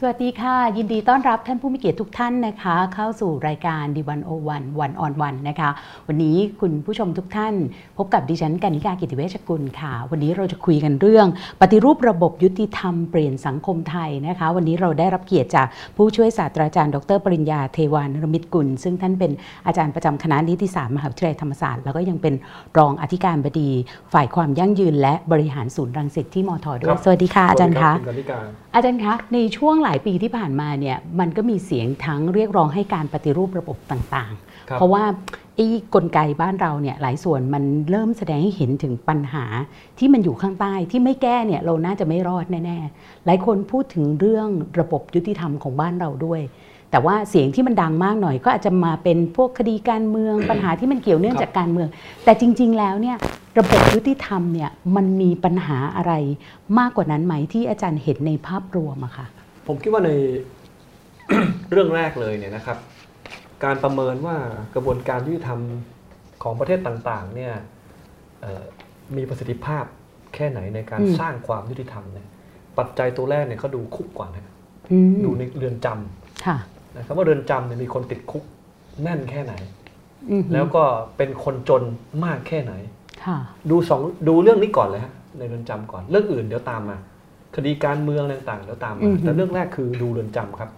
สวัสดีค่ะ ยินดีต้อนรับท่านผู้มีเกียรติทุกท่านนะคะ เข้าสู่รายการดีวันโอวันวันออนวันนะคะ วันนี้คุณผู้ชมทุกท่าน พบกับดิฉันกานิกากิติเวชกุลค่ะ วันนี้เราจะคุยกันเรื่อง ปฏิรูประบบยุติธรรมเปลี่ยนสังคมไทยนะคะ วันนี้เราได้รับเกียรติจากผู้ช่วยศาสตราจารย์ดรปริญญาเทวานรมิตกุล ซึ่งท่านเป็นอาจารย์ประจำคณะนิติศาสตร์มหาวิทยาลัยธรรมศาสตร์แล้วก็ยังเป็นรองอธิการบดีฝ่ายความยั่งยืน และบริหารศูนย์รังสิตที่มทด้ว ครั ย บ สวัสดีค่ะอาจารย์คะ สวัสดีรับคุณกนิการ อาจารย์คะในช่วงหลายปีที่ผ่านมาเนี่ยมันก็มีเสียงทั้งเรียกร้องให้การปฏิรูประบบต่าง ค ๆ บ เพราะว่าไอ้กลไกบ้านเราเนี่ยหลายส่วนมันเริ่มแสดงให้เห็นถึงปัญหาที่มันอยู่ข้างใต้ที่ไม่แก้เนี่ยเราน่าจะไม่รอดแน่ๆ หลายคนพูดถึงเรื่องระบบยุติธรรมของบ้านเราด้วย แต่ว่าเสียงที่มันดังมากหน่อย ก็อาจจะมาเป็นพวกคดีการเมือง ปัญหาที่มันเกี่ยวเนื่องจากการเมือง แต่จริง ๆ แล้วเนี่ยระบบยุติธรรมเนี่ยมันมีปัญหาอะไร มากกว่านั้นไหมที่อาจารย์เห็นในภาพรวมอะค่ะ ผมคิดว่าใน เรื่องแรกเลยเนี่ยนะครับ การประเมินว่ากระบวนการยุติธรรมของประเทศต่างๆ เนี่ยเอ่อมีประสิทธิภาพแค่ไหนในการ อืม สร้างความยุติธรรมเนี่ยปัจจัยตัวแรกเนี่ยเขาดูคุกก่อนนะ อืม ดูในเรือนจำ ค่ะ นะครับว่าเรือนจำเนี่ยมีคนติดคุกแน่นแค่ไหน อือหือ แล้วก็เป็นคนจนมากแค่ไหน ค่ะ ดูสองดูเรื่องนี้ก่อนเลยฮะในเรือนจำก่อนเรื่องอื่นเดี๋ยวตามมา คดีการเมืองอะไรต่างๆเดี๋ยวตามมาแต่เรื่องแรกคือดูเรือนจำครับ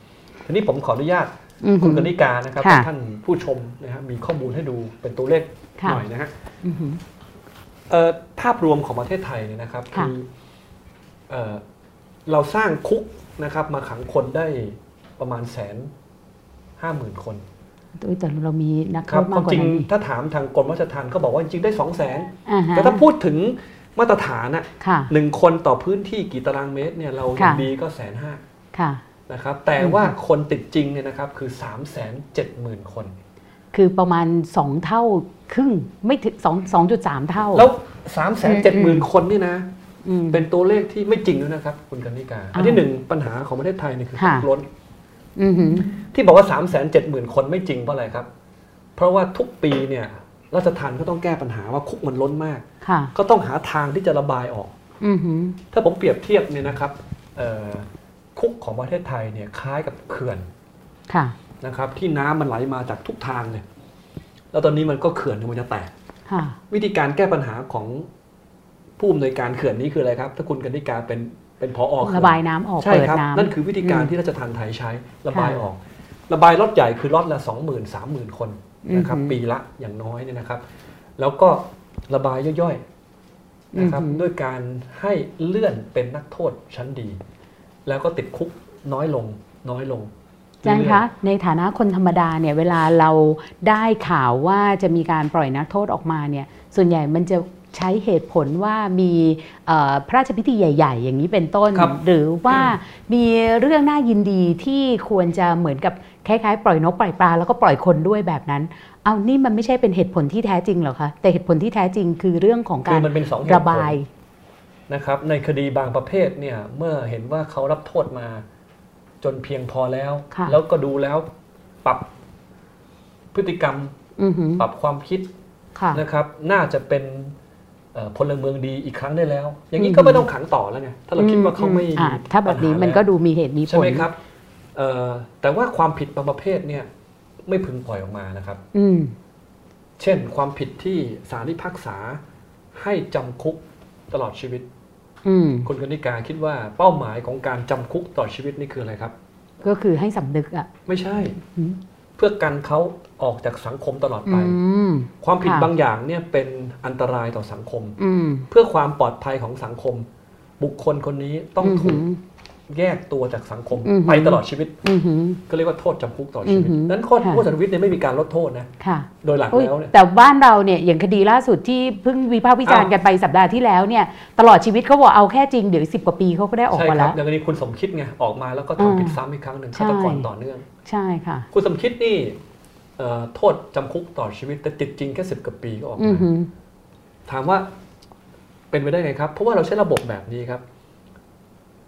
ทีนี้ผมขออนุญาต อือหื คุ อ ณกนิกานะครับ ค่ะ ท่านผู้ชมนะฮะมีข้อมูลให้ดูเป็นตัวเลข ค่ะ หน่อยนะฮะ อือหือ เอ่อภาพรวมของประเทศไทยเนี่ยนะครับ ค่ะ อเอ่อเราสร้างคุกนะครับมาขังคนได้ประมาณแสนห้าหมื่นคน โดยแต่เรามีนักโท ครับ ษมาวคาก ม กว่า จริง นั้นอีก ถ้าถามทางกรมราชทัณฑ์ก็บอกว่าจริงๆได้สองแสน อ่าฮะ แต่ถ้าพูดถึงมาตรฐานอะ ค่ะ หนึ่งคนต่อพื้นที่กี่ตารางเมตรเนี่ยเราอ ค่ะ ย่างดีก็แสนห้า ค่ะ นะครับแต่ว่าคนติดจริงเนี่ยนะครับคือ 3 7 0 0 0 0 คน คือประมาณ 2 เท่าครึ่งไม่ถึงสองสองจุดสามเท่า แล้ว 3 7 0 0 0 0 คนเนี่ยนะ อืม เป็นตัวเลขที่ไม่จริงด้วยนะครับ คุณกันนิการอันที่หนึ่งปัญหาของประเทศไทยเนี่ยคือ ค่ะ คุกล้น อือหือ ที่บอกว่า 3 7 0 0 0 0 คนไม่จริงเพราะอะไรครับ เพราะว่าทุกปีเนี่ยรัฐทานก็ต้องแก้ปัญหาว่าคุกมันล้นมาก ค่ะ ก็ต้องหาทางที่จะระบายออก อือหือ ถ้าผมเปรียบเทียบเนี่ยนะครับเอ่อคุกของประเทศไทยเนี่ยคล้ายกับเขื่อน ค่ะ นะครับที่น้ำมันไหลมาจากทุกทางเนี่ยแล้วตอนนี้มันก็เขื่อนเนี่ยมันจะแตก ค่ะ วิธีการแก้ปัญหาของผู้อำนวยการเขื่อนนี้คืออะไรครับ ถ้าคุณกนิการเป็นเป็นพออเขื่อน ระบายน้ำออก ใช่ เปิด ครับ น้ำ นั่นคือวิธีการ อืม ที่ราชทานไทยใช้ระบาย ค่ะ ออก ระบายล็อตใหญ่คือล็อตละสองหมื่นสามหมื่นคนนะครับ อือหือ ปีละอย่างน้อยเนี่ยนะครับ แล้วก็ระบายย่อยๆนะครับ อือหือ ด้วยการให้เลื่อนเป็นนักโทษชั้นดี แล้วก็ติดคุกน้อยลงน้อยลง อาจารย์ เรื่ คะ อยๆ ในฐานะคนธรรมดาเนี่ยเวลาเราได้ข่าวว่าจะมีการปล่อยนักโทษออกมาเนี่ยส่วนใหญ่มันจะใช้เหตุผลว่ามีเอ่อพระราชพิธีใหญ่ ๆ อย่างนี้เป็นต้น ครับ หรือว่ามีเรื่องน่ายินดีที่ควรจะเหมือนกับคล้ายๆ ปล่อยนกปล่อยปลาแล้วก็ปล่อยคนด้วยแบบนั้น เอานี่มันไม่ใช่เป็นเหตุผลที่แท้จริงหรอคะแต่เหตุผลที่แท้จริงคือเรื่องของ คื กา อ ร มันเป็นสองเหตุผล ระบาย นะครับในคดีบางประเภทเนี่ยเมื่อเห็นว่าเขารับโทษมาจนเพียงพอแล้ว ค่ะ แล้วก็ดูแล้วปรับพฤติกรรม อือหือ ปรับความคิด ค่ะ นะครับ น่าจะเป็นเอ่อพลเมืองดีอีกครั้งได้แล้ว อย่างนี้ อืม ก็ไม่ต้องขังต่อแล้วไงถ้าเราคิดว่าเขาไม่ อ่ะถ้าแบบนี้ ปัญห มันก็ แล้ว ดูมีเหตุมีผ ใช่ไห ล มครับเอ่อแต่ว่าความผิดบางประเภทเนี่ยไม่พึงปล่อยออกมานะครับ อืม เช่น ความผิดที่ศาลพิพากษาให้จำคุกตลอดชีวิต อืม คุณกนิกาคิดว่าเป้าหมายของการจำคุกต่อชีวิตนี่คืออะไรครับ ก็คือให้สำนึกอ่ะ ไม่ใช่ อืม เพื่อกันเขาออกจากสังคมตลอดไป อืม ความผิด ค่ะ บางอย่างเนี่ยเป็นอันตรายต่อสังคม อืม เพื่อความปลอดภัยของสังคม บุคคลคนนี้ต้องถูก ม แยกตัวจากสังคม อือหือ ไปตลอดชีวิต อืมอืม ก็เรียกว่าโทษจำคุกต่อชีวิต อือหือ นั้นข้อ ค่ะ โทษจำคุกเนี่ยไม่มีการลดโทษนะ ค่ะ โดยหลัก อุ๊ย แล้วเนี่ย แต่บ้านเราเนี่ยอย่างคดีล่าสุดที่เพิ่งวิพากษ์วิจารณ์ อ้าว กันไปสัปดาห์ที่แล้วเนี่ย ตลอดชีวิตเขาบอกเอาแค่จริงเดี๋ยวสิบกว่าปีเขาก็ได้ออก ใช่ มา คแล้รับ ว อย่างกรณีคุณสมคิดไงออกมาแล้วก็ อ่า ทำผิดซ้ำอีกครั้งหนึ่ง ใช่ ฆาตกรต่อเนื่อง ใช่ค่ะ คุณสมคิดนี่เอ่อโทษจำคุกต่อชีวิต แต่ติดจริงแค่สิบกว่าปีก็ออก อื มา อหือ ถามว่าเป็นไปได้ไงครับ เพราะว่าเราใช้ระบบแบบนี้ครับ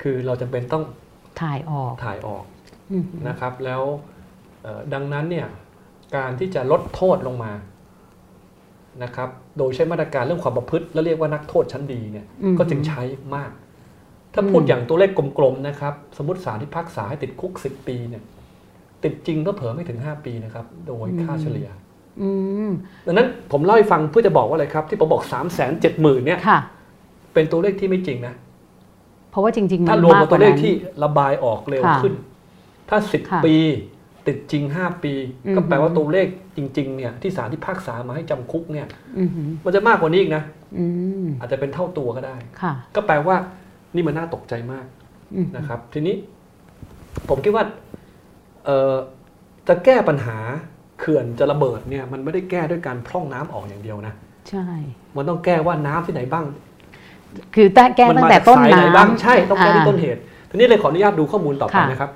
คือเราจำเป็นต้อง ถ่ายออก ถ่ายออก อือหือ นะครับ แล้วเอ่อดังนั้นเนี่ยการที่จะลดโทษลงมานะครับ โดยใช้มาตรการเรื่องความประพฤติ และเรียกว่านักโทษชั้นดีเนี่ย อืม ก็จึงใช้มาก ถ้าพูด อืม อย่างตัวเลขกลมๆนะครับ สมมติศาลที่พักษาให้ติดคุก 10 ปีเนี่ยติดจริงก็เผลอไม่ถึง 5 ปีนะครับ โดยค่าเฉลี่ย อืม ดังนั้นผมเล่าให้ฟังเพื่อจะบอกว่าอะไรครับ ที่ผมบอก 3 7 0 0 0 0เนี่ย ค่ะ เป็นตัวเลขที่ไม่จริงนะ เพราะว่าจริง ๆ มั ถ้าน รวม มาก กับ ก ตัว ว่า เล นั้ ข น ที่ระบายออกเร็ว ค่ะ ขึ้น ถ้า ค่ะ 10 ปี ติดจริง 5 ปี ก็ อือหือ แปลว่าตัวเลขจริงๆเนี่ยที่ศาลที่พากษามาให้จำคุกเนี่ย อือหือ มันจะมากกว่านี้อีกนะ อืม อาจจะเป็นเท่าตัวก็ได้ ค่ะ ก็แปลว่านี่มันน่าตกใจมาก อืม นะครับ ทีนี้ผมคิดว่าเอ่อจะแก้ปัญหาเขื่อนจะระเบิดเนี่ยมันไม่ได้แก้ด้วยการพร่องน้ำออกอย่างเดียวนะ ใช่ มันต้องแก้ว่าน้ำที่ไหนบ้าง คือแต่แก้ตั้งแต่ต้น มัมาจากสายไห น้ บ้าง ำ ใช่ต้องแก้ที่ า ต้นเหตุทีนี้เลยขออนุญาตดูข้อมูลต่อไป ค่ะ นะครับ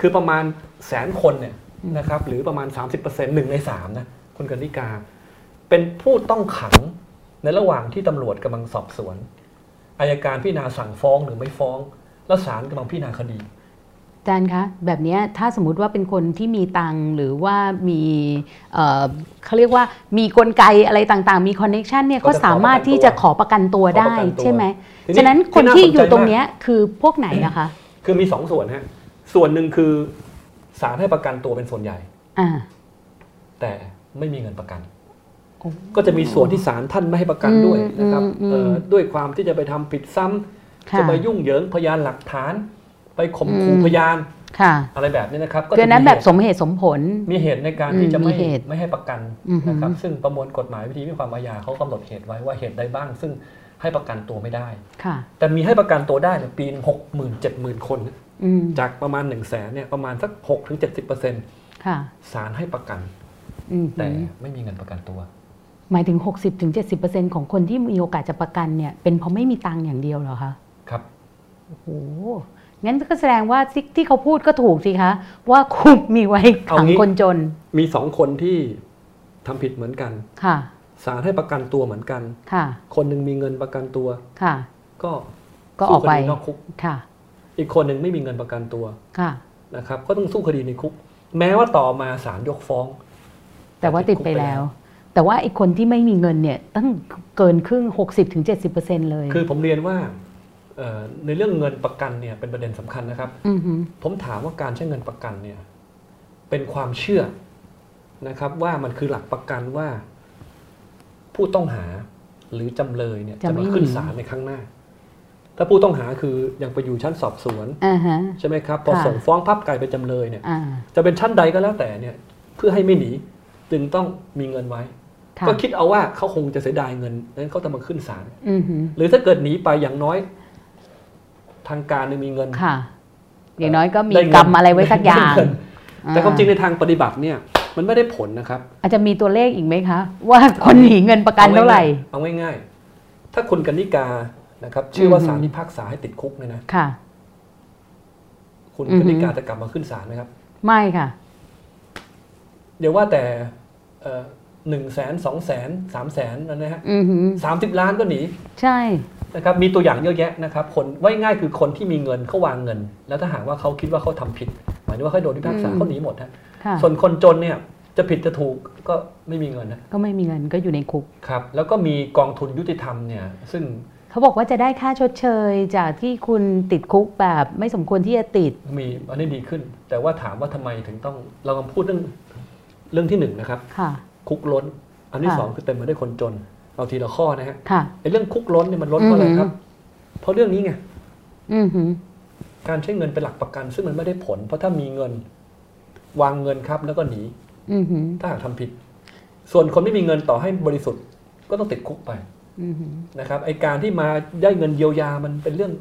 คือประมาณแสนคนเนี่ย อืม นะครับ หรือประมาณ 30%หนึ่งในสามนะคุณกนิกา เป็นผู้ต้องขังในระหว่างที่ตำรวจกำลังสอบสวนอายการพิจารณาสั่งฟ้องหรือไม่ฟ้อง แล้วศาลกำลังพิจารณาคดี อาจารย์คะแบบเนี้ยถ้าสมมติว่าเป็นคนที่มีตังค์หรือว่ามีเอ่อเขาเรียกว่ามีกลไกอะไรต่างๆ มีคอนเน็ชันเนี่ย ก็ ก็ จะขอ สามารถที่จะขอประกันตัวได้ ขอประกันตัว ใช่ไหม ที ฉะนั้นคนที่อยู่ตรง าสใจมาก เนี้ยคือพวกไหนอะคะ คือมีสองส่วนฮะส่วนหนึ่งคือศาลให้ประกันตัวเป็นส่วนใหญ่ อ่า แต่ไม่มีเงินประกัน โอ้ ก็จะมีส่วนที่ศาลท่านไม่ให้ประกันด้วยนะครับ อืมอืม เอ่อด้วยความที่จะไปทำผิดซ้ำ ค่ะ จะไปยุ่งเหยิงพยานหลักฐาน ไปข่มขู่ อืม พยาน ค่ะ อะไรแบบนี้นะครับ ก็ คืออจะน มี นั้นแบบ เห ส ตุ มเหตุสมผล มีเหตุในการ อืม ที่จะมีไม่เหตุ ไม่ให้ประกัน อือหือ นะครับ ซึ่งประมวลกฎหมายวิธีวิความอาญาเขากำหนดเหตุไว้ว่าเหตุใดบ้าง ซึ่งให้ประกันตัวไม่ได้ ค่ะ แต่มีให้ประกันตัวได้เนี่ยปีหนึ่งหกหมื่นเจ็ดหมื่นคน อืม จากประมาณหนึ่งแสนเนี่ยประมาณสักหกถึงเจ็ดสิบเปอร์เซ็นต์ ค่ะ ศาลให้ประกัน อืม แต่ไม่มีเงินประกันตัว หมายถึง 60-70%ของคนที่มีโอกาสจะประกันเนี่ยเป็นเพราะไม่มีตังค์อย่างเดียวเหรอคะ ครับ โอ้โหงั้นก็แสดงว่าที่ที่เขาพูดก็ถูกสิคะ ว่าคุกมีไว้ เอา ขัง งี้ คนจน มีสองคนที่ทำผิดเหมือนกัน ค่ะ ศาลให้ประกันตัวเหมือนกัน ค่ะ คนหนึ่งมีเงินประกันตัว ค่ะ ก็ ก็ออกไป สู้คดีนอกคุก ค่ะ อีกคนหนึ่งไม่มีเงินประกันตัว ค่ะ นะครับ ก็ต้องสู้คดีในคุก แม้ว่าต่อมาศาลยกฟ้อง แต่ว่าติดไปแล้ว แต่ว่าไอ้คนที่ไม่มีเงินเนี่ยตั้งเกินครึ่ง 60-70%เลย คือผมเรียนว่าเอ่อในเรื่องเงินประกันเนี่ยเป็นประเด็นสำคัญนะครับ อือหือ ผมถามว่าการใช้เงินประกันเนี่ยเป็นความเชื่อนะครับ ว่ามันคือหลักประกันว่า ผู้ต้องหาหรือจำเลยเนี่ยจะมาขึ้นศาลในข้างหน้า ถ้าผู้ต้องหาคือยังไปอยู่ชั้นสอบสวน อ่าฮะ ใช่ไหมครับพอ ค่ะ ส่งฟ้องพับไกลายเป็นจำเลยเนี่ย อ่า จะเป็นชั้นใดก็แล้วแต่เนี่ยเพื่อให้ไม่หนีจึงต้องมีเงินไว้ ค่ะ ก็คิดเอาว่าเขาคงจะเสียดายเงินนั้นเขาจะมาขึ้นศาล อือหือ หรือถ้าเกิดหนีไปอย่างน้อย ทางการเนี่ยมีเงิน ค่ะ อย่างน้อยก็มี ได้เงิน กรรมอะไรไว้สักอย่าง ได้เนแต่ความจริง อ่ ในทางปฏิบัติเนี่ยมันไม่ได้ผลนะครับ าอาจจะมีตัวเลขอีกไหมคะ ว่าคนหนีเงินประกันเท่าไหร่ เอาง่ายๆเอาง่ายๆ ถ้าคุณกนิกานะครับ ชื่อว่า อือหือ ศาลพิพากษาให้ติดคุกเนี่ยนะ ค่ะ คุณ อือหื ก อ นิกาจะกลับมาขึ้นศาลไหมครับ ไม่ค่ะ เดี๋ยวว่าแต่หนึ่งแสนสองแสนสามแสนนะฮะ อือหือ สามสิบล้านก็หนี ใช่ นะครับมีตัวอย่างเยอะแยะนะครับคนว่าง่ายๆคือคนที่มีเงินเขาวางเงิน แล้วถ้าหากว่าเขาคิดว่าเขาทำผิด หมายถึงว่าเขาโดนพิพากษา อืม เขาหนีหมดฮะ ค่ะ ส่วนคนจนเนี่ยจะผิดจะถูกก็ไม่มีเงินนะ ก็ไม่มีเงินก็อยู่ในคุก ครับแล้วก็มีกองทุนยุติธรรมเนี่ยซึ่ง เขาบอกว่าจะได้ค่าชดเชย จากที่คุณติดคุกแบบไม่สมควรที่จะติด มีอันนี้ดีขึ้น แต่ว่าถามว่าทำไมถึงต้องเรากำลังพูดเรื่องเรื่องที่หนึ่งนะครับ ค่ะ คุกล้น อันที่ ค่ะ สองคือเต็มไปด้วยคนจน เอาทีละข้อนะฮะ ค่ะ ไอ้เรื่องคุกล้นเนี่ยมันล้นเพราะอะไรครับ เพราะเรื่องนี้ไง อือหือ การใช้เงินเป็นหลักประกัน ซึ่งมันไม่ได้ผล เพราะถ้ามีเงินวางเงินครับแล้วก็หนี อือหือ ถ้าหากทำผิด ส่วนคนไม่มีเงินต่อให้บริสุทธิ์ก็ต้องติดคุกไป อือหือ นะครับไอการที่มาได้เงินเยียวยามันเป็นเรื่อง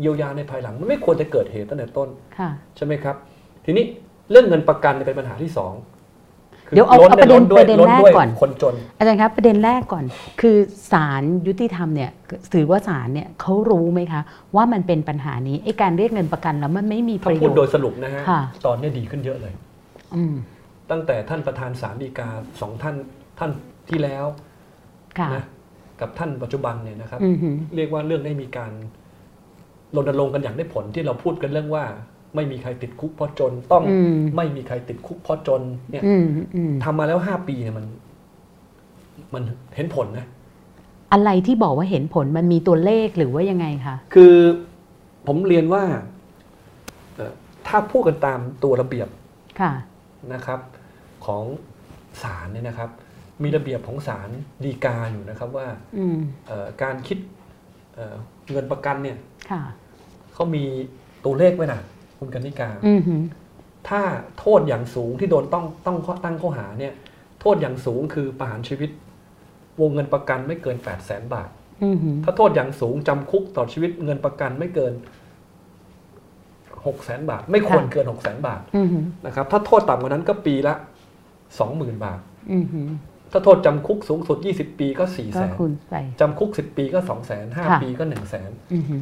เยียวยาในภายหลัง มันไม่ควรจะเกิดเหตุตั้งแต่ต้น ค่ะ ใช่ไหมครับ ทีนี้เรื่องเงินประกันเนี่ยเป็นปัญหาที่สองคื เดี๋ยวเอา ล้น เอาประเด็น ล้ปวยระเด็น ล้วย แรกก่อน คนจน อาจารย์ครับประเด็นแรกก่อน คือศาลยุติธรรมเนี่ยถือว่าศาลเนี่ยเขารู้ไหมคะ ว่ามันเป็นปัญหานี้ไอ้การเรียกเงินประกันแล้วมันไม่มีป ถ้า ระโย พูดโด ชน์ ยสรุปนะฮะ ค่ะ ตอนเนี้ยดีขึ้นเยอะเลย อืม ตั้งแต่ท่านประธานสารดีกาสองท่านท่านที่แล้ว ค่ะ นะกับท่านปัจจุบันเนี่ยนะครับ อือหือ เรียกว่าเรื่องได้มีการรณรงค์กันอย่างได้ผลที่เราพูดกันเรื่องว่า ไม่มีใครติดคุกเพราะจนต้อง อืม ไม่มีใครติดคุกเพราะจนเนี่ย อืมอืม ทำมาแล้วห้าปีเนี่ยมัน มันเห็นผลนะ อะไรที่บอกว่าเห็นผลมันมีตัวเลขหรือว่ายังไงคะ คือ ผมเรียนว่าเอ่อถ้าพูดกันตามตัวระเบียบ ค่ะ นะครับของศาลเนี่ยนะครับ มีระเบียบของศาลฎีกาอยู่นะครับว่า อืม เอ่อการคิดเอ่อเงินประกันเนี่ย ค่ะ เขามีตัวเลขไว้นะคุณกันนิกา อืมหือ ถ้าโทษอย่างสูงที่โดนต้องต้องข้อตั้งข้อหาเนี่ยโทษอย่างสูงคือประหารชีวิต วงเงินประกันไม่เกิน 8 0 0แสนบาท อืมหือ ถ้าโทษอย่างสูงจำคุกต่อชีวิตเงินประกันไม่เกิน 6 0แสนบาท ไม่ควรเกิน 6 0แสนบาท อืมหือ นะครับถ้าโทษต่ำกว่านั้นก็ปีละ 20,000 บาท อืมหือ ถ้าโทษจำคุกสูงสุด 20 ปีก็ 4 0 0 ก็ แสน คูณไป จำคุก 10 ปีก็ 2 0 0แสน ค่ะ 5ปีก็ 1 0 0 0 0แสน อืมหือ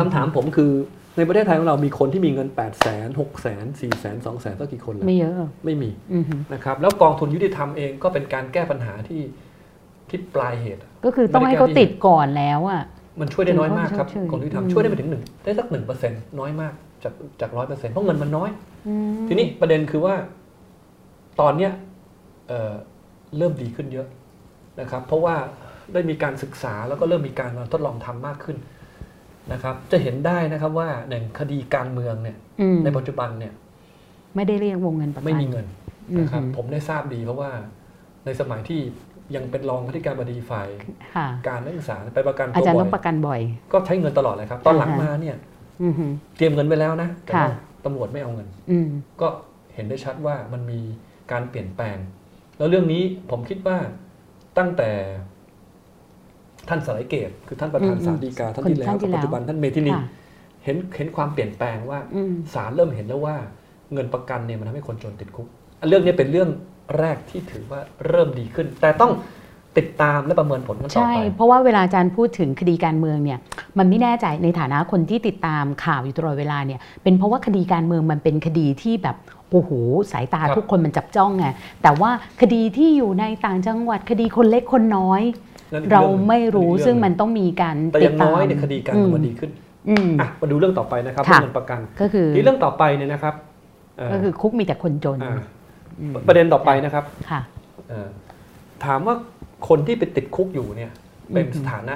คำถามผมคือในประเทศไทยของเรามีคนที่มีเงิน 8 0 0แสน6 0แสน4 0แสน2 0แสนตั้งกี่คน ไม่ ล่ะ เยอะหรอก ไม่มี อืมหือ นะครับแล้วกองทุนยุติธรรมเองก็เป็นการแก้ปัญหาที่ที่ปลายเหตุอะ ก็คือต้องให้เขาติดก่อนแล้วอ่ะ มันช่วยได้น้อยมากครับ เฉยๆ กองทุนยุติธรรม อืม ช่วยได้ไปถึงหนึ่งได้สักหนึ่งเปอร์เซ็นต์น้อยมากจากจากร้อยเปอร์เซ็นต์เพราะเงินมันน้อย อืม ทีนี้ประเด็นคือว่าตอนเนี้ยเอ่อเริ่มดีขึ้นเยอะนะครับ เพราะว่าได้มีการศึกษาแล้วก็เริ่มมีการมาทดลองทำมากขึ้นนะครับ จะเห็นได้นะครับว่าหนึ่งคดีการเมืองเนี่ย อืม ในปัจจุบันเนี่ย ไม่ได้เรียกวงเงินประกัน ไม่มีเงิน อืม นะครับ หือ ผมได้ทราบดีเพราะว่าในสมัยที่ยังเป็นรองอธิการบดีฝ่าย ค่ะ การนักศึกษาไปประกัน อา ตัว จารย์ บ่ ต้ อ อง ย ประกันบ่อย ก็ใช้เงินตลอดเลยครับ ตอนหลัง อ่าฮะ มาเนี่ย อืมหือ เตรียมเงินไว้แล้วนะแต่ว่า ค่ะ ตำรวจไม่เอาเงิน อืม ก็เห็นได้ชัดว่ามันมีการเปลี่ยนแปลง แล้วเรื่องนี้ผมคิดว่าตั้งแต่ท่านสลายเกต คือท่านประธานศาลฎีกาท่านที่แล้วกับปัจจุบันท่านเมธินี ค่ะ เห็นเห็นความเปลี่ยนแปลงว่า อืม ศาลเริ่มเห็นแล้วว่าเงินประกันเนี่ยมันทำให้คนจนติดคุกอันเรื่องเนี้เป็นเรื่องแรกที่ถือว่าเริ่มดีขึ้น แต่ต้องติดตามและประเมินผลกันต่อ ใช่ ไป เพราะว่าเวลาอาจารย์พูดถึงคดีการเมืองเนี่ย มันไม่แน่ใจในฐานะคนที่ติดตามข่าวอยู่ตลอดเวลาเนี่ย เป็นเพราะว่าคดีการเมืองมันเป็นคดีที่แบบโอ้โหสายตา ครับ ทุกคนมันจับจ้องไงแต่ว่าคดีที่อยู่ในต่างจังหวัดคดีคนเล็กคนน้อย นั่นอีก เรา องหนึ่ง ไม่รู้ อีกเอ ซึ่ง ห มันต้องมีการ แต่ ติดอย่าง ตาม น้อยในยคดีการ อืม มันดีขึ้น อืม อ่ะมาดูเรื่องต่อไปนะครับ ค่ะ เรื่องเงินประกัน ก็คือ ที่เรื่องต่อไปเนี่ยนะครับเอ่อ ก็คือคุกมีแต่คนจน อ่า อืม ประเด็นต่อไปนะครับ ค่ะ เอ่อถามว่าคนที่ไปติดคุกอยู่เนี่ยเป็น อืม สถานะ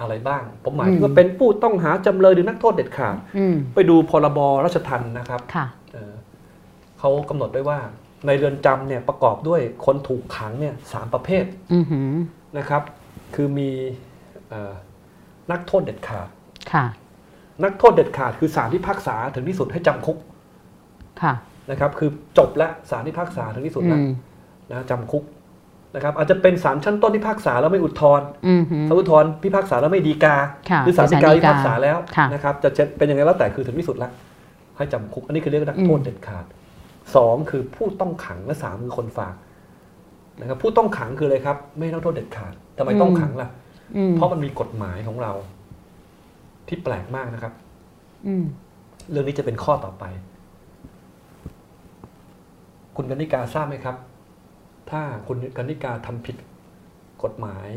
อะไรบ้าง ผมหมายถึ อื ง ม ว่าเป็นผู้ต้องหาจำเลยหรือนักโทษเด็ดขาด อืม ไปดูพรบราชทัณฑ์นะครับ ค่ะ เอ่อเขากำหนดไว้ว่าในเรือนจำเนี่ยประกอบด้วยคนถูกขังเนี่ยสามประเภท อือหือ นะครับ คือมีเอ่อนักโทษเด็ดขาด ค่ะ นักโทษเด็ดขาดคือสารที่พักษาถึงที่สุดให้จำคุก ค่ะ นะครับ คือจบและสารที่พักษาถึงที่สุดแล้ว อืม นะจำคุกนะครับ อาจจะเป็นสารชั้นต้นที่พักษาแล้วไม่อุทธรณ์ อือหือ สารอุทธรณ์พิพากษาแล้วไม่ดีกา ค่ะ หรือสารฎีกา เป็นศาลฎีกา พิพากษาแล้ว ค่ะ นะครับ จะเป็นยังไงแล้วแต่คือถึงที่สุดแล้วให้จำคุก อันนี้คือเรียกว่านัก อืม โทษเด็ดขาดสองคือผู้ต้องขังและสามคือคนฝากนะครับ ผู้ต้องขังคืออะไรครับ ไม่ต้องโทษเด็ดขาดทำไมต้องขังล่ะ อืม เพราะมันมีกฎหมายของเรา ที่แปลกมากนะครับ อืม เรื่องนี้จะเป็นข้อต่อไป คุณกนิกาทราบไหมครับ ถ้าคุณกนิกาทำผิดกฎหมาย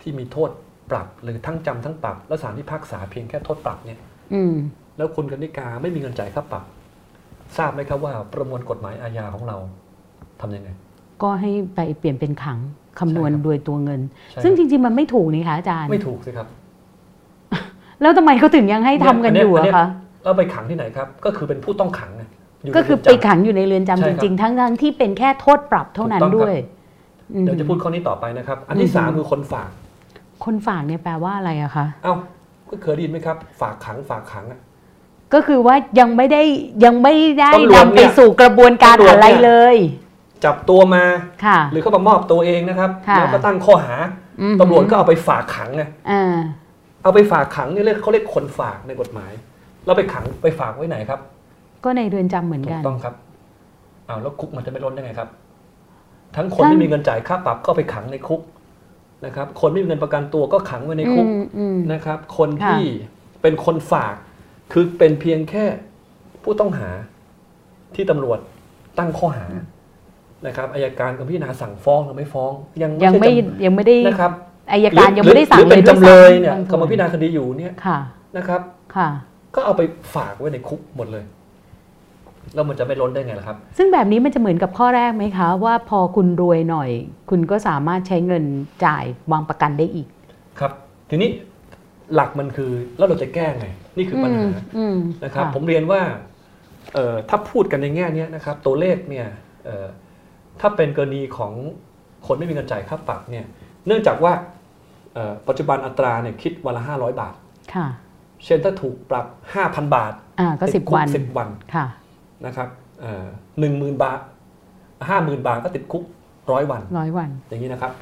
ที่มีโทษปรับ หรือทั้งจำทั้งปรับ และสารพิพากษาเพียงแค่โทษปรับเนี่ย อืม แล้วคุณกนิกาไม่มีเงินจ่ายค่าปรับ ทราบไหมครับว่าประมวลกฎหมายอาญาของเราทำยังไง ก็ให้ไปเปลี่ยนเป็นขังคำนวณ ใช่ครับ โดยตัวเงิน ใช่ ซึ่งจครับ ริงๆ มันไม่ถูกนี่คะอาจารย์ ไม่ถูกสิครับ แล้วทำไมเขาถึงยังให้ทำกันอยู่ อัอะนเนี้ย คะ แล้วไปขังที่ไหนครับ ก็คือเป็นผู้ต้องขังไงยู่ใน ก็คือ เรืนจำ ไปขังอยู่ในเรือนจำ ใช่ค จ รับ ริง ๆ ทั้งทั้งๆที่เป็นแค่โทษปรับเท่านั้น ถูกต้องครับ ด้วย เดี๋ยวจะพูด อืม ข้อนี้ต่อไปนะครับ อันที่ อืม สามคือคนฝาก คนฝากเนี่ยแปลว่าอะไรอะคะ เอ้าก็เคยได้ยินไหมครับ ฝากขังฝากขังอะ ก็คือว่ายังไม่ได้ยังไม่ได้ ตำรวจ นำไป เนี่ย สู่กระบวนการ ตำรวจ อะไร เนี่ย เลย จับตัวมา ค่ะ หรือเขามามอบตัวเองนะครับ ค่ะ แล้วก็ตั้งข้อหา อืม ตำรวจก็เอาไปฝากขังไง อ่า เอาไปฝากขังเนี่ยเรียกเขาเรียกคนฝากในกฎหมาย เราไปขังไปฝากไว้ไหนครับ ก็ในเรือนจำเหมือน ถู กั ก น ต้องครับอ้าวแล้วคุกมันจะไม่ล้นได้ไงครับ ทั้งคนไม่มีเงินจ่ายค่าปรับก็เอาไปขังในคุกนะครับ คนไม่มีเงินประกันตัวก็ขังไว้ในคุก อืมอืม นะครับ คน ค่ะ ที่เป็นคนฝาก คือเป็นเพียงแค่ผู้ต้องหาที่ตำรวจตั้งข้อหานะครับอายการก็พิจารณาสั่งฟ้องหรือไม่ฟ้อง ยังไม่ ยัง ใช่ ไม่ จำ ยังไม่ได้ นะครับ อายการยังไม่ได้สั่ง หเลรือเป็ ย น ด้ว จำเลย ซ้ำ เนี่ย บงส่ว กำลังพิจารณาคดีอยู่เนี่ย ค่ะ นะครับ ค่ะ ก็เอาไปฝากไว้ในคุกหมดเลย แล้วมันจะไม่ล้นได้ไงล่ะครับ ซึ่งแบบนี้มันจะเหมือนกับข้อแรกไหมคะ ว่าพอคุณรวยหน่อย คุณก็สามารถใช้เงินจ่ายวางประกันได้อีก ครับ ทีนี้ หลักมันคือแล้วเราจะแก้ไง นี่คือปัญหา อืม นะครับผมเรียนว่าเอ่อถ้าพูดกันในแง่เนี้ยนะครับตัวเลขเนี่ยเอ่อถ้าเป็นกรณีของคนไม่มีเงินจ่ายค่าปรับเนี่ยเนื่องจากว่าเอ่อปัจจุบันอัตราเนี่ยคิดวันละ 500 บาท ค่ะ เช่นถ้าถูกปรับ 5,000 บาท อ่าก็ ติ สิ ด บ คุก วัน สิบวัน ค่ะ นะครับหนึ่งหมื่นบาทห้าหมื่นบาทก็ติดคุกร้อยวัน ร้อยวัน อย่างนี้นะครับ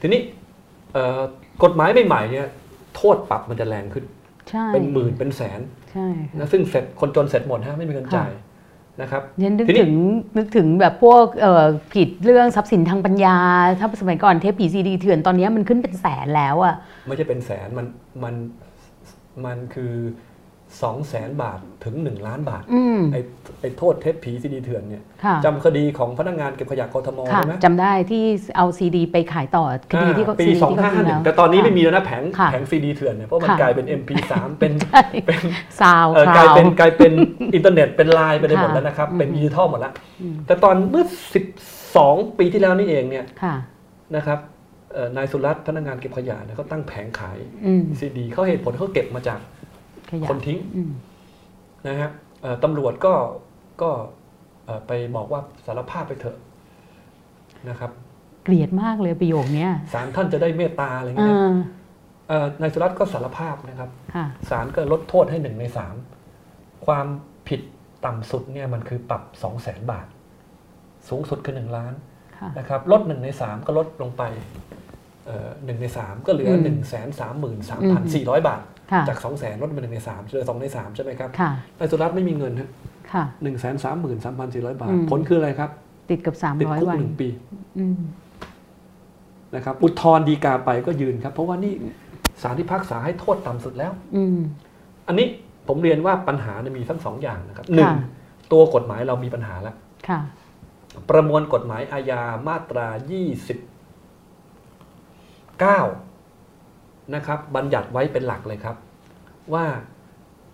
ทีนี้เอ่อกฎหมายใหม่ๆเนี่ยโทษปรับมันจะแรงขึ้น ใช่ เป็นหมื่นเป็นแสน ใช่ค่ะ นะซึ่งเสร็จคนจนเสร็จหมดฮะไม่มีเงินจ่ายนะครับ ฉันนึก ทีนี้ ถึงนึกถึงแบบพวกเอ่อผิดเรื่องทรัพย์สินทางปัญญา ถ้าสมัยก่อนเทปผีซีดีเถื่อนตอนเนี้ยมันขึ้นเป็นแสนแล้วอะ ไม่ใช่เป็นแสนมันมันมันคือ2องแสนบาทถึง 1 ล้านบาท อืม ไอ้ไอ้โทษเทปผีซีดีเถื่อนเนี่ย ค่ะ จำคดีของพนักงานเก็บขยะกทม ค่ะ ใช่ไหม จำได้ที่เอาซีดีไปขายต่อคดีที่เขา อ่าปี ซีดี 2 ที่เขา 5 ซื้อ 5 แล้ว 1แต่ตอนนี้ไม่มีแล้วนะแผง ค่ะ แผงซีดีเถื่อนเนี่ยเพราะมัน ค่ะ กลายเป็น MP3 เป็น ใช่ เป็น ซาว เอ่อ ค กลาลายว เป็นกลายเป็นอินเทอร์เน็ตเป็นไลน์ไปได้หมด ค่ะ แล้วนะครับ เป็น อืม ดิจิทัลหมดแล้ว อืม แต่ตอนเมื่อ 12 ปีที่แล้วนี่เองเนี่ย ค่ะ นะครับเอ่อนายสุรัตน์พนักงานเก็บขยะเนี่ยเขาตั้งแผงขาย อืม ซีดีเขาเหตุผลเขาเก็บมาจาก ขยะ คนทิ้ง อืม นะฮะเอ่อตำรวจก็ก็เอ่อไปบอกว่าสารภาพไปเถอะนะครับ เกลียดมากเลยประโยคเนี้ย ศาลท่านจะได้เมตตาอะไร เอ เงี้ยนะ อ เอ่อนายสุรัตน์ก็สารภาพนะครับ ค่ะ ศาลก็ลดโทษให้หนึ่งในสามความผิดต่ำสุดเนี่ยมันคือปรับสองแสนบาท สูงสุดคือหนึ่งล้าน ค่ะ นะครับลดหนึ่งในสามก็ลดลงไปเอ่อหนึ่งในสามก็เหลือ อืม หนึ่งแสนสามหมื่นสาม อื พัน ม สี่ร้อยบาท ค่ะ จากสองแสนลดเป็นหนึ่งในสามเหลือสองในสามใช่ไหมครับ ค่ะ นายสุรัตน์ไม่มีเงินฮะ ค่ะ หนึ่งแสนสามหมื่นสามพันสี่ร้อยบาท อืม ผลคืออะไรครับ ติดกับสาม ติด ร้อย คุก วัน หนึ่งปี อืม นะครับอุทธรณ์ดีกาไปก็ยืนครับ เพราะว่านี่สารที่พากษาให้โทษต่ำสุดแล้ว อืม อันนี้ผมเรียนว่าปัญหาเนี่ยมีทั้งสองอย่างนะครับหนึ่ง ค่ะ ตัวกฎหมายเรามีปัญหาแล้ว ค่ะ ประมวลกฎหมายอาญามาตรา 29 นะครับ บัญญัติไว้เป็นหลักเลยครับ ว่า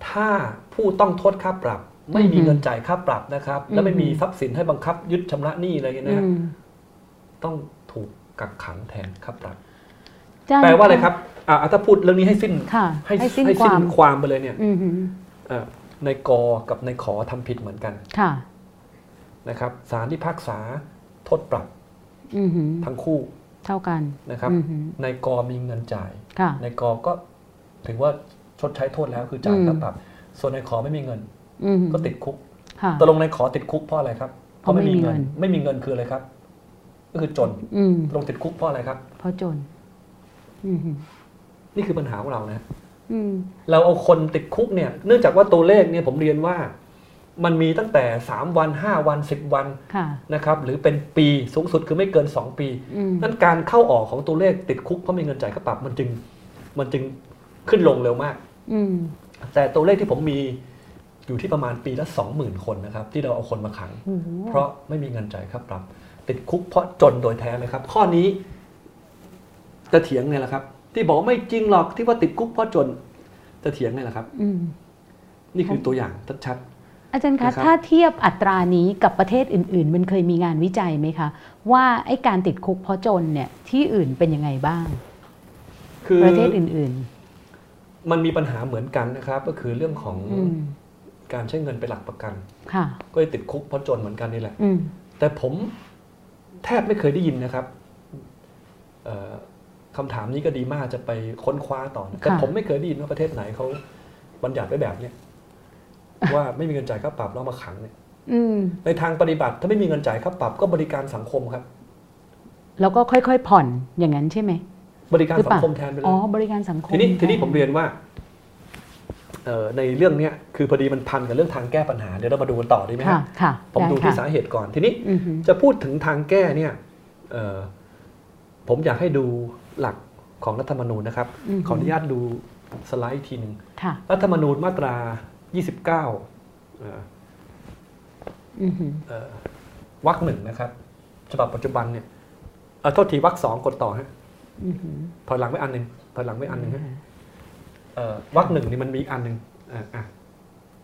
ถ้าผู้ต้องโทษค่าปรับ ไม่มี อือฮึ เงินจ่ายค่าปรับนะครับ และไม่ อือฮึ มีทรัพย์สินให้บังคับยึดชำระหนี้อะไรอย่างเงี้ย อื นะฮะ ม ต้องถูกกักขังแทนค่าปรับ จ้ง แปลว่าอะไรครับอ่ะถ้าพูดเรื่องนี้ให้สิ้น ค่ะ ให้ ให้สิ้น ให้ ค สิ้น วาม ความไปเลยเนี่ย อืมหือ เอ่อในกอกับในขอทำผิดเหมือนกัน ค่ะ นะครับศาลที่พากษาโทษปรับ อือหือ ทั้งคู่ เท่ากัน นะครับ อือหือ ในกอมีเงินจ่าย ค่ะ ในกอก็ถือว่าชดใช้โทษแล้วคือจ่าย อืม ค่าปรับ ส่วนในขอไม่มีเงิน อือหือ ก็ติดคุก ค่ะ ตกลงในขอติดคุกเพราะอะไรครับ เพราะไม่มีเงิน เพราะไม่มีเงิน ไม่มีเงินคืออะไรครับ ก็คือจน อืม ตกลงติดคุกเพราะอะไรครับ เพราะจน อือหือ นี่คือปัญหาของเรานะ อืม เราเอาคนติดคุกเนี่ย เนื่องจากว่าตัวเลขเนี่ยผมเรียนว่า มันมีตั้งแต่ 3 วัน 5 วัน 10 วัน ค่ะ นะครับ หรือเป็นปีสูงสุดคือไม่เกิน 2 ปี อืม นั่นการเข้าออกของตัวเลขติดคุกเพราะมีเงินจ่ายค่าปรับมันจึงมันจึงขึ้นลงเร็วมาก อืม แต่ตัวเลขที่ผมมีอยู่ที่ประมาณปีละ 20,000 คนนะครับ ที่เราเอาคนมาขัง โอ้โห เพราะไม่มีเงินจ่ายค่าปรับ ติดคุกเพราะจนโดยแท้เลยครับ ข้อนี้จะเถียงเนี่ยแหละครับ ที่บอกว่าไม่จริงหรอกที่ว่าติดคุกเพราะจนจะเถียงเนี่ยแหละครับ อืม นี่คือตัวอย่างชัด อาจารย์ นะครั คะ บ ถ้าเทียบอัตรานี้กับประเทศอื่น ๆ มันเคยมีงานวิจัยไหมคะ ว่าไอ้การติดคุกเพราะจนเนี่ยที่อื่นเป็นยังไงบ้าง ๆคือ ประเทศอื่น มันมีปัญหาเหมือนกันนะครับ ก็คือเรื่องของ ๆ อืม การใช้เงินเป็นหลักประกัน ค่ะ ก็จะติดคุกเพราะจนเหมือนกันนี่แหละ อืม แต่ผมแทบไม่เคยได้ยินนะครับเอ่อคำถามนี้ก็ดีมากจะไปค้นคว้าต่อนะแต่ผมไม่เคยได้ยินว่าประเทศไหนเขาบัญญัติไว้แบบเนี้ยว่าไม่มีเงินจ่ายค่าปรับแล้วเอามาขังเนี่ย อืม ในทางปฏิบัติ ถ้าไม่มีเงินจ่ายค่าปรับ ก็บริการสังคมครับ แล้วก็ค่อยๆ ผ่อนอย่างนั้นใช่ไหม บริการ หรือ สั เปล่าง คมแทนไปเล อ๋อย บริการสังคม ทีนี้ทีนี้ผมเรียนว่าเอ่อในเรื่องเนี้ยคือพอดีมันพันกับเรื่องทางแก้ปัญหาเดี๋ยวเรามาดูกันต่อดีไหม ค่ะ ฮะ ค่ะ ผมดูที่ ไค่ะ สาเหตุก่อนทีนี้ อือหือ จะพูดถึงทางแก้เนี่ยเอ่อผมอยากให้ดูหลักของรัฐธรรมนูญนะครับ อือฮึ ขออนุญาตดูสไลด์อีกทีหนึ่ง ค่ะ รัฐธรรมนูญมาตรา 29เอ่อ อือหือ เอ่อวรรคหนึ่งนะครับ ฉบับปัจจุบันเนี่ยเอ่อโทษทีวรรคสองกดต่อฮะ อือหือ ถอยหลังไปอันหนึ่งถอยหลังไปอันหนึ่งฮะเอ่อวรรคหนึ่งนี่มันมีอีกอันหนึ่งอ่ะอ่ะ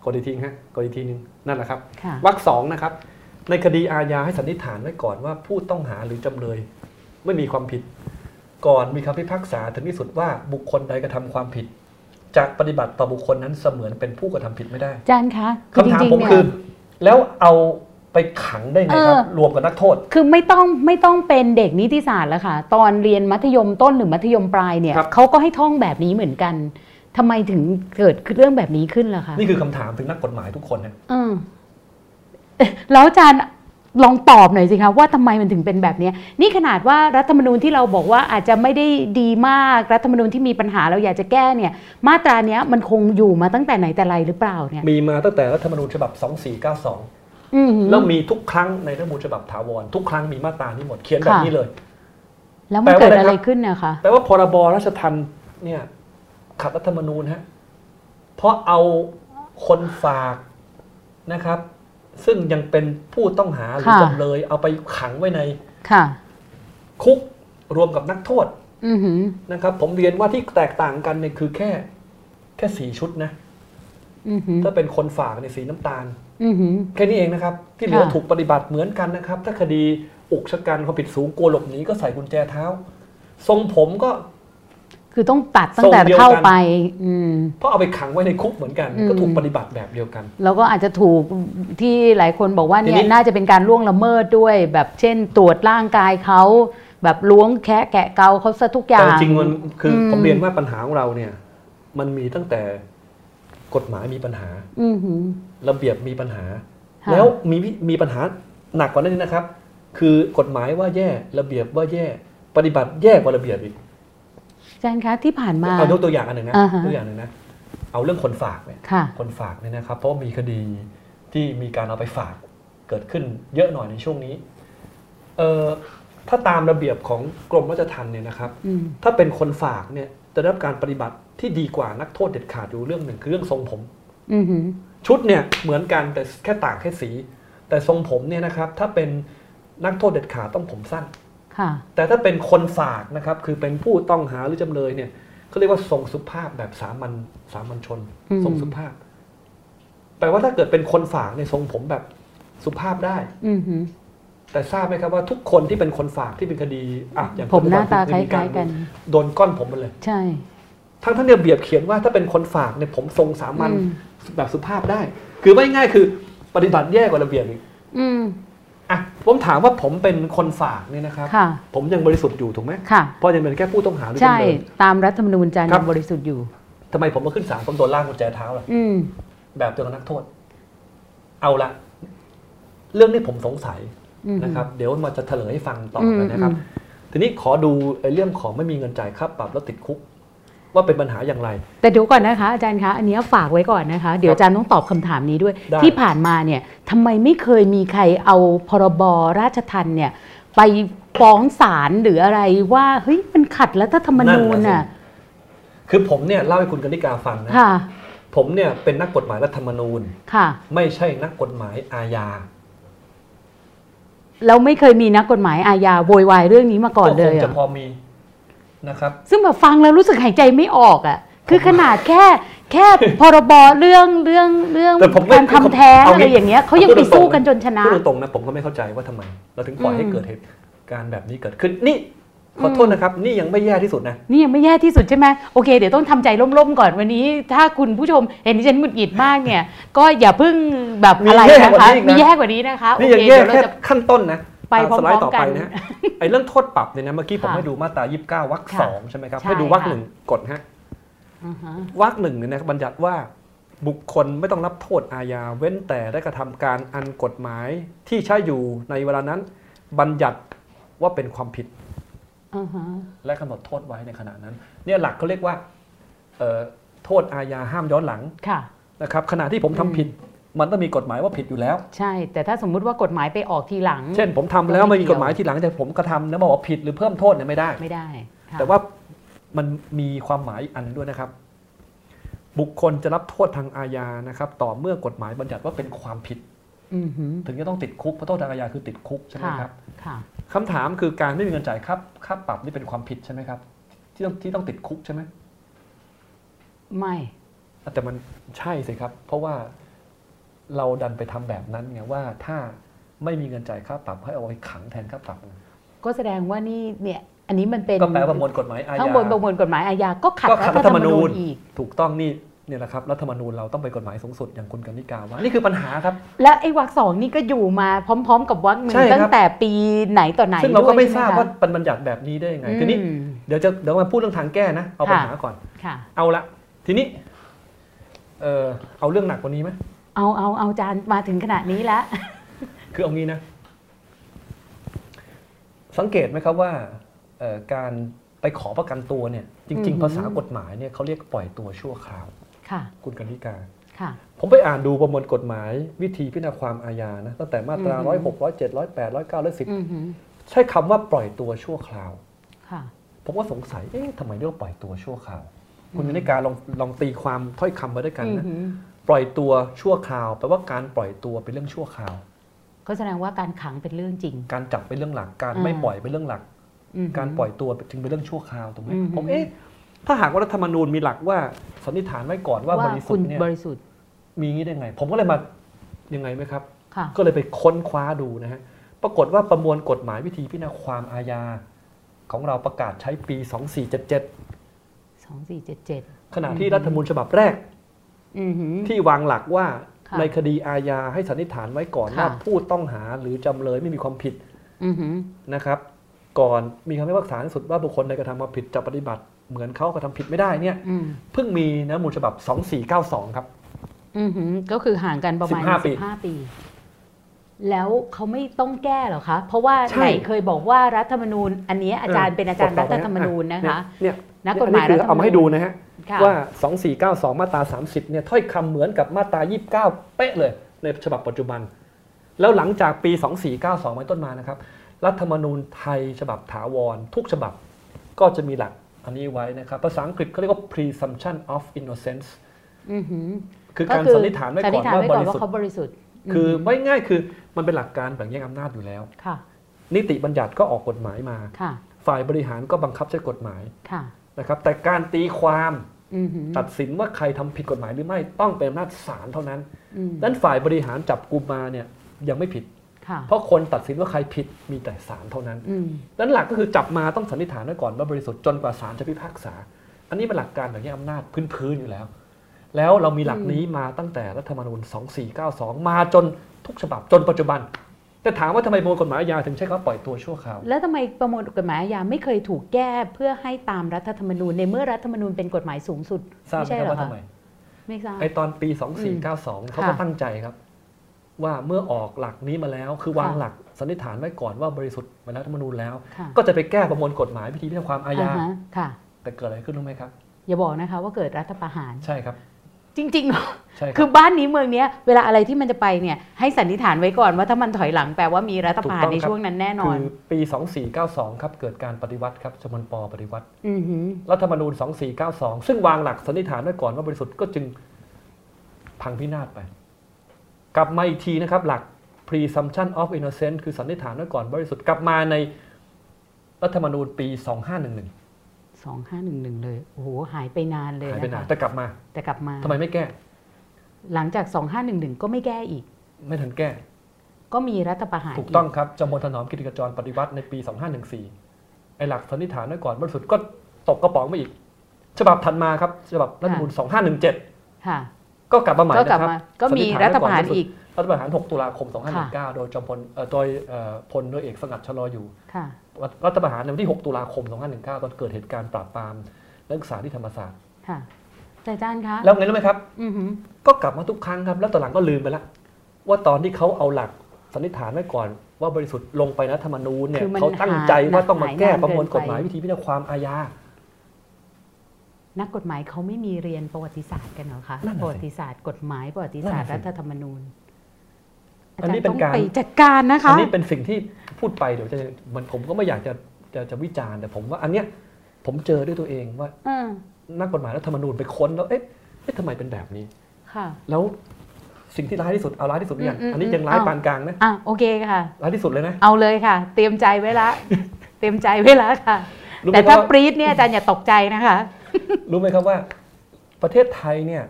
กดอีกทีฮะกดอีกทีหนึ่งนั่นแหละครับ ค่ะ วรรคสองนะครับ ในคดีอาญาให้สันนิษฐานไว้ก่อนว่าผู้ต้องหาหรือจำเลย ไม่มีความผิด ก่อนมีคำพิพากษาถึงที่สุดว่าบุคคลใดกระทำความผิด จากปฏิบัติต่อบุคคลนั้นเสมือนเป็นผู้กระทำผิดไม่ได้ อาจารย์คะ คำถามผม เนี่ คือ ย แล้วเอาไปขังได้ไงครัเอบอ รวมกับนักโทษ คือไม่ต้องไม่ต้องเป็นเด็กนิติศาสตร์แล้วค่ะ ตอนเรียนมัธยมต้นหรือมัธยมปลายเนี่ย ครับ เขาก็ให้ท่องแบบนี้เหมือนกันทำไมถึงเกิดเรื่องแบบนี้ขึ้นล่ะคะ นี่คือคำถามถึงนักกฎหมายทุกคนนะ เออเอ๊ะแล้วอาจารย์ลองตอบหน่อยสิคะว่าทำไมมันถึงเป็นแบบเนี้ยนี่ขนาดว่ารัฐธรรมนูญที่เราบอกว่าอาจจะไม่ได้ดีมากรัฐธรรมนูญที่มีปัญหาเราอยากจะแก้เนี่ย มาตราเนี้ยมันคงอยู่มาตั้งแต่ไหนแต่ไรหรือเปล่าเนี่ย มีมาตั้งแต่รัฐธรรมนูญฉบับ 2492 อืม แล้วมีทุกครั้งในรัฐธรรมนูญฉบับถาวรทุกครั้งมีมาตรานี้หมดเขียนแบบ ค่ะ นี้เลย แล้วมันเกิดอะไรขึ้นนะคะ แปลว่าพรบราชทัณฑ์เนี่ยขัดรัฐธรรมนูญฮะเพราะเอาคนฝากนะครับ ซึ่งยังเป็นผู้ต้องหาหรือจำเลย เอาไปขังไว้ใน ค่ะ คุกรวมกับนักโทษ อือหือ นะครับ ผมเรียนว่าที่แตกต่างกันเนี่ยคือแค่แค่สีชุดนะ อือหือ ถ้าเป็นคนฝากในยสีน้ำตาล อือหือ แค่นี้เองนะครับ ที่เหลือ ค่ะ ถูกปฏิบัติเหมือนกันนะครับ ถ้าคดีอุกชะกันความผิดสูงกลัวหลบหนีก็ใส่กุญแจเท้า ทรงผมก็ คือต้องตัดตั้งแต่ ทรงเดียวกัน เข้าไป อืม เพราะเอาไปขังไว้ในคุกเหมือนกัน อืม ก็ถูกปฏิบัติแบบเดียวกัน แล้วก็อาจจะถูกที่หลายคนบอกว่าเนี่ ที ย นี้ น่าจะเป็นการล่วงละเมิดด้วย แบบเช่น ตรวจร่างกายเขาแบบล้วงแคะแกะเกาเขาซะทุกอย่า แต่ ง จริงๆมันคืออ ม ผมเรียนว่าปัญหาของเราเนี่ย มันมีตั้งแต่กฎหมายมีปัญหา อือหือ ระเบียบมีปัญหา ค่ะ แล้วมีวิมีปัญหาหนักกว่านั้นอีกนะครับ คือกฎหมายว่าแย่ระเบียบว่าแย่ปฏิบัติแย่กว่าระเบียบอีก อาจารย์คะที่ผ่านมา เอายกตัวอย่างอันหนึ่งนะ อ่าฮะ ตัวอย่างหนึ่งนะเอาเรื่องคนฝากเนี่ย ค่ะ คนฝากเนี่ยนะครับ เพราะว่ามีคดีที่มีการเอาไปฝากเกิดขึ้นเยอะหน่อยในช่วงนี้เอ่อถ้าตามระเบียบของกรมราชทัณฑ์เนี่ยนะครับ อืม ถ้าเป็นคนฝากเนี่ยจะได้รับการปฏิบัติที่ดีกว่านักโทษเด็ดขาดอยู่เรื่องหนึ่งคือเรื่องทรงผม อือหือ ชุดเนี่ยเหมือนกันแต่แค่ต่างแค่สี แต่ทรงผมเนี่ยนะครับถ้าเป็นนักโทษเด็ดขาดต้องผมสั้น ค่ะ แต่ถ้าเป็นคนฝากนะครับคือเป็นผู้ต้องหาหรือจำเลยเนี่ยเขาเรียกว่าทรงสุภาพแบบสามัญสามัญชน อืม ทรงสุภาพแปลว่าถ้าเกิดเป็นคนฝากในยทรงผมแบบสุภาพได้ อือหือ แต่ทราบไหมครับว่าทุกคนที่เป็นคนฝากที่เป็นคดีอ่ะอย่าง ผมหน้าตาค ปัจจุบั ล้ายๆกัน โดนก้อนผมมาเลย ใช่ ทั้งท่านระเบียบเขียนว่าถ้าเป็นคนฝากเนี่ยผมทรงสามัญ อืม แบบสุภาพได้ คือไม่ง่ายๆคือปฏิบัติแย่กว่าระเบียบอีก อืม อ่ะผมถามว่าผมเป็นคนฝากเนี่ยนะครับ ค่ะ ผมยังบริสุทธิ์อยู่ถูกไหม ค่ะ เพราะยังเป็นแค่ผู้ต้องหาหรือ ใช่ จำเลย ตามรัฐธรรมนูญอาจารย์ ครับ ยังบริสุทธิ์อยู่ ทำไมผมมาขึ้นศาลผมโดนล่างกุญแจเท้าล่ะ อืม แบบเดียวกับนักโทษ เอาละเรื่องนี้ผมสงสัย อืม นะครับ เดี๋ยวมันจะเฉลยให้ฟังต่ออ ม กันนะครับ อืม ทีนี้ขอดูไอ้เรื่องของไม่มีเงินจ่ายค่าปรับแล้วติดคุก ว่าเป็นปัญหาอย่างไร แต่เดี๋ยวก่อนนะคะอาจารย์คะอันเนี้ยฝากไว้ก่อนนะคะ เดี๋ยวอาจารย์ต้องตอบคำถามนี้ด้วย ได้ ที่ผ่านมาเนี่ยทำไมไม่เคยมีใครเอาพรบราชทัณฑ์เนี่ยไปฟ้องศาลหรืออะไรว่าเฮ้ยมันขัดรัฐธรรมนูญน่ะ คือผมเนี่ยเล่าให้คุณกนิกาฟังนะ ค่ะ ผมเนี่ยเป็นนักกฎหมายรัฐธรรมนูญ ค่ะ ไม่ใช่นักกฎหมายอาญา เราไม่เคยมีนักกฎหมายอาญาโวยวายเรื่องนี้มาก่อนเลยคง อะ จะพอมีนะครับ ซึ่งแบบฟังแล้วรู้สึกหายใจไม่ออกอ่ะคือขนาดแค่แค่พรบเรื่องเรื่องเรื่อง แต่ผมไม่ การทำแท้ง เอา อะ งี้ ไรอย่างเงี้ยเขายังไปสู้กันจนชนะ พูดตรงๆนะผมก็ไม่เข้าใจว่าทำไม เราถึงปล่อยให้ อืม เกิดเหตุการณ์แบบนี้เกิดขึ้นนี่ขอโทษนะครับ นี่ยังไม่แย่ที่สุดนะ นี่ยังไม่แย่ที่สุดใช่ไหมโอเค เดี๋ยวต้องทำใจร่มๆก่อนวันนี้ ถ้าคุณผู้ชมเห็นดิฉันหงุดหงิดมากเนี่ย ก็อย่าเพิ่งแบบ มี อะไร แย่ นะ กว่า คะ นี้อีกนะ มีแย่กว่านี้นะคะโอ นี่ยัง เค แย่ เดี๋ยวเรา แค่ จะ ขั้นต้นนะ ไป ตามสไลด์ต่อพร้อมๆไปกัน นะฮะไอ้เรื่องโทษปรับเนี่ยนะเมื่อกี้ผม ค่ะ ให้ดูมาตรา29วรรค ค่ะ สองใช่ไหมครับ ใช่ ให้ดูวรรค ค่ะ หนึ่งกฎฮะ อ่าฮะ วรรคหนึ่งเนี่ยนะครับบัญญัติว่าบุคคลไม่ต้องรับโทษอาญาเว้นแต่ได้กระทำการอันกฎหมายที่ใช้อยู่ในเวลานั้น บัญญัติว่าเป็นความผิด อ่าฮะ และกำหนดโทษไว้ในขณะนั้น เนี่ยหลักเขาเรียกว่าเอ่อโทษอาญาห้ามย้อนหลัง ค่ะ นะครับขณะที่ผมทำผิด มันต้องมีกฎหมายว่าผิดอยู่แล้ว ใช่ แต่ถ้าสมมุติว่ากฎหมายไปออกทีหลัง เช่นผมทำแล้ว ก็ไม่ มัน เกี่ มี ยว กฎหมายทีหลังแต่ผมกระทำแล้วบอกว่าผิดหรือเพิ่มโทษเนี่ยไม่ได้ ไม่ได้ค่ะ แต่ว่ามันมีความหมายอีกอันหนึ่งด้วยนะครับ บุคคลจะรับโทษทางอาญานะครับ ต่อเมื่อกฎหมายบัญญัติว่าเป็นความผิด อือฮึ ถึงจะต้องติดคุกเพราะโทษทางอาญาคือติดคุกใช่ไหม ค่ะ ครับ ค่ะ คำถามคือการไม่มีเงินจ่ายค่าค่าปรับนี่เป็นความผิดใช่ไหมครับ ที่ต้องที่ต้องติดคุกใช่ไหม ไม่ แต่มันใช่สิครับ เพราะว่าเราดันไปทำแบบนั้นไงว่าถ้าไม่มีเงินจ่ายค่าปรับให้เอาไว้ขังแทนค่าปรับนะ ก็แสดงว่านี่เนี่ย อันนี้มันเป็น ก็แปลว่าประมวลกฎหมายอาญา ข้างบนประมวลกฎหมายอาญาก็ขัด ก็ รั ขัด ฐ รัฐธ ธ ร ร ร ร ม ม นู นู ญ ญอีก ถูกต้องนี่เนี่ยแหละครับรัฐธรรมนูญเราต้องไปกฎหมายสูงสุดอย่างคุณกรนิกาว่านี่คือปัญหาครับ แล้วไอ้วรรคสองนี่ก็อยู่มาพร้อม ๆ กับวรรคหนึ่ ใช่ ง ครับ ตั้งแต่ปีไหนต่อไหน ซึ่งเราก็ไม่ทราบ ด้วย ว่า ใช่ห มันบัญญัติแบบนี้ได้ยังไง คะ ทีนี้ อืม เดี๋ยวจะเดี๋ยวมาพูดเรื่องทางแก้นะเอาปัญหาก่อน ค่ะ เอาละทีนี้เออเอาเรื่องหนักกว่านี้ไหม เอาเอาเอาจานมาถึงขนาดนี้แล้ว คือเอางี้นะ สังเกตไหมครับว่าเอ่อการไปขอประกันตัวเนี่ย จริง อือหื ๆ อ ภาษากฎหมายเนี่ยเขาเรียกปล่อยตัวชั่วคราว ค่ะ คุณกรนิกา ค่ะ ผมไปอ่านดูประมวลกฎหมายวิธีพิจารณาความอาญานะตั้งแต่มาตรา อือหือ 106 107 109 110 อือหือ ใช้คำว่าปล่อยตัวชั่วคราว ค่ะ ผมก็สงสัย เอ๊ะทำไมเรียกว่าปล่อยตัวชั่วคราว คุณกรนิการลองลองตีความถ้อยคำมาด้วยกัน อือ นะ หือ ปล่อยตัวชั่วคราวแปลว่าการปล่อยตัวเป็นเรื่องชั่วคราว ก็แสดงว่าการขังเป็นเรื่องจริง การจับเป็นเรื่องหลัก การ อ่า ไม่ปล่อยเป็นเรื่องหลัก อือหื การปล่อยตัวจึงเป็นเรื่องชั่วคราวถูกไหม อือหือ ผมเอ๊ะถ้าหากว่ารัฐธรรมนูญมีหลักว่าสันนิษฐานไว้ก่อนว่าบ ว่า ริสุ คุ ท ณ ธิ์เนี่ย บริสุทธิ์ มีอย่างนี้ได้ไง ผมก็เลยมายังไงไหมครับ ค่ะ ก็เลยไปค้นคว้าดูนะฮะ ปรากฏว่าประมวลกฎหมายวิธีพิจารณาความอาญา ของเราประกาศใช้ปี 2477 2477 ขณะ อือหื ที่ อ รัฐธรรมนูญฉบับแรก อือหือ ที่วางหลักว่า ค่ะ ในคดีอาญาให้สันนิษฐานไว้ก่อน ค่ะ ว่าผู้ต้องหาหรือจำเลยไม่มีความผิด อือหือ นะครับก่อนมีคำพิพากษาที่สุดว่าบุคคลใดกระทำความผิดจะปฏิบัติ เหมือนเขากระทำผิดไม่ได้เนี่ย อืม เพิ่งมีนะมูลฉบับ 2492 ครับ อือหือก็คือห่างกันประมาณ 15ปี ปี แล้วเขาไม่ต้องแก้เหรอคะ เพราะว่า ใช่ ไหนเคยบอกว่ารัฐธรรมนูญ อันเนี้ยอาจารย์เป็นอาจารย์รัฐธรรมนูญนะคะ เนี่ย นักกฎหมาย อัคือ รัฐธรรมนูญ เอามาให้ดูนะฮะ ค่ะ ว่า 2492 มาตรา 30 เนี่ยถ้อยคำเหมือนกับมาตรา 29 เป๊ะเลย ในฉบับปัจจุบัน แล้วหลังจากปี 2492 เป็นต้นมานะครับ รัฐธรรมนูญไทยฉบับถาวร ทุกฉบับก็จะมีหลักอันนี้ไว้นะครับ ภาษาอังกฤษเขาเรียกว่า presumption of innocence อือหือ คือการสันนิษฐานไว้ สัน ก่ นิ อ ษฐานไว้นว่าบ ก่อน ริ ว่า สุทธิ์ เขาบริสุทธิ์ คือ ม ไม่ง่ายคือมันเป็นหลักการแบ่งแยกอำนาจอยู่แล้ว ค่ะ นิติบัญญัติก็ออกกฎหมายมา ค่ะ ฝ่ายบริหารก็บังคับใช้กฎหมาย ค่ะ นะครับ แต่การตีความ อือหือ ตัดสินว่าใครทำผิดกฎหมายหรือไม่ต้องเป็นอำนาจศาลเท่านั้น อืม ดังนั้นฝ่ายบริหารจับกลุ่มมาเนี่ยยังไม่ผิด ค่ะ เพราะคนตัดสินว่าใครผิดมีแต่ศาลเท่านั้น อืม ดังนั้นหลักก็คือจับมาต้องสันนิษฐานไว้ก่อนว่าบริสุทธิ์จนกว่าศาลจะพิพากษา อันนี้เป็นหลักการแบ่งแยกอำนาจพื้นๆอยู่แล้ว แล้วเรามีหลักนี้มาตั้งแต่รัฐธรรมนูญ 2492 มาจนทุกฉบับจนปัจจุบัน แต่ถามว่าทำไมประมวลกฎหมายอาญาถึงใช้คำว่าปล่อยตัวชั่วคราว แล้วทำไมประมวลกฎหมายอาญาไม่เคยถูกแก้เพื่อให้ตามรัฐธรรมนูญในเมื่อรัฐธรรมนูญเป็นกฎหมายสูงสุด ทราบ ไม่ ไหม ใช่ ครับ เหรอ ว่าคะทำไม ไม่ทราบ ไอตอนปี 2492 เขาก็ตั้งใจครับ ว่าเมื่อออกหลักนี้มาแล้ว คือวาง ค่ะ หลักสันนิษฐานไว้ก่อนว่าบริสุทธิ์มาแล้วรัฐธรรมนูญแล้ว ค่ะ ก็จะไปแก้ประมวลกฎหมายพิธีพิจารณาความอาญา ฮะค่ะ แต่เกิดอะไรขึ้นรู้ไหมครับ อย่าบอกนะคะว่าเกิดรัฐประหาร ใช่ครับ จริงๆเหรอ ใช่ค คื รั อบ้านนี้เมืองเนี้ยเวลาอะไรที่มันจะไปเนี่ยให้สันนิษฐานไว้ก่อนว่าถ้ามันถอยหลังแปลว่ามีรัฐประหารในช่วงนั้นแน่น คื อน อปี 2492 ครับ เกิดการปฏิวัติครับจำนวนปอปฏิวัติ อือหือ รัฐธรรมนูญ 2492 ซึ่งวางหลักสันนิษฐานไว้ก่อนว่าบริสุทธิ์ก็จึงพังพินาศไป กลับมาอีกทีนะครับ หลัก presumption of innocence คือสันนิษฐานไว้ก่อนบริสุทธิ์กลับมาในรัฐธรรมนูญปี 2511 สองห้าหนึ่งหนึ่งเลยโอ้โหหายไปนานเลย หายไป นะ นาน คะ แต่กลับมา แต่กลับมา ทำไมไม่แก้ หลังจากสองห้าหนึ่งหนึ่งก็ไม่แก้อีก ไม่ทันแก้ ก็มีรัฐประหาร ถูกต้องครับจอมพลถนอมกิติกจรปฏิวัติในปี 2514 ไอ้หลักสันนิษฐานไว้ก่อนบริสุทธิ์ก็ตกกระป๋องมาอีก ฉบับถัดมาครับ ฉบับรัฐธรรมนูญ 2517 ค่ะ ก็กลับมาใหม่ ก็ นะ กลับ ครับ มาก็มีรัฐประหารอีก รัฐประหาร 6 ตุลาคม 2519 โดยจอมพลเอ่อโดยเอ่อพลเรือเอกสงัดชะลออยู่ ค่ะ รัฐประหารในวันที่ 6 ตุลาคม 2519 ตอนเกิดเหตุการณ์ปราบปรามนักศึกษาที่ธรรมศาสตร์ ค่ะแต่อาจารย์คะ แล้วไงรู้ไหมครับ อือหือ ก็กลับมาทุกครั้งครับ แล้วตอนหลังก็ลืมไปละ ว่าตอนที่เขาเอาหลักสันนิษฐานไว้ก่อน ว่าบริสุทธิ์ลงไปนะธรรมนูญเนี่ย คือมัน เขาตั้งใจว่าต้องมาแก้ หนักหนา ประมวล เกินไป กฎหมายวิธีพิจารณาความอาญา นักกฎหมายเขาไม่มีเรียนประวัติศาสตร์กันเหรอคะ นั่นน่ะสิ ประวัติศาสตร์กฎหมายประวัติศาสตร์ นั่ รั นน่ะสิ ฐธรรมนูญ อันนี้เป็นการ อจย์ต้องไปจัดการนะคะ อันนี้เป็นสิ่งที่พูดไปเดี๋ยวจะมันผมก็ไม่อยากจะจะจะวิจารณ์แต่ผมว่าอันเนี้ยผมเจอด้วยตัวเองว่า อืม นักกฎหมายรัฐธรรมนูญไปค้นแล้วเอ๊ะเอ๊ะทำไมเป็นแบบนี้ ค่ะ แล้วสิ่งที่ร้ายที่สุดเอาร้ายที่สุดหรือยัง อืมอืม อันนี้ยังร้าย เอา ปานกลางนะ อ่ะโอเคค่ะ ร้ายที่สุดเลยนะ เอาเลยค่ะ เตรียมใจไว้ละ เตรียมใจไว้ละค่ะ รู้ไหม แต่ ครั ถ้า บ ปรี๊ดเนี่ยอาจารย์อย่าตกใจนะคะ รู้ไหมครับว่า ประเทศไทยเนี่ย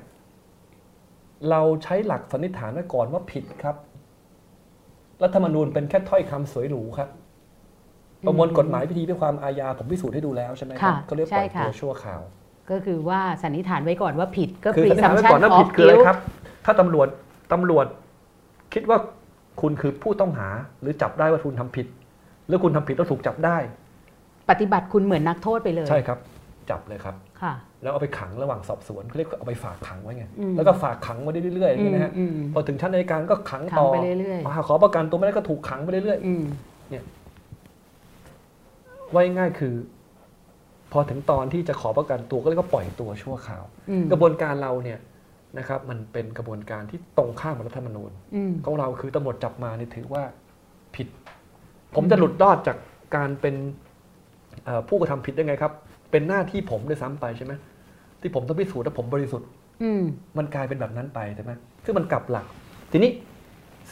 เราใช้หลักสันนิษฐานไว้ก่อนว่าผิดครับ รัฐธรรมนูญเป็นแค่ถ้อยคำสวยหรูครับ ประมวลกฎหมายพิธีพิความอาญาผมพิสูจน์ให้ดูแล้วใช่ไหมครับ ค่ะ ก็เรียกปล่อย ใช่ค่ะ ตัวชั่วคราว ก็คือว่าสันนิษฐานไว้ก่อนว่าผิดก็ คือสันนิษฐานไว้ presumption ก่อนว่า of ผิดคืออะไร guilt ครับ ถ้าตำรวจตำรวจคิดว่าคุณคือผู้ต้องหาหรือจับได้ว่าคุณทำผิด แล้วคุณทำผิดแล้วถูกจับได้ ปฏิบัติคุณเหมือนนักโทษไปเลย ใช่ครับ จับเลยครับ ค่ะ แล้วเอาไปขังระหว่างสอบสวนเขาเรียกเอาไปฝากขังไว้ไง อืม แล้วก็ฝากขังไว้ได้เรื่อยๆอย่างนี้นะฮะ อืม พอถึงชั้นอัยการก็ขัง ขัง ต่อ ไปเรื่อยๆ มาขอประกันตัวไม่ได้ก็ถูกขังไปเรื่อย อืม ๆว่าง่ายๆคือ พอถึงตอนที่จะขอประกันตัวก็เลยก็ปล่อยตัวชั่วคราว อืม กระบวนการเราเนี่ยนะครับ มันเป็นกระบวนการที่ตรงข้ามกับรัฐธรรมนูญ อืม ของเราคือตำรวจจับมาเนี่ยถือว่าผิด ผมจะหลุดรอดจากการเป็นเอ่อผู้กระทำผิดได้ไงครับ เป็นหน้าที่ผมด้วยซ้ำไปใช่ไหมที่ผมต้องพิสูจน์ว่าผมบริสุทธิ์ อืม มันกลายเป็นแบบนั้นไปใช่ไหมซึ่งมันกลับหลัก ทีนี้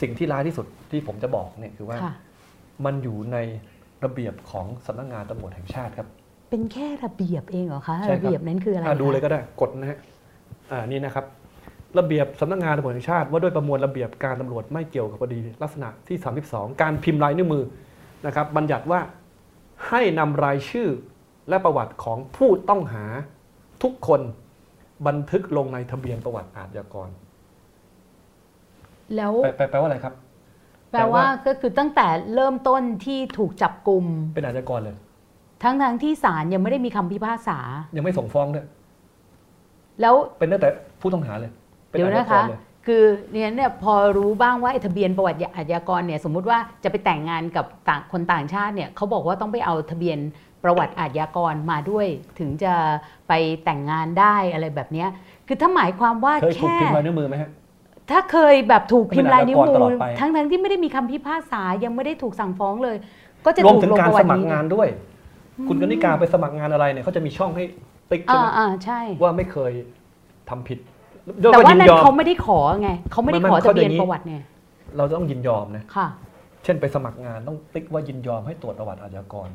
สิ่งที่ร้ายที่สุดที่ผมจะบอกเนี่ยคือว่า ค่ะ มันอยู่ในระเบียบของสำนักงานตำรวจแห่งชาติครับ เป็นแค่ระเบียบเองเหรอคะ ใช่ครัระบเบียบนั้นคืออะไร อ่ะดูเลย คะ ก็ได้กดนะฮะอ่านี่นะครับ ระเบียบสำนักงานตำรวจแห่งชาติ ว่าด้วยประมวลระเบียบการตำรวจไม่เกี่ยวกับคดีลักษณะที่ 32 การพิมพ์ลายนิ้วมือนะครับ บัญญัติว่าให้นำรายชื่อและประวัติของผู้ต้องหาทุกคนบันทึกลงในทะเบียนประวัติอาชญากร แล้ว แปลแปลแปลว่าอะไรครับ แปลว่าก็คือตั้งแต่เริ่มต้นที่ถูกจับกลุ่ม เป็นอาชญากรเลย ทั้งทั้งๆที่ศาลยังไม่ได้มีคำพิพากษา ยังไม่ส่งฟ้องเนี่ย แล้ว เป็นตั้งแต่ผู้ต้องหาเลย เป็น เดี๋ยว อาช นะ ญาก คะ รเลย คือเนี่ยเนี่ยพอรู้บ้างว่าไอ้ทะเบียนประวัติอาชญากรเนี่ยสมมุติว่าจะไปแต่งงานกับต่างคนต่างชาติเนี่ยเขาบอกว่าต้องไปเอาทะเบียนประวัติอาชญากรมาด้วย ถึงจะไปแต่งงานได้อะไรแบบเนี้ยคือถ้าหมายความว่า เคยถูก แค่ พิมพ์ลายนิ้วมือไหมฮะ ถ้าเคยแบบถูกพิมพ์ลายนิ้วมื เป็นอาชญากรต อ ลอดไป ทั้งทั้งที่ไม่ได้มีคำพิพากษายังไม่ได้ถูกสั่งฟ้องเลย ก็จะ รวม ถูก ถึง ลง การ ประวั ส ติ มัคร นี้ งานด้วย คุณกนิกาไปสมัครงานอะไรเนี่ยเขาจะมีช่องให้ติ๊กใช่ อ่า ไหม อ่าใช่ ว่าไม่เคยทำผิด แต่ว่า ยิ นั้น ยอม เขาไม่ได้ขอไงเขาไม่ได้ มันมัน ขอทะ เข้าใจ เบียน งี้ ประวัติไง เราจะต้องยินยอมนะ ค่ะ เช่นไปสมัครงานต้องติ๊กว่ายินยอมให้ตรวจประวัติอาชญากร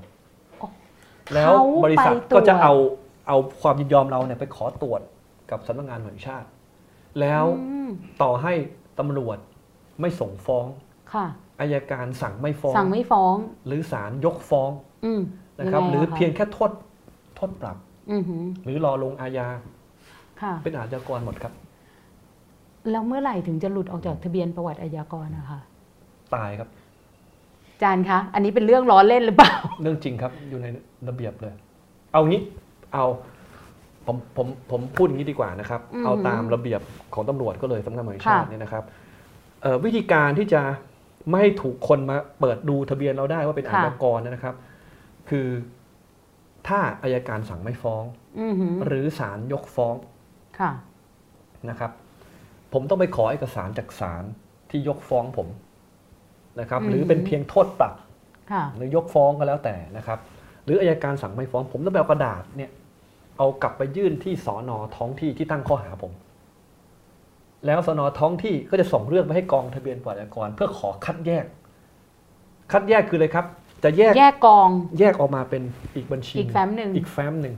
โอ้ แล้วบริษัท เขาไปตรวจ ก็จะเอาเอาความยินยอมเราเนี่ยไปขอตรวจกับสำนักงานแห่งชาติ แล้ว อืม ต่อให้ตำรวจไม่ส่งฟ้อง ค่ะ อายการสั่งไม่ฟ้อง สั่งไม่ฟ้อง หรือศาลยกฟ้อง อืม นะครับ ยังไง หรือ อะะ เพียงแค่โทษโทษปรับ อือหือ หรือรอลงอาญา ค่ะ เป็นอาชญากรหมดครับ แล้วเมื่อไหร่ถึงจะหลุดออกจากทะเบียนประวัติอาชญากรนะคะ ตายครับ อาจารย์คะ อันนี้เป็นเรื่องล้อเล่นหรือเปล่า เรื่องจริงครับอยู่ในระเบียบเลย เอางี้เอาผมผมผมพูดอย่างนี้ดีกว่านะครับ อืม เอาตามระเบียบของตำรวจก็เลยสำนักงานตำรวจแห่งชาติ ค่ะ เนี่ยนะครับเอ่อวิธีการที่จะไม่ให้ถูกคนมาเปิดดูทะเบียนเราได้ว่าเป็นอาชญากรเนี่ยนะครับ คือถ้าอายการสั่งไม่ฟ้อง อือหือ หรือศาลยกฟ้อง ค่ะ นะครับ ผมต้องไปขอเอกสารจากศาลที่ยกฟ้องผมนะครับ หรือเป็น อืม เพียงโทษปรับ ค่ะ หรือยกฟ้องก็แล้วแต่นะครับ หรืออายการสั่งไม่ฟ้องผมต้องแบบกระดาษเนี่ยเอากลับไปยื่นที่สอนอท้องที่ที่ตั้งข้อหาผม แล้วสอนอท้องที่ก็จะส่งเรื่องไปให้กองทะเบียนประวัติอากร เพื่อขอคัดแยก คัดแยกคืออะไรครับ จะแยก แยกกอง แยกออกมาเป็นอีกบัญชี อีกแฟ้มหนึ่ง อีกแฟ้มหนึ่ง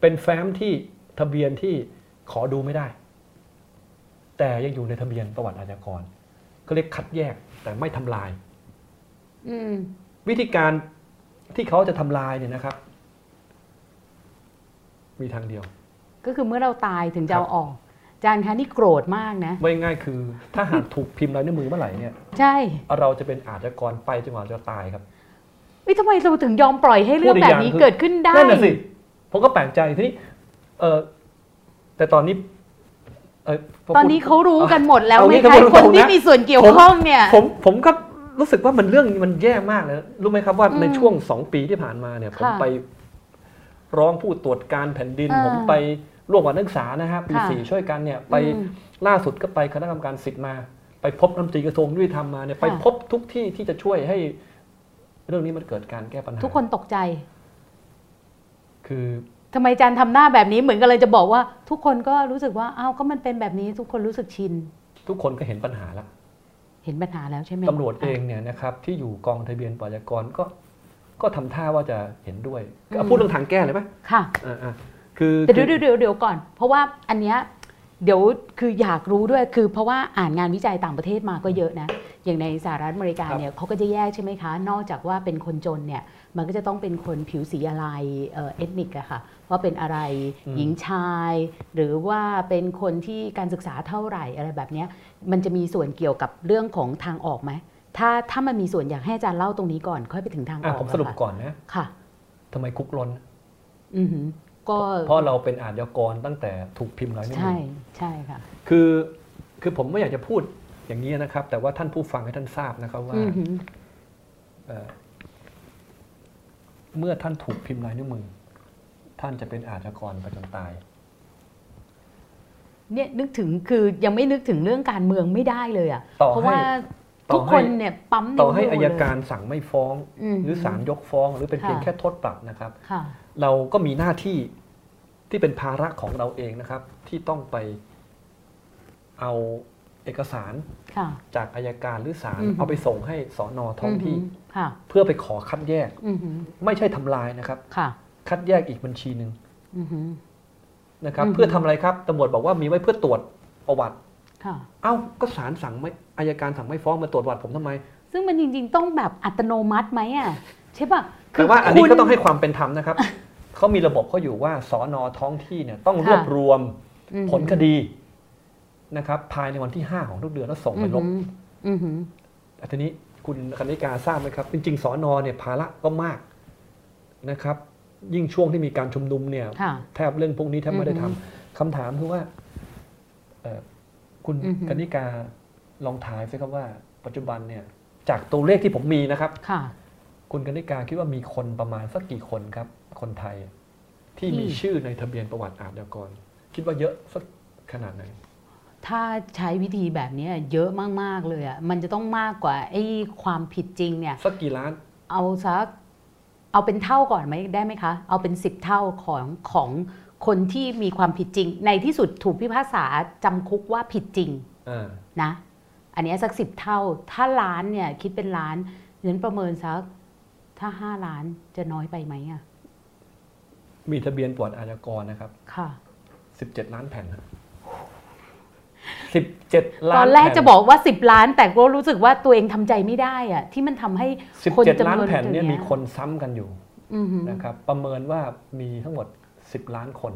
เป็นแฟ้มที่ทะเบียนที่ขอดูไม่ได้ แต่ยังอยู่ในทะเบียนประวัติอาชญากรก็เรียกคัดแยกแต่ไม่ทำลาย อืม วิธีการที่เขาจะทำลายเนี่ยนะครับ มีทางเดียว ก็คือเมื่อเราตายถึงจะ ครับ เอาออก อาจารย์คะนี่โกรธมากนะ ไว้ง่ายคือ ถ้าหากถูกพิมพ์ลายนิ้วมือเมื่อไหร่เนี่ย ใช่ เราจะเป็นอาชญากรไปจนกว่าเราจะตายครับ เอ้ยทำไมเราถึงยอมปล่อยให้เรื่อง พูดอี แบ กอบ ย่าง นี้ คือ เกิดขึ้นได้ นั่นน่ะสิผมก็แปลกใจทีนี้เออแต่ตอนนี้ เออพอ ตอน พูด นี้เขารู้กันหมดแล้ว เอา ไหม งี้ คะ ก็พูด คน ตรงๆ ที่ นะ มีส่วนเกี่ยวข้องเนี่ย ผมผมก็รู้สึกว่ามันเรื่องมันแย่มากเลยรู้ไหมครับว่า อืม ในช่วงสองปีที่ผ่านมาเนี่ยผม ค่ะ ไปร้องผู้ตรวจการแผ่นดิน อ่า ผมไปร่วมกับนักศึกษานะฮะปี ค่ะ สี่ช่วยกันเนี่ยไป อืม ล่าสุดก็ไปคณะกรรมการสิทธิ์มา ไปพบรัฐมนตรีกระทรวงยุติธรรมมาเนี่ย ค่ะ ไปพบทุกที่ที่จะช่วยให้ เรื่องนี้มันเกิดการแก้ปัญหา ทุกคนตกใจ คือ ทำไมอาจารย์ทำหน้าแบบนี้เหมือนกันเลยจะบอกว่า ทุกคนก็รู้สึกว่าอ้าวก็มันเป็นแบบนี้ทุกคนรู้สึกชิน ทุกคนก็เห็นปัญหาแล้ว เห็นปัญหาแล้วใช่ไหม ตำรวจเองเนี่ยนะครับที่อยู่กองทะเบียนปยากรก็ก็ทำท่าว่าจะเห็นด้วยเอาพูดเรื่องทางแก้เลยไหม ค่ะ อ่าอ่าคือ แต่เดี๋ยวเดี๋ยวเดี๋ยวเดี๋ยวก่อน เพราะว่าอันเนี้ยเดี๋ยวคืออยากรู้ด้วยคือเพราะว่าอ่านงานวิจัยต่างประเทศมาก็เยอะนะ อย่างในสหรัฐอเมริกา ครับ เนี่ยเขาก็จะแยกใช่ไหมคะ นอกจากว่าเป็นคนจนเนี่ยมันก็จะต้องเป็นคนผิวสีอะไรเอ่อ็ดนิกอะค่ะว่าเป็นอะไร อืม หญิงชาย หรือว่าเป็นคนที่การศึกษาเท่าไหร่อะไรแบบเนี้ยมันจะมีส่วนเกี่ยวกับเรื่องของทางออกไหมถ้าถ้ามันมีส่วนอยากให้อาจารย์เล่าตรงนี้ก่อน ค่อยไปถึงทางอ อ่ะ อก ผมสรุป อะค่ะ ก่อนนะ ค่ะ ทำไมคุกลน อือหือก็ เพราะเราเป็นอาชญากรตั้งแต่ถูกพิมพ์ลายนิ้วมื ใช่ อ ใช่ค่ะ คือคือผมไม่อยากจะพูดอย่างนี้นะครับ แต่ว่าท่านผู้ฟังให้ท่านทราบนะครับว่า อือหือ เอ่อเมื่อท่านถูกพิมพ์ลายนิ้วมือ ท่านจะเป็นอาชญากรไปจนตาย เนี่ยนึกถึงคือยังไม่นึกถึงเรื่องการเมืองไม่ได้เลยอะ ต่อ เพราะว่า ให้ต่อให้ ทุกคนเนี่ยปั๊มนิ้ว ต่อให้อาย มืเล การสั่งไม่ฟ้อง อืม หรือศาลยกฟ้อง หรือเป็นเพียง ค่ะ แค่โทษปรับนะครับ ค่ะ เราก็มีหน้าที่ที่เป็นภาระของเราเองนะครับ ที่ต้องไปเอาเอกสาร ค่ะ จากอายการหรือศาล อือหือ เอาไปส่งให้สอนอท้องที่ หืค่ะ เพื่อไปขอคัดแยก อือหือ ไม่ใช่ทำลายนะครับ ค่ะ คัดแยกอีกบัญชีหนึ่ง อือหือ นะครับ อืม เพื่อทำอะไรครับตำรวจบอกว่ามีไว้เพื่อตรวจประวัติ ค่ะ เอ้าก็ศาลสั่งไม่อายการสั่งไม่ฟ้องมาตรวจประวัติผมทำไม ซึ่งมันจริง ๆ ต้องแบบอัตโนมัติไหมอ่ะใช่ป่ะ แต่ว่าอันนี้ คุณ ก็ต้องให้ความเป็นธรรมนะครับ เขามีระบบเขาอยู่ว่าสอนอท้องที่เนี่ยต้องรวบ ค่ะ รวม อือหือ ผลคดีนะครับ ภายในวันที่ 5 ของทุกเดือนแล้วส่งไปลบ อือหือ แต่ทีนี้คุณคณิกาทราบไหมครับ จริงๆสอนอเนี่ยภาระก็มากนะครับ ยิ่งช่วงที่มีการชุมนุมเนี่ย ค่ะ แทบเรื่องพวกนี้แทบไม่ได้ทำ อือฮึ คำถามคือว่าเอ่อคุณ อือฮึ กนิการลองทายสิครับว่า ปัจจุบันเนี่ย จากตัวเลขที่ผมมีนะครับ ค่ะ คุณกนิการคิดว่ามีคนประมาณสักกี่คนครับ คนไทย ที่ ที่ มีชื่อในทะเบียนประวัติอาชญากร คิดว่าเยอะสักขนาดไหน ถ้าใช้วิธีแบบเนี้ยเยอะมาก ๆ เลยอ่ะมันจะต้องมากกว่าไอ้ความผิดจริงเนี่ย สักกี่ล้าน เอาสักเอาเป็นเท่าก่อนไหมได้ไหมคะ เอาเป็นสิบเท่าของของคนที่มีความผิดจริง ในที่สุดถูกพิพากษาจำคุกว่าผิดจริง อ่า นะ อันเนี้ยสักสิบเท่า ถ้าล้านเนี่ยคิดเป็นล้านเงินประเมินสักถ้าห้าล้านจะน้อยไปไหมอะ มีทะเบียนประวัติอาชญากรนะครับ ค่ะ สิบเจ็ดล้านแผ่นสิบเจ็ดล้าน ตอนแรก ผ่ จะบอกว่า 10 ล้าน แต่ก็รู้สึกว่าตัวเองทำใจไม่ได้อะที่มันทำให้ สิบ คน เจ็ด จำ ล้าน นวน แผ่นเนี่ยมี ย คนซ้ำกันอยู่ อือหือ นะครับ ประเมินว่ามีทั้งหมดสิบล้านคน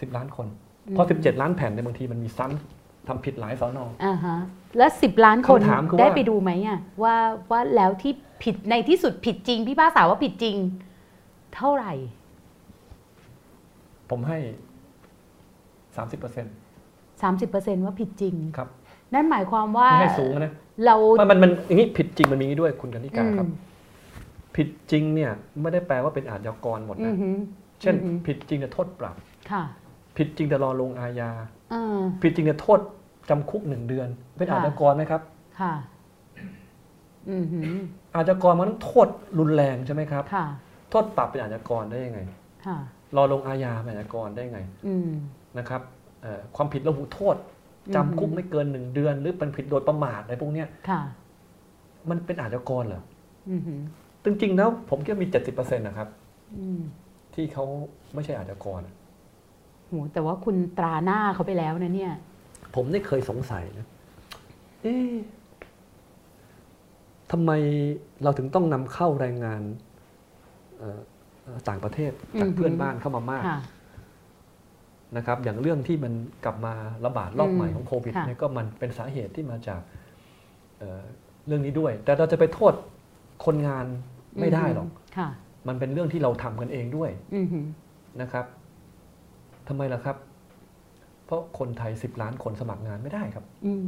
สิบล้านคน เพราะสิบเจ็ดล้านแผ่นเนี่ยบางทีมันมีซ้ำทำผิดหลายสอนอ อ่าฮะแล้วสิบล้านคน คำถามคือว่า ได้ไปดูไหมอะว่าว่าแล้วที่ผิดในที่สุดผิดจริงพี่ป้ากษาว่าผิดจริง เท่าไหร่ ผมให้สามสิบเปอร์เซ็นต์ 30%ว่าผิดจริง ครับ นั่นหมายความว่า ไม่ให้สูงนะ เรา มันมันมันอย่างนี้ผิดจริงมันมีอย่างนี้ด้วยคุณกันนิการครับ อืม ผิดจริงเนี่ย ไม่ได้แปลว่าเป็นอาชญากรหมด อื นะ อหือ เช่น อือหือ ผิดจริงจะโทษปรับ ค่ะ ผิดจริงจะรอลงอาญา เออ ผิดจริงจะโทษจำคุกหนึ่งเดือน เป็นอาชญากรไหมครับ ค่ะ อือหือ อาชญากรมันต้องโทษรุนแรงใช่ไหมครับ ค่ะ โทษปรับเป็นอาชญากรได้ยังไง ค่ะ รอลงอาญาเป็นอาชญากรได้ยังไง อืม นะครับเอ่อความผิดระหูโทษ อืม จำคุกไม่เกินหนึ่งเดือน หรือเป็นผิดโดยประมาทอะไรพวกเนี้ย ค่ะ มันเป็นอาชญากรเหรอ อือหือ จริงๆแล้วผมคิดว่ามี 70%นะครับ อืม ที่เขาไม่ใช่อาชญากร โหแต่ว่าคุณตราหน้าเขาไปแล้วนะเนี่ย ผมได้เคยสงสัยนะเอ๊ะทำไมเราถึงต้องนำเข้าแรงงานเอ่อเอ่อต่างประเทศจากเพื่อน อือหือ บ้านเข้ามามาก ค่ะ นะครับอย่างเรื่องที่มันกลับมาระบาดรอบ อืม ใหม่ของโควิด ค่ะ เนี่ยก็มันเป็นสาเหตุที่มาจากเอ่อเรื่องนี้ด้วย แต่เราจะไปโทษคนงานไม่ได้หรอก ค่ะ มันเป็นเรื่องที่เราทำกันเองด้วย อือหือ นะครับทำไมล่ะครับ เพราะคนไทย 10 ล้านคนสมัครงานไม่ได้ครับ อืม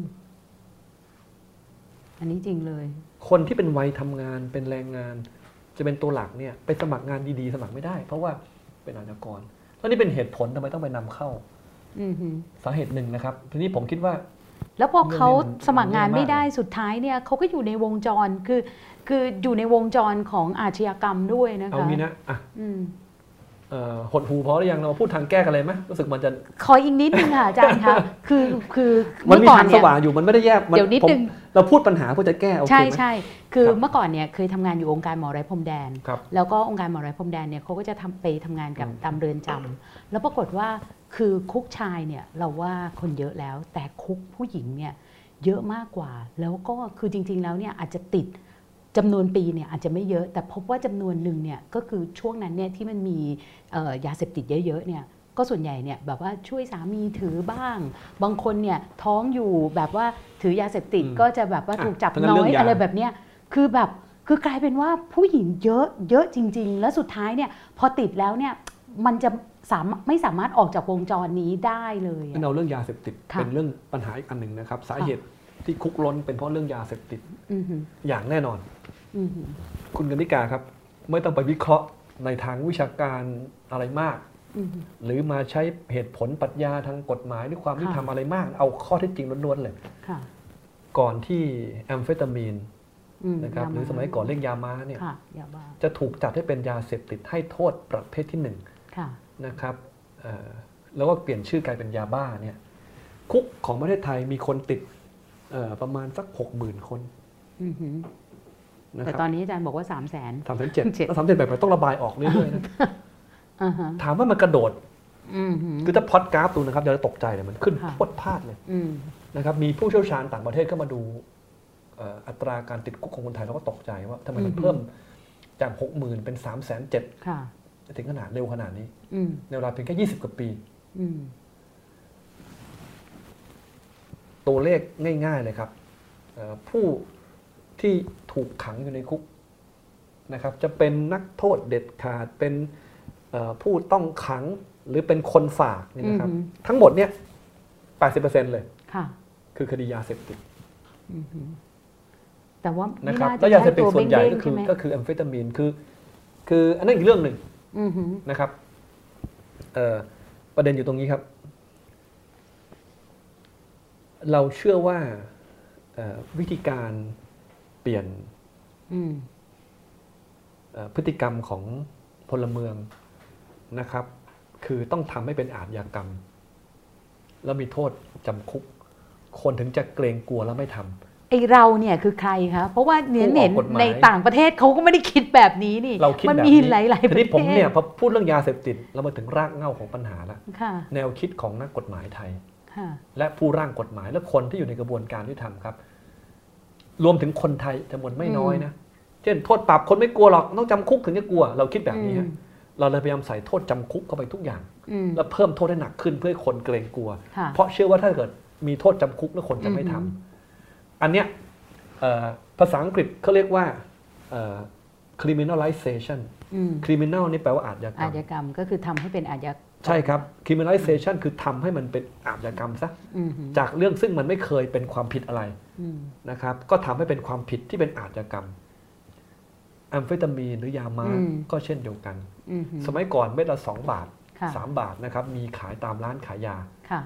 อันนี้จริงเลย คนที่เป็นวัยทำงานเป็นแรงงาน จะเป็นตัวหลักเนี่ยไปสมัครงานดีๆ สมัครไม่ได้ เพราะว่าเป็นอาชญากรแล้วนี่เป็นเหตุผลทำไมต้องไปนำเข้า อือหือ สาเหตุหนึ่งนะครับทีนี้ผมคิดว่า แล้วพอเขา เรื่องนี้มัน สมัครงานไม่ได้ มันเยอะมาก สุดท้ายเนี่ยเขาก็อยู่ในวงจรคือ คืออยู่ในวงจรของอาชญากรรมด้วยนะคะ เอางี้นะอ่ะ อืม เอ่อหดหูพอหรือยังเรามาพูดทางแก้กันเลยไหมรู้สึกมันจะ ขออีกนิดนึงค่ะอาจารย์ คะคือคือ มันมี เอก่อ ทางส เย ว่างอยู่มันไม่ได้แยกมั เดี๋ยวนิด ผม นึง เราพูดปัญหาเพื่อจะแก้โอเค ใช่ ไหม ใช่คือ ครับ เมื่อก่อนเนี่ยเคยทำงานอยู่องค์การหมอไร้พรมแดน ครับ แล้วก็องค์การหมอไร้พรมแดนเนี่ยเขาก็จะทำไปทำงานกับ อืม ตามเรือนจำแล้วปรากฏว่าคือคุกชายเนี่ยเราว่าคนเยอะแล้ว แต่คุกผู้หญิงเนี่ย เยอะมากกว่า แล้วก็คือจริง ๆ แล้วเนี่ยอาจจะติดจำนวนปีเนี่ยอาจจะไม่เยอะ แต่พบว่าจำนวนหนึ่งเนี่ยก็คือช่วงนั้นเนี่ยที่มันมีเอ่อยาเสพติดเยอะๆเนี่ยก็ส่วนใหญ่เนี่ยแบบว่าช่วยสามีถือบ้าง บางคนเนี่ยท้องอยู่แบบว่าถือยาเสพติด อืม ก็จะแบบว่า อ่ะ ถูกจับ เพราะฉะนั้ น้ น อย เรื่องยา อะไรแบบเนี้ยคือแบบคือกลายเป็นว่าผู้หญิงเยอะเยอะจริง ๆ แล้วสุดท้ายเนี่ยพอติดแล้วเนี่ยมันจะสามารถไม่สามารถออกจากวงจรนี้ได้เลยอะ งั้นเอาเรื่องยาเสพติด ค่ะ เป็นเรื่องปัญหาอีกอันหนึ่งนะครับ สา ค่ะ เหตุที่คุกล้นเป็นเพราะเรื่องยาเสพติด อือหือ อย่างแน่นอน อือหือ คุณกนิการครับ ไม่ต้องไปวิเคราะห์ในทางวิชาการอะไรมาก อือหือ หรือมาใช้เหตุผลปรัชญาทางกฎหมายหรือความยุติธรรม ค่ะ อะไรมาก เอาข้อเท็จจริงล้วนๆเลย ค่ะ ก่อนที่แอมเฟตามีน อืม นะครับ าา หรือสมัยก่อนเรียกยาม้าเนี่ย ค่ะยาบ้า จะถูกจัดให้เป็นยาเสพติดให้โทษประเภทที่หนึ่ง ค่ะ นะครับเอ่อแล้วก็เปลี่ยนชื่อกลายเป็นยาบ้าเนี่ยคุกของประเทศไทยมีคนติดเอ่อประมาณสัก 6 0,000 คน อือหือ นะค แต่ รั ตอบ นนี้อาจารย์บอกว่า 3 0 0แสน สามแสนเจ็ด เจ็ด แล้วสามแสนแปดมันต้องระบายออกเรื่อยๆนะ อ่าฮะ ถามว่ามันกระโดด อือหือ คือถ้าพอดกราฟดูนะครับเดี๋ยวเราตกใจเลยมันขึ้น ค่ะ พรวดพลาดเลย อืม นะครับมีผู้เชี่ยวชาญต่างประเทศเข้ามาดูเอ่ออัตราการติดคุกของคนไทยเราก็ตกใจว่าทำไมมันเพิ่มจาก 6 0,000 เป็น3 7 0 0 ค่ะ 0ถึงขนาดเร็วขนาดนี้ อืม ในเวลาเพียงแค่20 กว่าปี อืม ตัวเลขง่าย ๆ เลยครับเอ่อผู้ที่ถูกขังอยู่ในคุกนะครับ จะเป็นนักโทษเด็ดขาดเป็นเอ่อผู้ต้องขังหรือเป็นคนฝากเนี่ยนะครับ อือหือ ทั้งหมดเนี่ย 80%เลย ค่ะ คือคดียาเสพติด อือหือแต่ว่าไม่ นะครับ น่าจะ แล้วยาเส ใช้ พติด ตัว ส่วนใหญ่ เบ้ง ก็ ๆ คื ใช่ อ ไหม ก็คือแอมเฟตามีนคือ คืออันนั้นอีกเรื่องหนึ่ง อือหือ นะครับเอ่อประเด็นอยู่ตรงนี้ครับ เราเชื่อว่าเอ่อวิธีการเปลี่ยน อืม เอ่อพฤติกรรมของพลเมืองนะครับ คือต้องทำให้เป็นอาชญากรรม แล้วมีโทษจำคุก คนถึงจะเกรงกลัวแล้วไม่ทำ ไอเราเนี่ยคือใครคะเพราะว่าเน้น ผู้อ เห็ อน กกฎหมาย ในต่างประเทศเขาก็ไม่ได้คิดแบบนี้นี่ เราคิด มั แบบ มี นี้ หลายๆป ที ระเท นี้ ศ ผมเนี่ยพอพูดเรื่องยาเสพติดเรามาถึงรากเหง้าของปัญหาละ ค่ะ แนวคิดของนักกฎหมายไทย ค่ะ และผู้ร่างกฎหมายและคนที่อยู่ในกระบวนการที่ทำครับ รวมถึงคนไทยจำนวนไม่น้อยนะเช่นโทษปรับคนไม่กลัวหรอกต้องจำคุกถึงจะกลัว เราคิดแบบนี้ฮะ อืม เราเลยพยายามใส่โทษจำคุกเข้าไปทุกอย่าง อืม แล้วเพิ่มโทษให้หนักขึ้นเพื่อให้คนเกรงกลัว ค่ะ เพราะเชื่อว่าถ้าเกิดมีโทษจำคุกแล้วคนจะไม่ทำ อืม อันเนี้ยเอ่อภาษาอังกฤษเขาเรียกว่าเอ่อ criminalization อืม criminal นี่แปลว่าอาชญากร อาร ม ชญากรรมก็คือทำให้เป็นอาชญากรรม ใช่ครับ criminalization คือทำให้มันเป็นอาชญากรรมซะ อือหือ จากเรื่องซึ่งมันไม่เคยเป็นความผิดอะไร อืม นะครับ ก็ทำให้เป็นความผิดที่เป็นอาชญากรรมแอมเฟตามีนหรือยามา อืม ก็เช่นเดียวกัน อือหือ สมัยก่อนเม็ดละสองบาท ค่ะ สามบาทนะครับมีขายตามร้านขายยา ค่ะ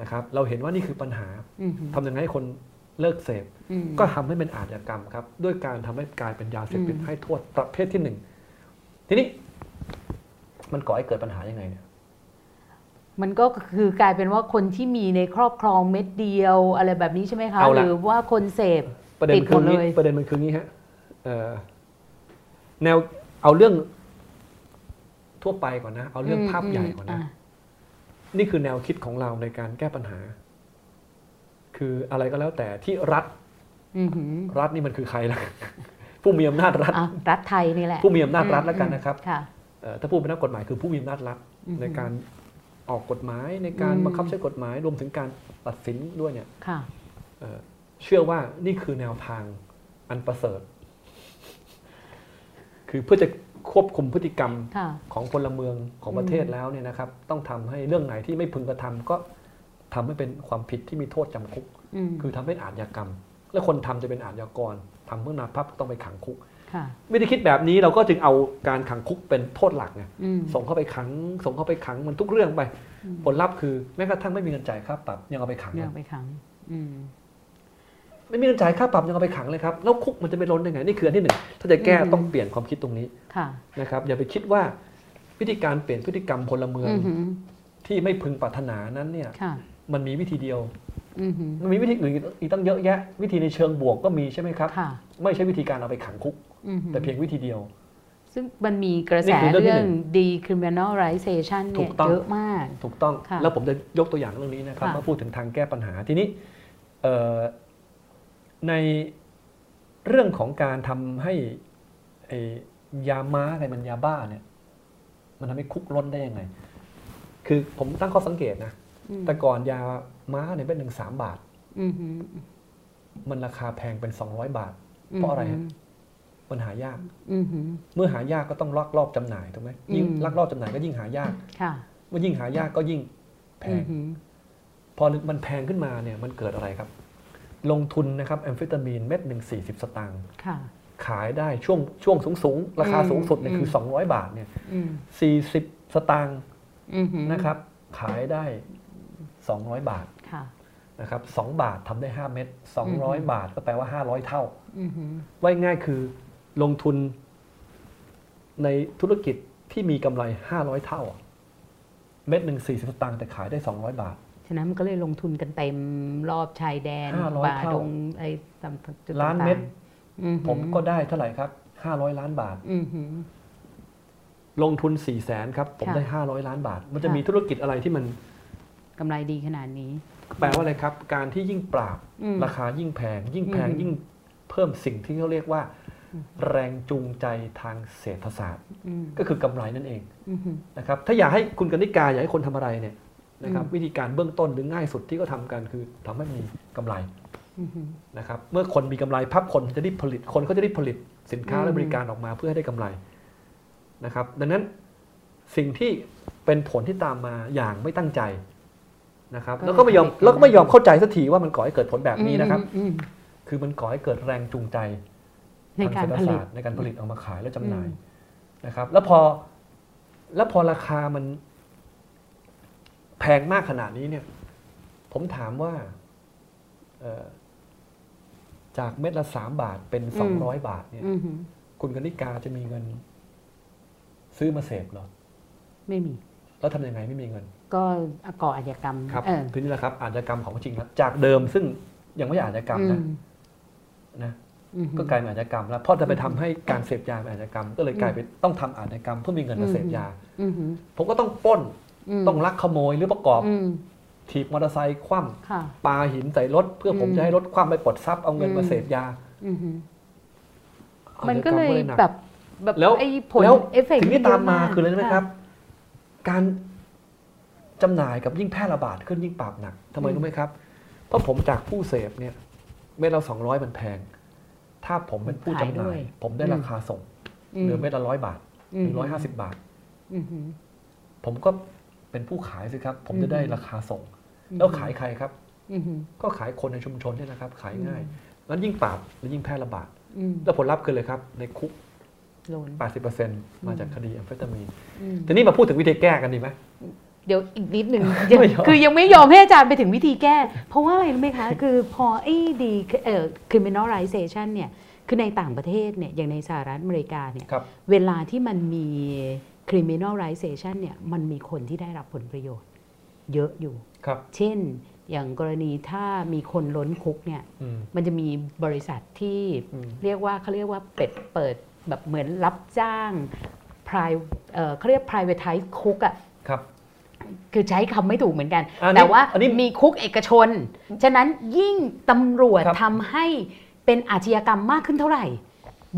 นะครับเราเห็นว่านี่คือปัญหา อืม ทำยังไงให้คนเลิกเสพ อืม ก็ทำให้เป็นอาชญากรรมครับ ด้วยการทำให้กลายเป็นยาเสพติด อืม ให้โทษประเภทที่หนึ่งทีนี้ มันก่อให้เกิดปัญหายังไงเนี่ย มันก็คือกลายเป็นว่าคนที่มีในครอบครองเม็ดเดียวอะไรแบบนี้ใช่ไหมคะ เอา ห ล่ะ รือว่าคนเสพ ประเด็น ติด คือ หมด งี้ เลย ประเด็นมันคืองี้ฮะเอ่อแนวเอาเรื่องทั่วไปก่อนนะ เอาเรื่องภาพใหญ่ก่อนนะ ม นี่คือแนวคิดของเราในการแก้ปัญหา คืออะไรก็แล้วแต่ที่รัฐ อืมอืม รัฐนี่มันคือใครล่ะ ผู้มีอำนาจรัฐ อ่ะรัฐไทยนี่แหละ ผู้มีอำนาจรัฐแล้วกันนะครับ ค่ะ เอ่อถ้าพูดเป็นนักกฎหมายคือผู้มีอำนาจรัฐ อือฮึ ในการออกกฎหมายในการ อืม บังคับใช้กฎหมายรวมถึงการตัดสินด้วยเนี่ย ค่ะ เอ่อเชื่อว่านี่คือแนวทางอันประเสริฐ คือเพื่อจะควบคุมพฤติกรรม ค่ะ ของพลเมืองของประเทศแล้วเนี่ยนะครับ ต้องทำให้เรื่องไหนที่ไม่พึงกระทำก็ทำให้เป็นความผิดที่มีโทษจำคุก อืม คือทำให้อาชญากรรม และคนทำจะเป็นอาชญากรทำเพื่อนำพับต้องไปขังคุก ค่ะ ไม่ได้คิดแบบนี้เราก็จึงเอาการขังคุกเป็นโทษหลักไง อืม ส่งเข้าไปขัง ส่งเข้าไปขังมันทุกเรื่องไป อืม ผลลัพธ์คือแม้กระทั่งไม่มีเงินจ่ายค่าปรับยังเอาไปขัง เรื่ เล อง ย ไปขัง อืม ไม่มีเงินจ่ายค่าปรับยังเอาไปขังเลยครับแล้วคุกมันจะไปล้นได้ไงนี่คืออันที่หนึ่งถ้าจะแก้ อืม ต้องเปลี่ยนความคิดตรงนี้ ค่ะ นะครับ อย่าไปคิดว่าวิธีการเปลี่ยนพฤติกรรมพลเมือง อือหือ ที่ไม่พึงปรารถนานั้นเนี่ย ค่ะ มันมีวิธีเดียว อือหือ มันมีวิธีอื่นอีกตั้งเยอะแยะ วิธีในเชิงบวกก็มีใช่ไหมครับ ค่ะ ไม่ใช่วิธีการเอาไปขังคุก อือหือ แต่เพียงวิธีเดียว ซึ่งมันมีกระแส นี่คือเรื่องที่ เรื่อ หนึ่ ง ง decriminalization ถู เนี่ย กต้อง เยอะมาก ถูกต้อง ค่ะ แล้วผมจะยกตัวอย่างเรื่องนี้นะครับ ค่ะ มาพูดถึงทางแก้ปัญหาทีนี้เอ่อ ในเรื่องของการทำให้ไอ้ยาม้าอะไรมันยาบ้าเนี่ย มันทำให้คุกล้นได้ยังไง คือผมตั้งข้อสังเกตนะ อืม แต่ก่อนยาม้าเนี่ยเป็นหนึ่งสามบาท อืมฮึ มันราคาแพงเป็น 200 บาท เพราะอะไรฮะ มันหายาก อืมฮึ เมื่อหายากก็ต้องลักลอบจำหน่ายถูกไหมยิ่ง อืม ลักลอบจำหน่ายก็ยิ่งหายาก ค่ะ เมื่อยิ่งหายากก็ยิ่งแพ อื ง มฮึ พอมันแพงขึ้นมาเนี่ยมันเกิดอะไรครับ ลงทุนนะครับแอมเฟตามีนเม็ดหนึ่งสี่สิบสตางค์ ค่ะ ขายได้ช่วงช่วงสูงสูงๆราคา อืม สูงสุดเนี่ยคือ ม 200 บาทเนี่ย อืม สี่สิบสตางค์ อืมฮึ นะครับ ขายได้ 200 บาท ค่ะ นะครับสองบาททำได้ 5 เม็ด อืม 200 บาทก็แปลว่า 500 เท่า อืมฮึ ว่าง่ายๆคือลงทุนในธุรกิจที่มีกำไร 500 เท่าอะเม็ดหนึ่ง40 สตางค์แต่ขายได้ 200 บาท ฉะนั้นมันก็เลยลงทุนกันเต็มรอบชายแดน ห้าร้อย ป่า เท่า ดงไอ้ตามจุดต่งๆ ล้านเม็ด อืฮึ ผมก็ได้เท่าไหร่ครับ 500 ล้านบาท อืมฮึ ลงทุน 4 0 0แสนครับ ผม ค่ะ ได้ 500 ล้านบาท มันจะ ค่ะ มีธุรกิจอะไรที่มัน กำไรดีขนาดนี้ แปลว่าอะไรครับ การที่ยิ่งปราบ อืม ราคายิ่งแพง ยิ่งแพง อืม ยิ่งเพิ่มสิ่งที่เขาเรียกว่า แรงจูงใจทางเศรษฐศาสตร์ อืม ก็คือกำไรนั่นเอง อืมฮึ นะครับถ้าอยากให้คุณกนิกาอยากให้คนทำอะไรเนี่ยนะครับ อืม วิธีการเบื้องต้นหรือง่ายสุดที่ก็ทำกันคือทำให้มีกำไร อืมฮึ นะครับเมื่อคนมีกำไรพับคนจะได้ผลิตคนเขาจะได้ผลิตสินค้า อืม และบริการออกมาเพื่อให้ได้กำไรนะครับดังนั้นสิ่งที่เป็นผลที่ตามมาอย่างไม่ตั้งใจนะครับแล้วก็ไม่ยอมแล้วก็ไม่ยอมเข้าใจสักทีว่ามันก่อให้เกิดผลแบบนี้นะครับ อืม คือมันก่อให้เกิดแรงจูงใจ ในการผลิต ทงเศษฐศสตในการผลิตเออกมาขายและจำหน่ายนะครับ แล้วพอแล้วพอราคามันแพงมากขนาดนี้เนี่ย ผมถามว่าเอ่อจากเม็ดละสามบาทเป็น อืม สองร้อยบาทเนี่ย อืมฮึ คุณกนิกาจะมีเงิน ซื้อมาเสพเหรอ ไม่มี แล้วทำยังไงไม่มีเงิน ก็ก่ออาชญากรรม ครับ เออ ทีนี้แหละครับ อาชญากรรมของจริงแล้วจากเดิมซึ่งยังไม่ใช่อาชญากรรม อืมนะนะ อืมฮึ ก็กลายเป็นอาชญากรรมแล้วเพราะจะไปทำให้การเสพยาเป็นอาชญากรรม ก็เลยกลายเป็นต้องทำอาชญากรรมเพื่อมีเงินมาเสพยา อืมฮึ ผมก็ต้องปล้น ม ต้องลักขโมยหรือประกอบ อืม ถีบมอเตอร์ไซค์คว่ ค่ะ ำปาหินใส่รถ เพื่ออ ม ผมจะให้รถคว่ำไปปลดทรัพย์เอาเงิน อืม มาเสพยา อืมฮึมั มัน ก็เลย หนั แบบแบบ แล้ว ไอ้ผล แล้ว เอฟเฟก สิ่งที่ตามมาคืออะไรรู้ไหมครับ ะ การจำหน่ายกับยิ่งแพร่ระบาดขึ้นยิ่งปราบหนักทำไม อืม รู้ไหมครับ เพราะผมจากผู้เสพเนี่ยเม็ดละสองร้อยมันแพง ถ้าผมเป็นผู้จำหน่าย ผมได้ราคาส่ง ม เหลือเม็ดละร้อยบาทหรือร้อยห้าสิบบาท อืมฮึ ผมก็เป็นผู้ขายสิครับ ผม อืม จะได้ราคาส่ง แล้วขายใครครับ อืมฮึ ก็ขายคนในชุมชนเนี่ยนะครับ ขายง่ายนั้นยิ่งปราบและยิ่งแพร่ระบาด อืม แล้วผลลัพธ์คือเลยครับ ในคุก โลน 80%มาจากคดีแอมเฟตามีน อืม ทีนี้มาพูดถึงวิธีแก้กันดีไหม เดี๋ยวอีกนิดหนึ่ง ไม่ยอม คือยังไม่ยอมให้อาจารย์ไปถึงวิธีแก้ เพราะว่าอะไรรู้ไหมคะ คือพอไอ้ดีเอ่อ criminalization เนี่ยคือในต่างประเทศเนี่ยอย่างในสหรัฐอเมริกาเนี่ย ครับ เวลาที่มันมี criminalization เนี่ยมันมีคนที่ได้รับผลประโยชน์ เยอะอยู่ ครับ เช่น อย่างกรณีถ้ามีคนล้นคุกเนี่ย อืม มันจะมีบริษัทที่ อืม เรียกว่าเขาเรียกว่าเป็ดเปิดแบบเหมือนรับจ้าง pri- เอ่อเขาเรียก privatize คุกอะ่ะ ครับ คือใช้คำไม่ถูกเหมือนกัน อันนี้ แต่ว่า อันนี้ มีคุกเอกชน ฉะนั้นยิ่งตำรวจ ครับ ทำให้เป็นอาชญากรรมมากขึ้นเท่าไหร่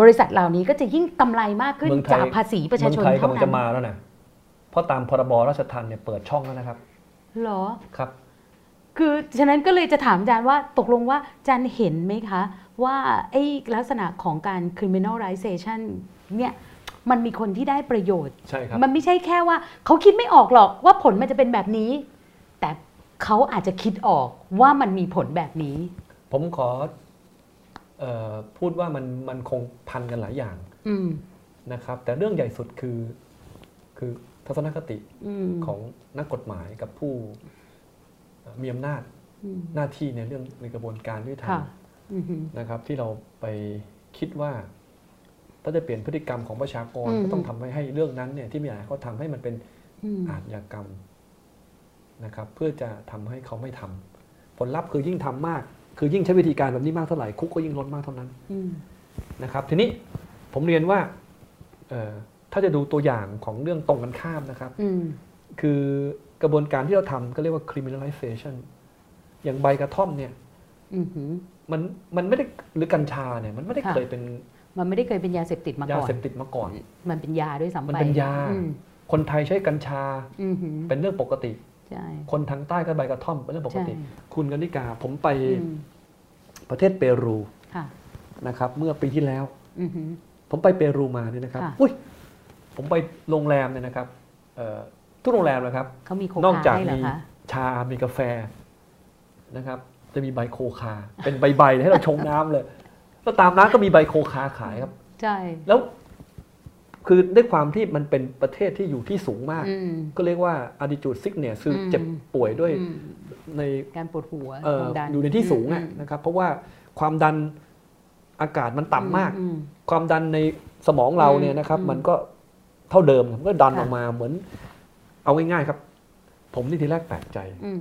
บริษัทเหล่านี้ก็จะยิ่งกำไรมากขึ้น เมืองไทย จากภาษีประชาชน เมืองไทเท่ากยำลัง นั้ จะ น มาแล้วนะ เพราะตามพรบราชทัณฑ์เนี่ยเปิดช่องแล้วนะครับ เหรอ ครับ คือฉะนั้นก็เลยจะถามอาจารย์ว่าตกลงว่าอาจารย์เห็นไหมคะ ว่าไอ้ลักษณะของการ criminalization เนี่ยมันมีคนที่ได้ประโยชน์ ใช่ครับ มันไม่ใช่แค่ว่าเขาคิดไม่ออกหรอกว่าผลมันจะเป็นแบบนี้ แต่เขาอาจจะคิดออกว่ามันมีผลแบบนี้ ผมขอเอ่อพูดว่ามันมันคงพันกันหลายอย่าง อืม นะครับ แต่เรื่องใหญ่สุดคือคือทัศนคติ อืม ของนักกฎหมายกับผู้เอ่อมีอำนาจ อืม หน้าที่ในเรื่องในกระบวนการยุติธรร ค่ะ ม อืม นะครับ ที่เราไปคิดว่าถ้าจะเปลี่ยนพฤติกรรมของประชากร อืม ก็ต้องทำให้เรื่องนั้นเนี่ยที่มีอะไรเขาทำให้มันเป็น อืม อาชญากรรมนะครับ เพื่อจะทำให้เขาไม่ทำผลลัพธ์คือยิ่งทำมาก คือยิ่งใช้วิธีการแบบนี้มากเท่าไหร่คุกก็ยิ่งลดมากเท่านั้น อืม นะครับ ทีนี้ผมเรียนว่าเอ่อถ้าจะดูตัวอย่างของเรื่องตรงกันข้ามนะครับ อืม คือกระบวนการที่เราทำก็เรียกว่า criminalization อย่างใบกระท่อมเนี่ย อืม มันมันไม่ได้หรือกัญชาเนี่ยมันไม่ได้ ค่ะ เคยเป็น มันไม่ได้เคยเป็นยาเสพติดมาย า ก่อน เสพติดมาก่อน มันเป็นยาด้วยซ้ำไป มันเป็นยา อืม คนไทยใช้กัญชา อือหือ เป็นเรื่องปกติ ใช่ คนทางใต้ก็ใบกระท่อมเป็นเรื่องปกติ ใช่ คุณกนิกาผมไป อืม ประเทศเปรู ค่ะ นะครับ เมื่อปีที่แล้ว อือหือ ผมไปเปรูมาเนี่ยนะครับ ค่ะ อุ้ยผมไปโรงแรมเนี่ยนะครับเอ่อทุกโรงแรมนะครับ เขามีโคน อก คา จาก ให้เหรอ มี คะ ชา มีกาแฟนะครับ จะมีใบโคคา เป็นใบๆให้เราชงน้ำเลย แล้วตามร้านก็มีใบโคคาขายครับ ใช่ แล้วคือด้วยความที่มันเป็นประเทศที่อยู่ที่สูงมาก อืม ก็เรียกว่า altitude sickness คืออ ม เจ็บป่วยด้วย อืม ใน การปวดหัว เอ่อ ความดัน อยู่ในที่สูงอะ อืม นะครับ เพราะว่าความดันอากาศมันต่ำมาก อื ความดันในสมองเราเนี่ยนะครับ อืม มันก็เท่าเดิมมันก็ดัน ค่ะ ออกมาเหมือน เอาง่ายๆครับ ผมนี่ทีแรกแปลกใจ อืม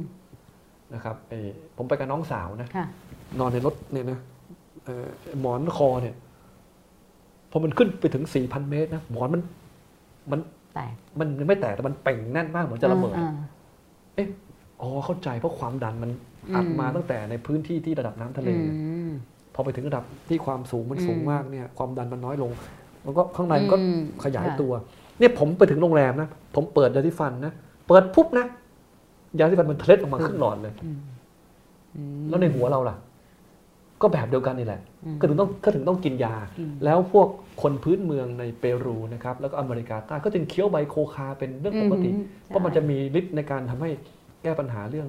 นะครับไอ้ผมไปกับน้องสาวนะ ค่ะ นอนในรถเนี่ยนะเอ่อหมอนคอเนี่ยพอมันขึ้นไปถึง 4,000 เมตรนะหมอนมันมัน แตก มันยังไม่แตกแต่มันเป่งแน่นมากเหมือนจะระเบิด อ่า อ๋อเข้าใจเพราะความดันมัน อืม อัดมาตั้งแต่ในพื้นที่ที่ระดับน้ำทะเล อื เนี่ย ม พอไปถึงระดับที่ความสูงมัน อืม สูงมากเนี่ย ความดันมันน้อยลง มันก็ข้างในมันก็ อืม ขยาย ค่ะ ตัว เนี่ยผมไปถึงโรงแรมนะผมเปิดยาที่ฟันนะเปิดปุ๊บนะยาที่ฟันมันเทเลดออกมาครึ่งหลอดเลย อืมอืม แล้วในหัวเราล่ะ ก็แบบเดียวกันนี่แหละ อืม ก็ถึงต้องก็ถึงต้องกินยา อืม แล้วพวกคนพื้นเมืองในเปรูนะครับ แล้วก็อเมริกาใต้ก็จึงเคี้ยวใบโคคาเป็นเรื่องปกติ อืม เพราะมันจะมีฤทธิ์ในการทำให้แก้ปัญหาเรื่อง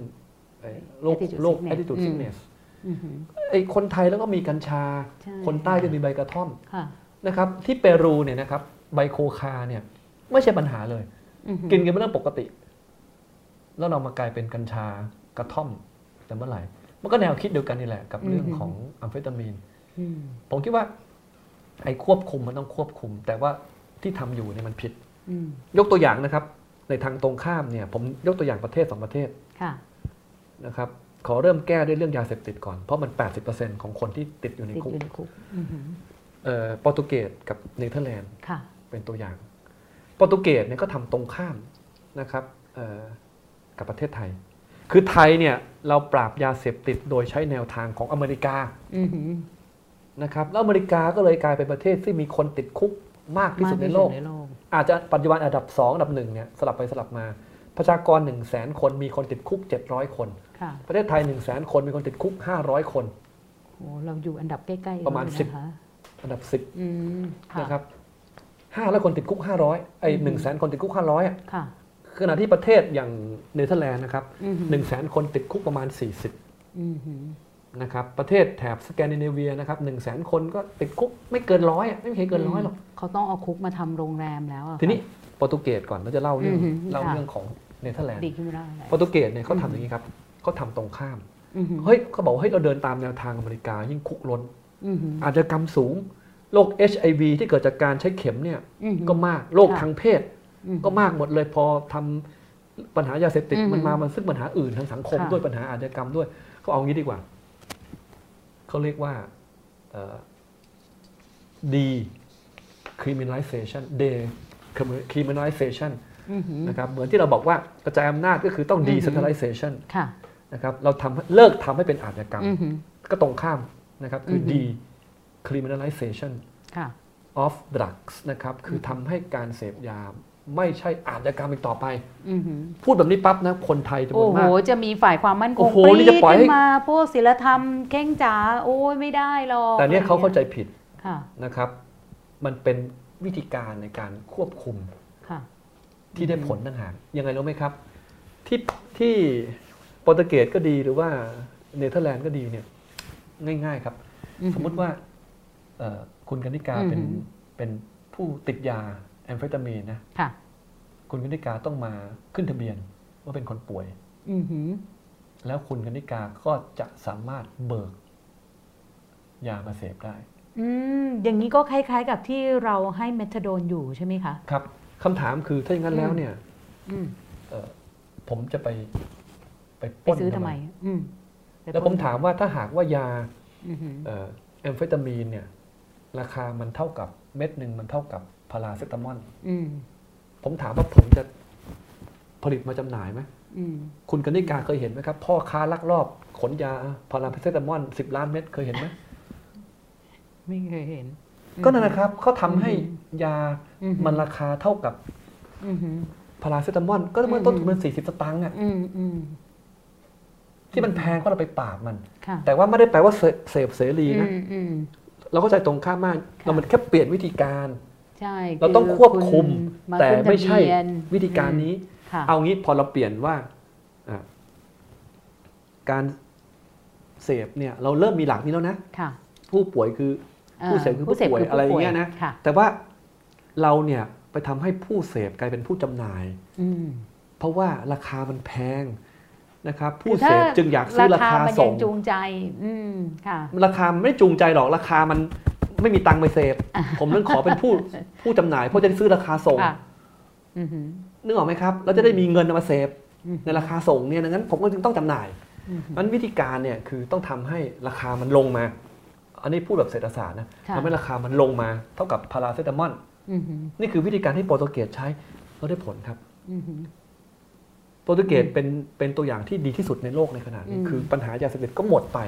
เอ่อโรค Attitude โรค sickness แอ t ิจูด อืม ซิกเนส อือหือ ไอคนไทยแล้วก็มีกัญชา ใช่ คนใต้จะมีใบกระท่อม ค่ะ นะครับ ที่เปรูเนี่ยนะครับใบโคคาเนี่ย ไม่ใช่ปัญหาเลย อือหือ กินกันเป็นเรื่องปกติ แล้วเรามากลายเป็นกัญชากระท่อมแต่เมื่อไหร่ มันก็แนวคิดเดียวกันนี่แหละ กับเรื่องของแอมเฟตามีน อืม ผมคิดว่าไอ้ควบคุมมันต้องควบคุม แต่ว่าที่ทำอยู่เนี่ยมันผิด อืม ยกตัวอย่างนะครับ ในทางตรงข้ามเนี่ย ผมยกตัวอย่างประเทศสองประเทศ ค่ะ นะครับ ขอเริ่มแก้ด้วยเรื่องยาเสพติดก่อน เพราะมัน 80%ของคนที่ติดอยู่ใน ติด คุ อกยู่ในคุกอือหือ เอ่อโปรตุเกสกับเนเธอร์แลนด์ ค่ะ เป็นตัวอย่างโปรตุเกสเนี่ยก็ทำตรงข้ามนะครับเอ่อกับประเทศไทย คือไทยเนี่ยเราปราบยาเสพติดโดยใช้แนวทางของอเมริกา อือหือ นะครับแล้วอเมริกาก็เลยกลายเป็นประเทศที่มีคนติดคุกมากที่สุดในโลก มากที่สุดในโลก อาจจะปัจจุบันอันดับ 2 อันดับหนึ่งเนี่ยสลับไปสลับมา ประชากร 1 0 0 0 0 0 คนมีคนติดคุก 700 คน ค่ะ ประเทศไทย 1 0 0 0 0 0 คนมีคนติดคุก 500 คน โอ้เราอยู่อันดับใกล้ๆ ประมาณ เข สิ เลยนคบอันดับ อืม 10 ค่ะ นะครับ5แล้วคนติดคุก 500ไอ้ อืม หนึ่งแสนคนติดคุก 500อ่ะ ค่ะ ขณะที่ประเทศอย่างเนเธอร์แลนด์นะครับ อือหือ หนึ่งแสนคนติดคุกประมาณ อือหือ 40นะครับประเทศแถบสแกนดิเนเวียนะครับหนึ่งแสนคนก็ติดคุกไม่เกินร้อยอ่ะไม่มีใครเกินร้อยหรอก เขาต้องเอาคุกมาทำโรงแรมแล้วอะค่ะ ทีนี้โปรตุเกสก่อนเราจะเล่าเรื่อง อือหือ เล่า ค่ะ เรื่องของเนเธอร์แลนด์ ดีขึ้นไม่ได้อะไร โปรตุเกสเนี่ยเขาทำอย่างนี้ครับเขาทำตรงข้าม อือหือ เฮ้ยเขาบอกว่าเฮ้ยเราเดินตามแนวทางอเมริกายิ่งคุกล้น อือหือ อาชญากรรมสูงโรค HIV ที่เกิดจากการใช้เข็มเนี่ย อือหือ ก็มากโรค ค่ะ ทางเพศ อือหือ ก็มากหมดเลยพอทำปัญหายาเสพติด อือหือ มันมามันซึ่งปัญหาอื่นทางสังคม ค่ะ ด้วยปัญหาอาชญากรรมด้วยเขาเอางี้ดีกว่าเขาเรียกว่าเอ่อ decriminalization decriminalization อือหือ นะครับเหมือนที่เราบอกว่ากระจายอำนาจก็คือต้อง decentralization ค่ะ นะครับเราทำเลิกทำให้เป็นอาชญากรรม อือหือ ก็ตรงข้ามนะครับคืออ อหือ decriminalization ค่ะ of drugs นะครับคือทำให้การเสพยาไม่ใช่อาชญากรรมอีกต่อไป อือหือ พูดแบบนี้ปั๊บนะคนไทยจำน โอ้ วน โห มาก จะมีฝ่ายความมั่นค โอ้ ง โห ป นี่ รี จะ ด ปล่อยให้ ขึ้นมาพวกศิลธรรมเข่งจ๋าโอ้ยไม่ได้หรอก แต่เนี่ยเขาเข้าใจผิด ค่ะ นะครับ มันเป็นวิธีการในการควบคุม ค่ะ ที่ได้ผลต่างหากยังไงรู้ไหมครับ ที่ที่โปรตุเกสก็ดีหรือว่าเนเธอร์แลนด์ก็ดีเนี่ย ง่าย ๆ ครับ อือฮึ สมมุติว่าเอ่อคุณกนิกา อือฮึ เป็นเป็นผู้ติดยาแอมเฟตามีนนะ ค่ะ คุณกนิกาต้องมาขึ้นทะเบียนว่าเป็นคนป่วย อือหือ แล้วคุณกนิกาก็จะสามารถเบิก ยามาเสพได้ อืม อย่างนี้ก็คล้ายๆ กับที่เราให้เมทาโดนอยู่ใช่ไหมคะ ครับคำถามคือถ้าอย่างนั้นแล้วเนี่ย อืม เอ่อผมจะไปไปป ไป ล้น ซื้อทำ ทำ ไม ไม อืม แล้วผมถามว่าถ้าหากว่ายา อือหือ เอ่อแอมเฟตามีนเนี่ยราคามันเท่ากับเม็ดหนึ่งมันเท่ากับพาราเซตามอล อืม ผมถามว่าผมจะผลิตมาจำหน่ายไหม อืม คุณกนิการเคยเห็นไหมครับ พ่อค้าลักลอบขนยาพาราเพเซตามอลสิบล้านเม็ดเคยเห็นไหม ไม่เคยเห็น ก็นั่นนะครับเขาทำให้ยา อือฮึ มันราคาเท่ากับ อืมอืม พาราเซตามอลก็เมื่อต้นทุ อื น อฮึ มันสี่สิบสตางค์อะ อืมอืม ที่มันแพงก็เราไปปราบมัน ค่ะ แต่ว่าไม่ได้แปลว่าเสเสพเสรีนะ อืมอืม เราก็ใจตรงข้ามมากเรามันแค่เปลี่ยนวิธีการ ใช่ เราต้องควบคุม า แต่ ขึ้นทะเบียน ไม่ใช่วิธีการนี้ ค่ะ เอางี้พอเราเปลี่ยนว่าอ่ะการเสพเนี่ยเราเริ่มมีหลักนี้แล้วนะ ค่ะ ผู้ป่วยคือ อ่า ผู้เสพคือผู้ป่วยอะไรอย่างเงี้ยนะ ค่ะ แต่ว่าเราเนี่ยไปทำให้ผู้เสพกลายเป็นผู้จำหน่าย อืม เพราะว่าราคามันแพงนะครับ ผู้ คือ เส ถ้า พจึงอยากซื้อราคา มันยั ส่ง งจูงใจ อืมค่ะ ราคามันไม่จูงใจหรอกราคามันไม่มีตังค์ไปเสพผมเรื่องขอเป็นผู้ผู้จำหน่าย เพราะจะได้ซื้อราคาส่ง ค่ะ อือหือ นึกออกไหมครับเราจะได้มีเงินเอามาเสพ อืม ในราคาส่งเนี่ยดังนั้น ผมก็จึงต้องจำหน่าย อือหือ มันวิธีการเนี่ยคือต้องทำให้ราคามันลงมา อันนี้พูดแบบเศรษฐศาสตร์นะ ค่ะ ทำให้ราคามันลงมาเท่ากับพาราเซตามอล อือหือ นี่คือวิธีการที่โปรตุเกสใช้แล้วได้ผลครับ อือหือ โปรตุเกสเป็นเป็นตัวอย่างที่ดีที่สุดในโลกในขณะนี้ อืม คือปัญหายาเสพติดก็หมดไป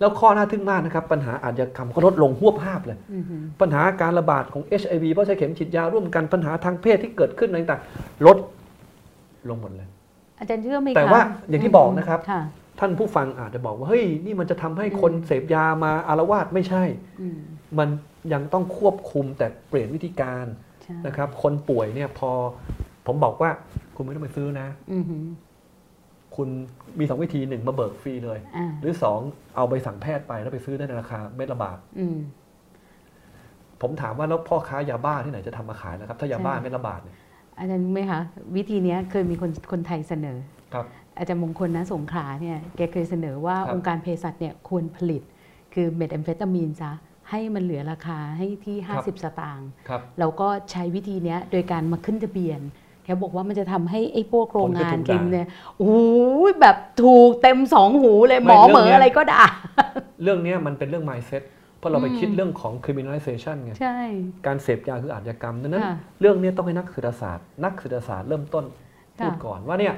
แล้วข้อน่าทึ่งมากนะครับ ปัญหาอาชญากรรมก็ลดลงหวบภาพเลย อือหือ ปัญหาการระบาดของ HIV เพราะใช้เข็มฉีดยาร่วมกันปัญหาทางเพศที่เกิดขึ้นอะไรต่างๆลดลงหมดเลย อาจารย์เชื่อไหม แต่ คะ ว่าอย่างที่บอกนะครับ ค่ะ ท่านผู้ฟังอาจจะบอกว่าเฮ้ยนี่มันจะทำให้คนเสพยามาอารวาสไม่ใช่ อืม มันยังต้องควบคุมแต่เปลี่ยนวิธีการ ใช่ นะครับ คนป่วยเนี่ยพอผมบอกว่าคุณไม่ต้องไปซื้อนะ อือหือ คุณมีสองวิธีหนึ่งมาเบิกฟรีเลย อ่า หรือสองเอาใบสั่งแพทย์ไปแล้วไปซื้อได้ในราคาเม็ดละบาท อืม ผมถามว่าแล้วพ่อค้ายาบ้าที่ไหนจะทำมาขายนะครับ ถ้ายาบ้า ใช่ เม็ดละบาทเนี่ย อาจารย์รู้ไหมคะ วิธีเนี้ยเคยมีคนคนไทยเสนอ ครับ อาจารย์มงคลนะสงขลาเนี่ยแกเคยเสนอว่า ครับ องค์การเภสัชเนี่ยควรผลิต คือเมทแอมเฟตามีนซะให้มันเหลือราคาให้ที่ ครับ 50 สตางค์ ครับ แล้วก็ใช้วิธีเนี้ยโดยการมาขึ้นทะเบียนแกบอกว่ามันจะทำให้ไอ้พวกโรงงานกินเนี่ยโอ้ยแบบถูกเต็มสองหูเลยหมอเหมออะไรก็ด่า เรื่องเนี้ยมันเป็นเรื่อง mindset เพราะเราไป อืม คิดเรื่องของ criminalization ไง ใช่ การเสพยาคืออาชญากรรมดังนั้น ค่ะ เรื่องเนี้ยต้องให้นักเศรษฐศาสตร์ นักเศรษฐศาสตร์เริ่มต้น ค่ะ พูดก่อนว่าเนี่ย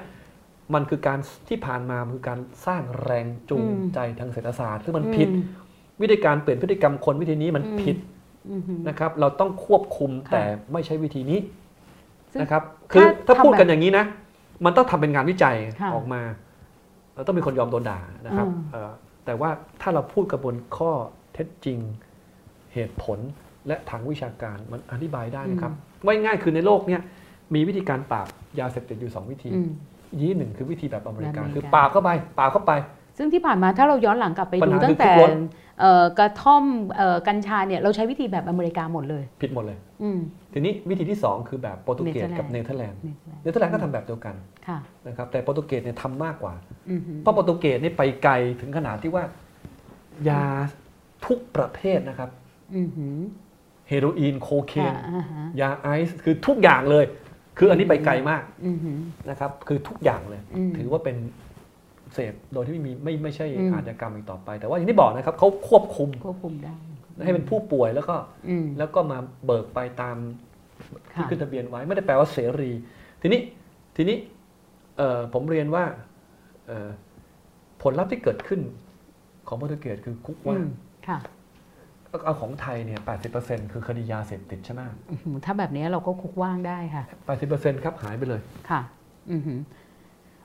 มันคือการที่ผ่านมามันคือการสร้างแรงจูง อืม ใจทางเศรษฐศาสตร์ซึ่งมันผิด อืม วิธีการเปลี่ยนพฤติกรรมคนวิธีนี้มัน อืม ผิด อือหือ นะครับ เราต้องควบคุม ค่ะ แต่ไม่ใช่วิธีนี้ ซึ่ง นะครับ คือถ้า ถ้าทำ พูดกันอย่างนี้นะ มันต้องทำเป็นงานวิจัย ค่ะ ออกมา เราต้องมีคนยอมโดนด่านะครับ อืม เอ่อแต่ว่าถ้าเราพูดกับบนข้อเท็จจริง เหตุผลและทางวิชาการมันอธิบายได้นะครับว่าง่ายๆคือในโลกเนี้ยมีวิธีการปราบยาเสพติดอยู่ 2 วิธี อืม ยี่หนึ่งคือวิธีแบบอเมริกัน แบบอเมริกัน คือปราบเข้าไปปราบเข้าไป ซึ่งที่ผ่านมาถ้าเราย้อนหลังกลับไป ปัญ ดู หา ตั้งคือ แต่ ทุกรส เอ่อกระท่อมเอ่อกัญชาเนี่ยเราใช้วิธีแบบอเมริกาหมดเลย ผิดหมดเลย อืม ทีนี้วิธีที่ 2 คือแบบโปรตุเกสกับเนเธอร์แลนด์ นี่แหละ เนเธอร์แลนด์ก็ทำแบบเดียวกัน ค่ะ นะครับแต่โปรตุเกสเนี่ยทำมากกว่า อือหือ เพราะโปรตุเกสนี่ไปไกลถึงขนาดที่ว่า ยาทุกประเภทนะครับ อือหือ เฮโรอีนโคเคน อ่าฮะ ยาไอซ์คือทุกอย่างเลย คืออันนี้ไปไกลมาก อือหือ นะครับ คือทุกอย่างเลย อืม ถือว่าเป็นเสพโดยที่ไม่มีไม่ไม่ใช่ อืม อาชญากรรมอีกต่อไป แต่ว่าอย่างที่บอกนะครับเขาควบคุม ควบคุมได้ ให้เป็นผู้ป่วยแล้วก็ อืม แล้วก็มาเบิกไปตามที่ ค่ะ ขึ้นทะเบียนไว้ไม่ได้แปลว่าเสรี ทีนี้ทีนี้เอ่อผมเรียนว่าเอ่อผลลัพธ์ที่เกิดขึ้นของโปรตุเกสคือคุก อื ว่าง มค่ะ เอาของไทยเนี่ย 80%คือคดียาเสพติดใช่ไหม อื้อหือถ้าแบบนี้เราก็คุกว่างได้ค่ะ 80%ครับหายไปเลย ค่ะ อือหือ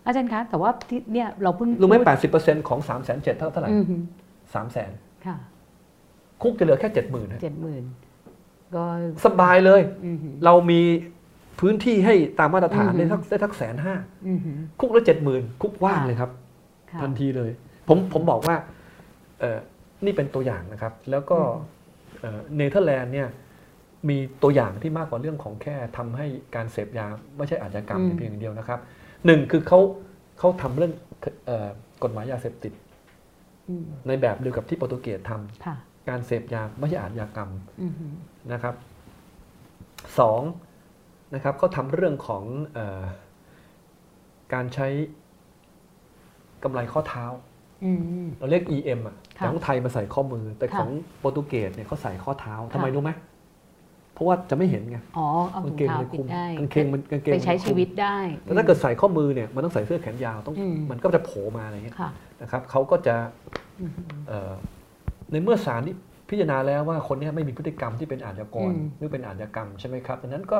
อาจารย์คะแต่ว่าที่เนี่ยเราเพิ่ง รู้ไหม80%ของ 3 7 0 0 0 0เท่าเท่าไหร่ อือหือ 3 0 0 0 0 ค่ะ 0คุกจะเหลือแค่ 70,000ฮะ เจ็ดหมื่นก็ สบายเลย อือหือ เรามีพื้นที่ให้ตามมาตรฐาน อืม ได้ทักได้ทักแสนห้า อือหือ คุกละ70,000 คุกว่างเลยครับ ค่ะ ทันทีเลย ผมผมบอกว่าเอ่อนี่เป็นตัวอย่างนะครับ แล้วก็ อืม เอ่อเนเธอร์แลนด์เนี่ยมีตัวอย่างที่มากกว่าเรื่องของแค่ทำให้การเสพยาไม่ใช่อาชญากรรมแต่เพียงอย่างเดียวนะครับหนึ่งคือเขาเขาทำเรื่องเอ่อกฎหมายยาเสพติด อืม ในแบบเดียวกับที่โปรตุเกสท ค่ะ ำการเสพยาไม่ใช่อาชญากรรม อือหือ นะครับสองนะครับเขาทำเรื่องของเออการใช้กำไรข้อเท้า อืม เราเรียก EM อ่ะ ค่ะ แต่ของไทยมาใส่ข้อมือ แต่ ค่ะ ของโปรตุเกสเนี่ยเขาใส่ข้อเท้าทำไม ค่ะ รู้ไหม เพราะว่าจะไม่เห็นไง อ๋อเอาถุงเท้าปิดได้ กางเกงมันกางเกง ไป มัน ใช้ คลุม ชีวิตได้ แต่ถ้าเกิดใส่ข้อมือเนี่ยมันต้องใส่เสื้อแขนยาวต้อง อืม มันก็จะโผล่มาอะไรเงี้ย ค่ะ นะครับเขาก็จะ อืม เอ่อในเมื่อศาลที่พิจารณาแล้วว่าคนเนี้ไม่มีพฤติกรรมที่เป็นอาชญากรหรือเป็นอาชญากรรมใช่ไหมครับดังนั้นก็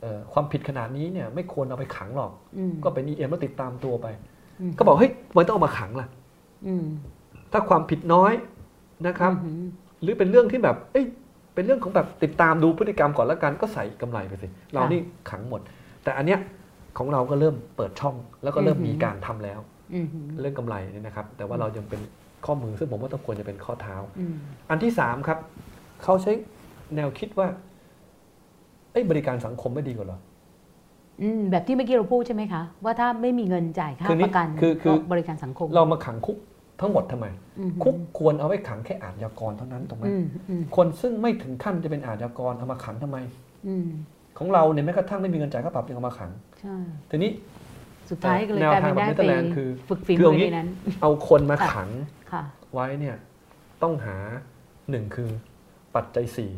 เอ่อความผิดขนาดนี้เนี่ยไม่ควรเอาไปขังหรอก อืม ก็เป็นเอ็มแล้วติดตามตัวไป ม ก็บอกเฮ้ยทำไมันต้องเอามาขังล่ะ อืม ถ้าความผิดน้อยนะครับ อืม หรือเป็นเรื่องที่แบบ เอ้ย เป็นเรื่องของแบบติดตามดูพฤติกรรมก่อนแล้วกันก็ใส่กำไรไปสิ เรานี่ขังหมด แต่อันเนี้ยของเราก็เริ่มเปิดช่อง แล้วก็เริ่มมีการทำแล้ว อืม เรื่องกำไรเนี่ยนะครับ แต่ว่าเรายังเป็นข้อมือซึ่งผมว่าต้องควรจะเป็นข้อเท้า อืม อันที่สามครับเขาใช้แนวคิดว่าเอ้ยบริการสังคมไม่ดีกว่าเหรอ อืมแบบที่เมื่อกี้เราพูดใช่ไหมคะว่าถ้าไม่มีเงินจ่ายค่า คือนี่ ประกัน คือคือ ก็บริการสังคม เรามาขังคุกทั้งหมดทำไม อืม คุกควรเอาไว้ขังแค่อาชญากรเท่านั้นตรงนั้ อื น มอืม คนซึ่งไม่ถึงขั้นจะเป็นอาชญากรเอามาขังทำไม อืม ของเราเนี่ยแม้กระทั่งไม่มีเงินจ่ายค่าปรับยังเอามาขัง ใช่ ทีนี้ สุดท้ายก็เลย แนว กลาย ทาง เป็นได้ ของเนเธ ไป อร์แลนด์คือ ฝึกฝี คือ มือเอางี้ ในนั้น เอาคนมาขัง ค่ะ ไว้เนี่ยต้องหาหนึ่งคือปัจจัยสี่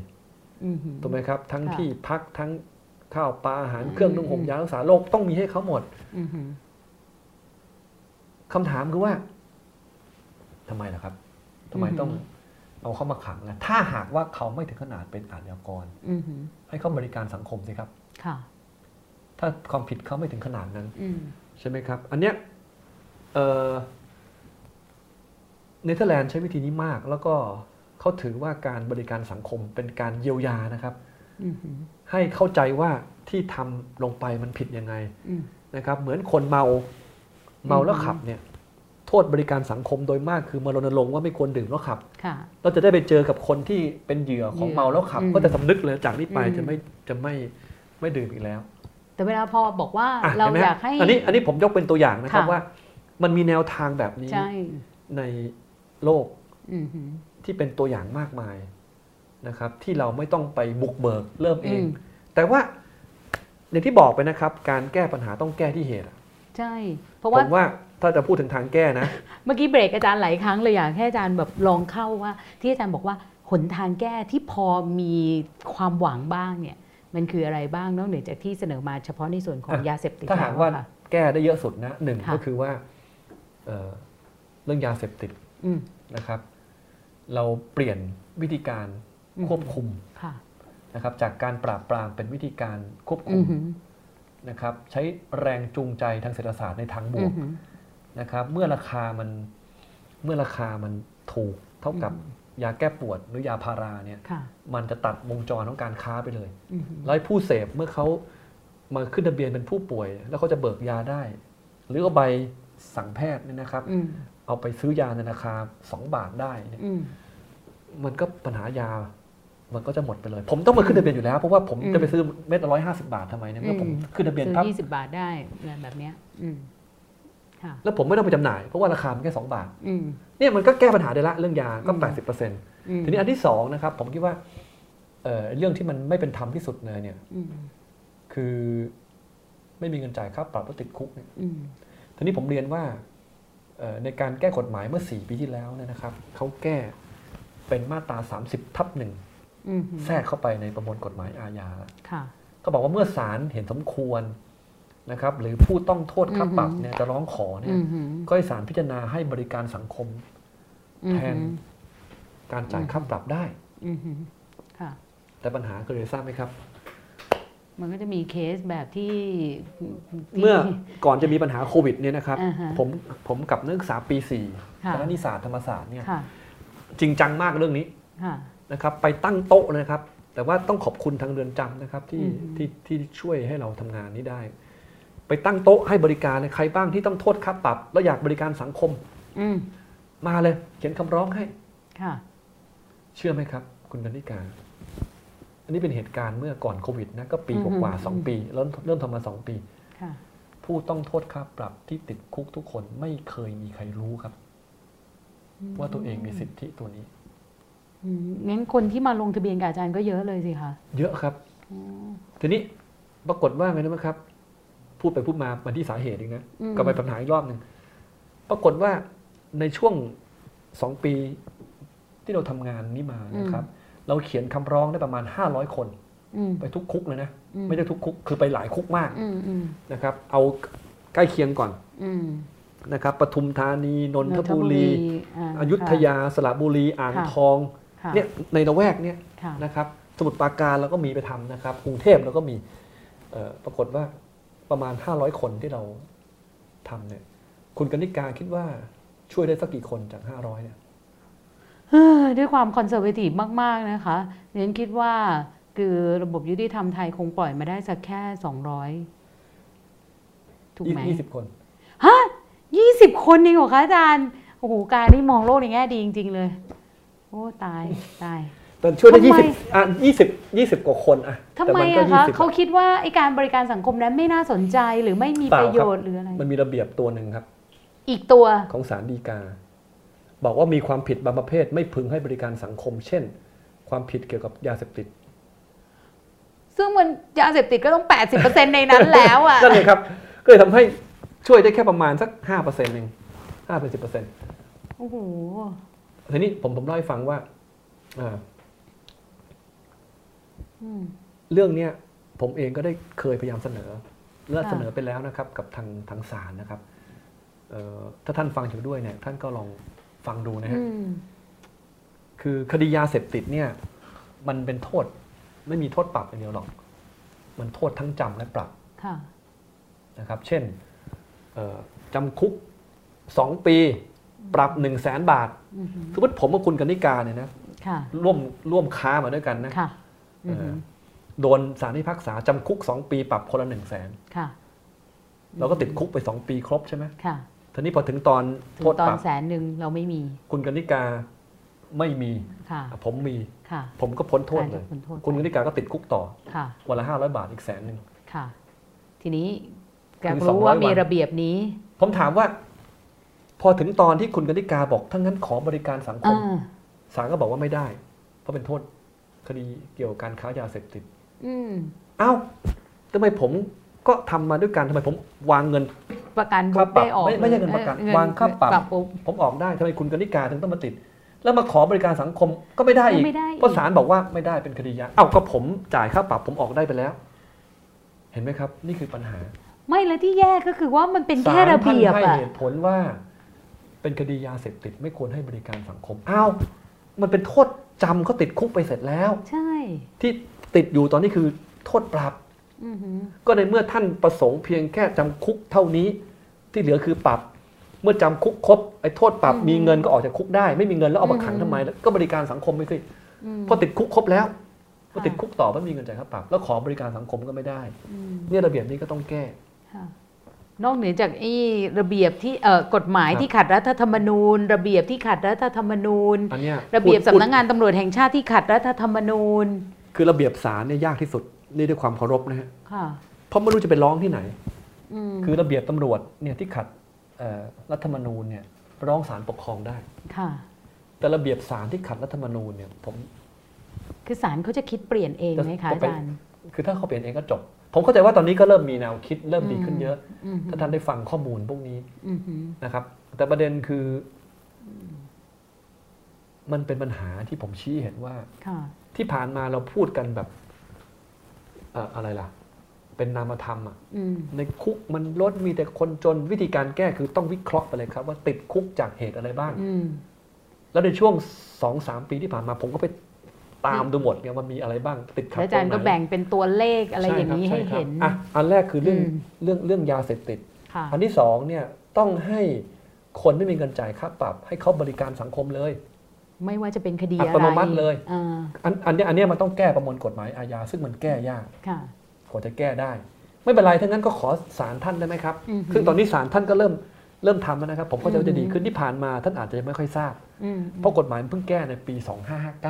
อืม ถูกไหมครับ ทั้ง ค่ะ ที่พักทั้งข้าวปลาอาหาร อืม เครื่องนุ่งห่ม อืม ยารักษาโรคต้องมีให้เขาหมด อืม คำถามคือว่าทำไมล่ะครับทำไมต้องเอาเขามาขังล่ะถ้าหากว่าเขาไม่ถึงขนาดเป็นอาชญากร อืม ให้เขาบริการสังคมสิครับ ค่ะ ถ้าความผิดเขาไม่ถึงขนาดนั้น อืม ใช่ไหมครับ อันเนี้ยเอ่อเนเธอร์แลนด์ใช้วิธีนี้มาก แล้วก็เขาถือว่าการบริการสังคมเป็นการเยียวยานะครับ อืม ให้เข้าใจว่าที่ทำลงไปมันผิดยังไง อืม นะครับ เหมือนคนเมาเมาแล้ว อืม ขับเนี่ยโทษบริการสังคมโดยมากคือมารณรงค์ว่าไม่ควรดื่มแล้วขับ ค่ะ เราจะได้ไปเจอกับคนที่เป็นเหยื่อของ เหยื่อ เมาแล้วขับ อืม ก็จะสำนึกเลยจากนี้ไป อืม จะไม่จะไม่ไม่ดื่มอีกแล้ว แต่เวลาพอบอกว่า อ่ะ เรา ห็นไหม อยากให้ อันนี้อันนี้ผมยกเป็นตัวอย่างนะครับ ค่ะ ว่า มันมีแนวทางแบบนี้ ใช่ ในโลก อืม ที่เป็นตัวอย่างมากมายนะครับ ที่เราไม่ต้องไปบุกเบิกเริ่มเอง อืม แต่ว่าอย่างที่บอกไปนะครับ การแก้ปัญหาต้องแก้ที่เหตุอะ ใช่ เพราะ ผ ว่าม ว่าถ้าจะพูดถึงทางแก้ นะ เมื่อกี้เบรกอาจารย์หลายครั้งเลยอยากให้อาจารย์แบบลองเข้าว่า ที่อาจารย์บอกว่าหนทางแก้ที่พอมีความหวังบ้างเนี่ย มันคืออะไรบ้างนอกเหนือจากที่เสนอมาเฉพาะในส่วนของ อ่ะ ยาเสพติด ถ้าหาก แล้ ว่า อะค่ะ แก้ได้เยอะสุดนะหนึ่ง ค่ะ ก็คือว่าเอ่อเรื่องยาเสพติด อืม นะครับ เราเปลี่ยนวิธีการ อืม ควบคุม ค่ะ นะครับ จากการปราบปรามเป็นวิธีการควบ อื คุม ม นะครับ ใช้แรงจูงใจทางเศรษฐศาสตร์ในทางบ อื ว ม ก นะครับเมื่อราคามันเมื่อราคามันถูกเท่ากับยาแก้ปวดหรือยาพาราเนี่ย ค่ะ มันจะตัดวงจรของการค้าไปเลย อืม แล้วให้ผู้เสพเมื่อเขามาขึ้นทะเบียนเป็นผู้ป่วย แล้วเขาจะเบิกยาได้ หรือเอาใบสั่งแพทย์เนี่ยนะครับ อืม เอาไปซื้อยาในราคา 2 บาทได้เนี่ย อืม มันก็ปัญหายา มันก็จะหมดไปเลย ผมต้องมาขึ้นทะเบียนอยู่แล้วเพราะว่าผม อืม จะไปซื้อเม็ดละร้อยห้าสิบาททำไมเนี่ยเมื่อผม อืม ขึ้นทะเบียน ซื้ ปั๊บ อ20 บาทได้อะไรแบบเนี้ยอืมค่ะ แล้วผมไม่ต้องไปจำหน่ายเพราะว่าราคามันแค่สองบาท อืม เนี่ยมันก็แก้ปัญหาได้ละเรื่องยาก็ อืม แปดสิบเปอร์เซ็นต อืม ทีนี้อันที่สองนะครับผมคิดว่าเอ่อเรื่องที่มันไม่เป็นธรรมที่สุดเลยเนี่ย อืม คือไม่มีเงินจ่ายค่าปรับแล้วติดคุกเนี่ย อืม ทีนี้ผมเรียนว่าเอ่อในการแก้กฎหมายเมื่อ 4 ปีที่แล้วเนี่ยนะครับเขาแก้เป็นมาตรา 30 ทับหนึ่ง อืม แทรกเข้าไปในประมวลกฎหมายอาญาแล้ว ค่ะ เขาบอกว่าเมื่อศาลเห็นสมควรนะครับ หรือผู้ต้องโทษค่าปรับ อือหือ เนี่ยจะร้องขอเนี่ อื ย มอืม ก็ให้ศาลพิจารณาให้บริการสังคม อืม แทน การจ่ายค่าปรับได้ อืมค่ะ แต่ปัญหาคืออะไรทราบไหมครับ มันก็จะมีเคสแบบที่ที่ เมื่อก่อนจะมีปัญหาโควิดเนี่ยนะครับ อ่าฮะ ผมผมกับนักศึกษาปี4ี่ ค่ะ คณะนิสสาสตร์ธรรมศาสตร์เนี่ย ค่ะ จริงจังมากเรื่องนี้ ค่ะ นะครับ ไปตั้งโต๊ะเลยนะครับ แต่ว่าต้องขอบคุณทางเรือนจำนะครับที่ อือฮึ ที่ที่ช่วยให้เราทำงานนี้ได้ ไปตั้งโต๊ะให้บริการเลยใครบ้างที่ต้องโทษค่าปรับ แล้วอยากบริการสังคม อืม มาเลย เขียนคำร้องให้ ค่ะ เชื่อไหมครับ คุณธนิการอันนี้เป็นเหตุการณ์เมื่อก่อนโควิดนะก็ปี อื ก อฮึ ว่าๆสองปีแล้วเริ่มทำมาสองปี ค่ะ ผู้ต้องโทษค่าปรับที่ติดคุกทุกคนไม่เคยมีใครรู้ครับ ว่าตัวเองมีสิทธิตัวนี้ อืมงั้นคนที่มาลงทะเบียนกับอาจารย์ก็เยอะเลยสิคะ เยอะครับ อืม ทีนี้ปรากฏว่าไงรู้ไหมครับ พูดไปพูดมามันที่สาเหตุเองนะ อืม กลับไปปัญหาอีกรอบหนึ่งปรากฏว่าในช่วงสองปีที่เราทำงานนี้มานะครับ เราเขียนคำร้องได้ประมาณ 500 คน อืม ไปทุกคุกเลยนะ อื ไม่ได้ทุกคุกคือไปหลายคุกมาก อืมอืม นะครับ เอาใกล้เคียงก่อน อืม นะครับปทุมธานีนนทบุรี อ่า อยุธยาสระบุรีอ่างทอง ค่ะ เนี่ยในละแวกเนี่ย ค่ะ นะครับ สมุทรปราการเราก็มีไปทำนะครับ กรุงเทพเราก็มีเอ่อปรากฏว่าประมาณ 500 คนที่เราทำเนี่ย คุณกนิกาคิดว่าช่วยได้สักกี่คนจาก 500เนี่ย เฮ้อด้วยความคอนเซอร์เวทีฟมาก ๆ นะคะเน้นคิดว่าคือระบบยุติธรรมไทยคงปล่อยมาได้สักแค่ 200 ถูกไหม 20 คน ยี่สิบคนเองเหรอคะอาจารย์ โอ้โห การนี่มองโลกในแง่ดีจริง ๆ เลย โอ้ ตาย ตาย แต่ช่วยได้ ทำไม 20อ่ะ20 20 กว่าคนอ่ะ ทำไม ก็ อะคะ 20 เขาคิดว่าไอการบริการสังคมนั้นไม่น่าสนใจหรือไม่มีประโยชน์หรืออะไร มันมีระเบียบตัวหนึ่งครับ อีกตัว ของศาลฎีกา บอกว่ามีความผิดบางประเภท ไม่พึงให้บริการสังคม เช่น ความผิดเกี่ยวกับยาเสพติด ซึ่งมันยาเสพติดก็ต้อง 80%ในนั้นแล้วอะ นั่นเลยครับ ก็เลยทำให้ช่วยได้แค่ประมาณสักห้าเปอร์เซ็นต์เองห้าเป็นสิบเปอร์เซ็นต์ โอ้โห ทีนี้ผมผมเล่าให้ฟังว่าเอ่อ อืม เรื่องเนี้ยผมเองก็ได้เคยพยายามเสนอ และ ค่ะ เสนอไปแล้วนะครับ กับทางทางศาลนะครับเอ่อถ้าท่านฟังอยู่ด้วยเนี่ยท่านก็ลองฟังดูนะฮะ อืม คือคดียาเสพติดเนี่ย มันเป็นโทษไม่มีโทษปรับอย่างเดียวหรอก มันโทษทั้งจำและปรับ ค่ะ นะครับ เช่นเอ่อจำคุก 2 ปี ปรับ 1 0 0 0 0แบาท อือหือ สมมติผมกับคุณกนิกาเนี่ยนะ ค่ะ ร่วมร่วมค้ามาด้วยกันนะ ค่ะ เอ อื อ อหือ โดนสารพิพากษาจำคุก 2 ปี ปรับคนละ 1 0 0 0 0แสน ค่ะ เราก็ติดคุกไป 2 ปีครบใช่ไหม ค่ะ ทีนี้พอถึงตอน ถึ โท ง ษ ตอ ป น รับ แสนหนึ่งเราไม่มี คุณกนิกาไม่มี ค่ะ อ่ะผมมี ค่ะ ผมก็พ้นโทษเลย ใช่พ้นโทษไป คุณกนิกาก็ติดคุกต่อ ค่ะ วันละ 500 บาทอีกแสนหนึ่ง ค่ะ ทีนี้แก ถึง รู้ว่า 200วัน มีระเบียบนี้ ผมถามว่า พอถึงตอนที่คุณกนิกาบอกถ้างั้นขอบริการสังคม อ่า ศาลก็บอกว่าไม่ได้ เพราะเป็นโทษคดีเกี่ยวกับการค้ายาเสพติด อืม เอ้าทำไมผมก็ทำมาด้วยกันทำไมผมวางเงิน ประกัน ค่าปรับ ได้ออก ไม่ไม่ใช่เงินประกัน ออ วางค่าปรับ ปุ๊บ ผมออกได้ทำไมคุณกนิการถึงต้องมาติด แล้วมาขอบริการสังคมก็ไม่ได้อีก ไม่ได้อีก เพราะศาลบอกว่าไม่ได้เป็นคดียาเอ้าก็ผมจ่ายค่าปรับผมออกได้ไปแล้ว เห็นไหมครับ นี่คือปัญหา ไม่แล้วที่แย่ก็คือว่ามันเป็นแค่ ศาล ระ ท่าน เบียบ ให้ อะ เหตุผลว่า เป็นคดียาเสพติดไม่ควรให้บริการสังคมเอ้ามันเป็นโทษจำก็ติดคุกไปเสร็จแล้ว ใช่ ที่ติดอยู่ตอนนี้คือโทษปรับ อือหือ ก็ในเมื่อท่านประสงค์เพียงแค่จำคุกเท่านี้ ที่เหลือคือปรับ เมื่อจำคุกครบไอ้โทษปรับมีเงินก็ออกจากคุกได้ ไม่มีเงินแล้วเอามาขังทำไมแล้วก็บริการสังคมไม่สิ ม พอติดคุกครบแล้ว ก็ติดคุกต่อไม่มีเงินจ่ายค่าปรับ แล้วขอบริการสังคมก็ไม่ได้ อืม เนี่ยระเบียบนี้ก็ต้องแก้ ค่ะนอกเหนือจากไอ้ระเบียบที่เอ่อกฎหมาย ครับ ที่ขัดรัฐธรรมนูญ ระเบียบที่ขัดรัฐธรรมนูญ อันเนี้ย ระเบียบ พูด สำนักงานตำรวจแห่งชาติที่ขัดรัฐธรรมนูญ คือระเบียบศาลเนี่ยยากที่สุดนี่ด้วยความเคารพนะฮะ ค่ะ เพราะไม่รู้จะไปร้องที่ไหน อืม คือระเบียบตำรวจเนี่ยที่ขัดเอ่อรัฐธรรมนูญเนี่ยร้องศาลปกครองได้ ค่ะ แต่ระเบียบศาลที่ขัดรัฐธรรมนูญเนี่ยผม คือศาลเขาจะคิดเปลี่ยนเองไหมคะอาจารย์ คือถ้าเขาเปลี่ยนเองก็จบ ผมเข้าใจว่าตอนนี้ก็เริ่มมีแนวคิดเริ่มดีขึ้นเยอะ อือหื ถ้า อ ท่านได้ฟังข้อมูลพวกนี้ อือหือ นะครับ แต่ประเด็นคืออมันเป็นปัญหาที่ผมชี้เห็นว่า ค่ะ ที่ผ่านมาเราพูดกันแบบเอ่ออะไรล่ะ เป็นนามธรรมอะ อืม ในคุกมันลดมีแต่คนจนวิธีการแก้คือต้องวิเคราะห์ไปเลยครับ ว่าติดคุกจากเหตุอะไรบ้าง อืม แล้วในช่วงสองสามปีที่ผ่านมา ผมก็ไปตามดูหมดเนี่ยว่ามีอะไรบ้าง ติดขัด แล้วอาจารย์ ต ก็ รงไหน แบ่งเป็นตัวเลขอะไรอย่างนี้ให้ ช่ครับช่ครับ เห็น อ่ะอันแรกคือเรื่อง อืม เรื่องเรื่องยาเสพติด ค่ะ อันที่สองเนี่ยต้องให้คนไม่มีเงินจ่ายค่าปรับ ให้เขาบริการสังคมเลย ไม่ว่าจะเป็นคดีอะไร อัตโนมัติเลย อ่า อันอันเนี้ยอันเนี้ยมันต้องแก้ประมวลกฎหมายอาญาซึ่งมันแก้ยาก ค่ะ กว่าจะแก้ได้ ไม่เป็นไรถ้างั้นก็ขอศาลท่านได้ไหมครับ อือหือ ซึ่งตอนนี้ศาลท่านก็เริ่มเริ่มทำแล้วนะครับผมก็จะว่าอืจะอหื ดี อ ขึ้นที่ผ่านมาท่านอาจจะยังไม่ค่อยทราบ อืม เพราะกฎหมายมันเพิ่งแก้ในปี 2559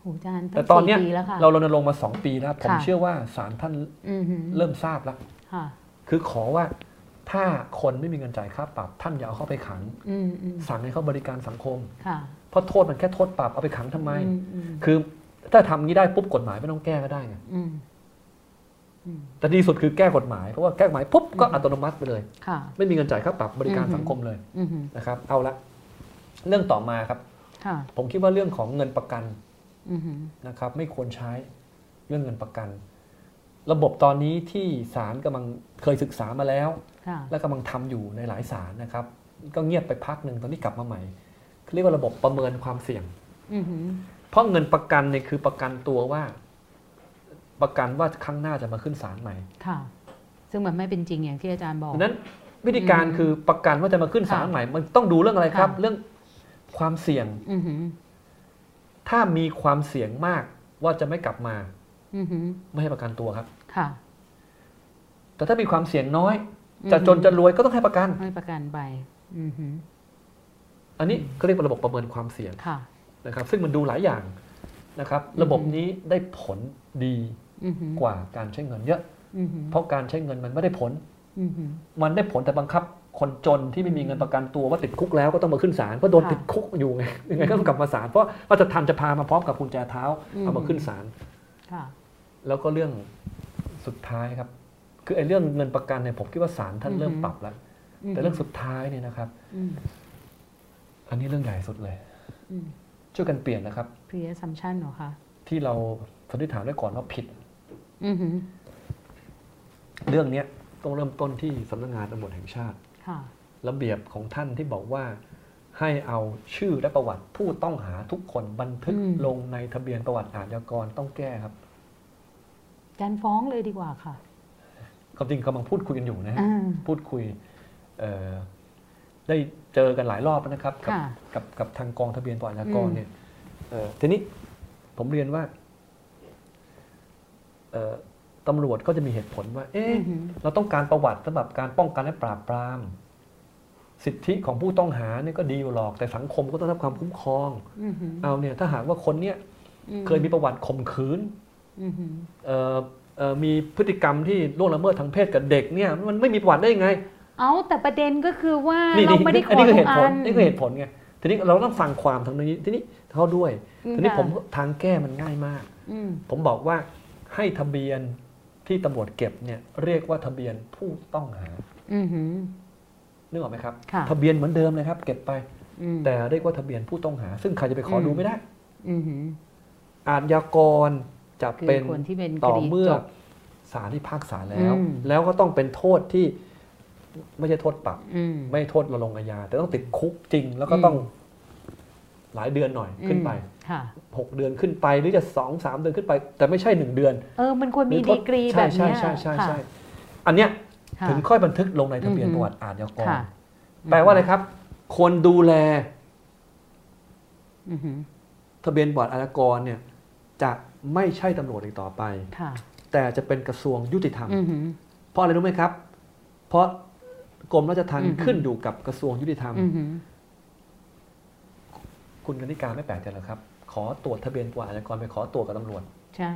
โหอาจารย์ แต่ตอนเนี้ย งสี่ปีแล้วค่ะ เรารณรงค์มาสองปีแล้วผม ค่ะ เชื่อว่าศาลท่าน อือหือ เริ่มทราบแล้ว ค่ะ คือขอว่าถ้าคนไม่มีเงินจ่ายค่าปรับ ท่านอย่าเอาเข้าไปขัง อืมอืม สั่งให้เขาบริการสังคม ค่ะ เพราะโทษมันแค่โทษปรับเอาไปขังทำไม อือืม คือถ้าทำงี้ได้ปุ๊บกฎหมายไม่ต้องแก้ก็ได้ไง อืมอืม แต่ดีสุดคือแก้กฎหมายเพราะว่าแก้กฎหมายปุ๊บก็อัตโนมัติไปเลย ค่ะ ไม่มีเงินจ่ายค่าปรับบริการ อือหือ สังคมเลย อือหือ นะครับ เอาละเรื่องต่อมาครับ ค่ะ ผมคิดว่าเรื่องของเงินประกัน อือหือ นะครับ ไม่ควรใช้ ย รื่องเงินประกัน ระบบตอนนี้ที่ศาลกำลังเคยศึกษามาแล้ว ค่ะ และกำลังทำอยู่ในหลายศาลนะครับ ก็เงียบไปพักหนึ่งตอนนี้กลับมาใหม่เรียกว่าระบบประเมินความเสี่ยง อือหือ เพราะเงินประกันเนี่ยคือประกันตัวว่า ประกันว่าครั้งหน้าจะมาขึ้นศาลใหม่ ค่ะ ซึ่งมันไม่เป็นจริงอย่างที่อาจารย์บอก ดังนั้นวิธีการ อืม คือประกันว่าจะมาขึ้นศาล ค่ะ ใหม่ มันต้องดูเรื่องอะไรครับ ค่ะ เรื่องความเสี่ยง อือหือ ถ้ามีความเสี่ยงมากว่าจะไม่กลับมา อือหือ ไม่ให้ประกันตัวครับ ค่ะ แต่ถ้ามีความเสี่ยงน้อย อือหือ จะจนจะรวยก็ต้องให้ประกัน ไม่ประกันไป อือหือ อันนี้เขาเรียกว่าระบบประเมินความเสี่ยง ค่ะ นะครับซึ่งมันดูหลายอย่างนะครับ อืม ระบบนี้ได้ผลดี อือหือก ว่าการใช้เงินเยอะ อือหือ เพราะการใช้เงินมันไม่ได้ผล อือหือ มันได้ผลแต่บังคับ คนจนที่ไม่มีเงินประกันตัวว่าติดคุกแล้วก็ต้องมาขึ้นศาลเพราะโดน ค่ะ ติดคุกอยู่ไง ยังไงก็ต้องกลับมาศาลเพราะว่าจะทันจะพามาพร้อมกับกุญแจเท้า อืม เอามาขึ้นศาล ค่ะ แล้วก็เรื่องสุดท้ายครับ คือไอ้เรื่องเงินประกันเนี่ยผมคิดว่าศาลท่านเริ่มปรับแล้ว แต่เรื่องสุดท้ายเนี่ยนะครับ อืม อันนี้เรื่องใหญ่สุดเลย อืม ช่วยกันเปลี่ยนนะครับ พรีแอสซัมชันเหรอคะ ที่เราสันนิษฐานไว้ก่อนว่าผิด อือหือ เรื่องเนี้ยต้องเริ่มต้นที่สำนักงานตำรวจแห่งชาติ ค่ะ ระเบียบของท่านที่บอกว่า ให้เอาชื่อและประวัติผู้ต้องหาทุกคนบันทึก อืม ลงในทะเบียนประวัติอาชญากรต้องแก้ครับ อาจารย์ฟ้องเลยดีกว่าค่ะ ความจริงกำลังพูดคุยกันอยู่นะฮะ อ่า พูดคุยเอ่อได้เจอกันหลายรอบนะครับกับ ค่ะ กับกับทางกองทะเบียนประวัติอาชญากร อืม เนี่ยเอ่อทีนี้ผมเรียนว่าเอ่อตำรวจก็จะมีเหตุผลว่า เอ๊ะ อือหือ เราต้องการประวัติสำหรับการป้องกันและปราบปราม สิทธิของผู้ต้องหาเนี่ยก็ดีอยู่หรอก แต่สังคมก็ต้องรับความคุ้มครอง อือหือ เอาเนี่ยถ้าหากว่าคนเนี่ย อื เคยมีประวัติข่มขืน อือหือ เอ่อเอ่อมีพฤติกรรมที่ล่วงละเมิดทางเพศกับเด็กเนี่ยมันไม่มีประวัติได้ยังไง เอาแต่ประเด็นก็คือว่า นี่ เรา นี่ ไม่ได้ข อัน อ นี้ทุคือเห ก ตุผ อั ล น นี่คือเหตุผลไงทีนี้เราต้องฟังความทางนี้ทีนี้เขาด้วย อื ทีนี้ ค่ะ ผมทางแก้มันง่ายมาก อืม ผมบอกว่าให้ทะเบียนที่ตำรวจเก็บเนี่ยเรียกว่าทะเบียนผู้ต้องหา อือหือ นึกออกไหมครับ ค่ะ ทะเบียนเหมือนเดิมเลยครับ เก็บไป อืม แต่เรียกว่าทะเบียนผู้ต้องหา ซึ่งใครจะไปขออ ม ดูไม่ได้ อือหือ อาชญากรจะ คือ เป็น คนที่เป็นค ต่อ ดี เมื่อ จบ ศาลที่พากษาแล้ว อืม แล้วก็ต้องเป็นโทษที่ไม่ใช่โทษปรับ อืม ไม่โทษระลงอาญาแต่ต้องติดคุกจริง แล้วก็ต้อง อืม หลายเดือนหน่อยขึ้นไป ค่ะ หกเดือนขึ้นไปหรือจะสองสามเดือนขึ้นไป แต่ไม่ใช่หนึ่งเดือน เออ มันควรมี หอโท ดี ษ กรีแบ ใช่ บ ใช่ เนี้ย ใช่ใช่ ค่ะ ใช่อันเนี้ย ค่ะ ถึงค่อยบันทึกลงในทะเบียน อืม ประวัติอาชญากร ค่ะ แปลว่าอะไรครับ คนดูแล อือหือ ทะเบียนบอร์ดอาชญากรเนี่ยจะไม่ใช่ตำรวจอีกต่อไป ค่ะ แต่จะเป็นกระทรวงยุติธรรม อือหือ เพราะอะไรรู้ไหมครับ เพราะกรมราชทัณ อื ฑ์ อหือ ขึ้นอยู่กับกระทรวงยุติธรรม อือหือ คุณกนิการไม่แปลกใจเหรอครับ ขอตรวจทะเบียนบอร์ดอาชญากรไปขอตรวจกับตำรวจ ใช่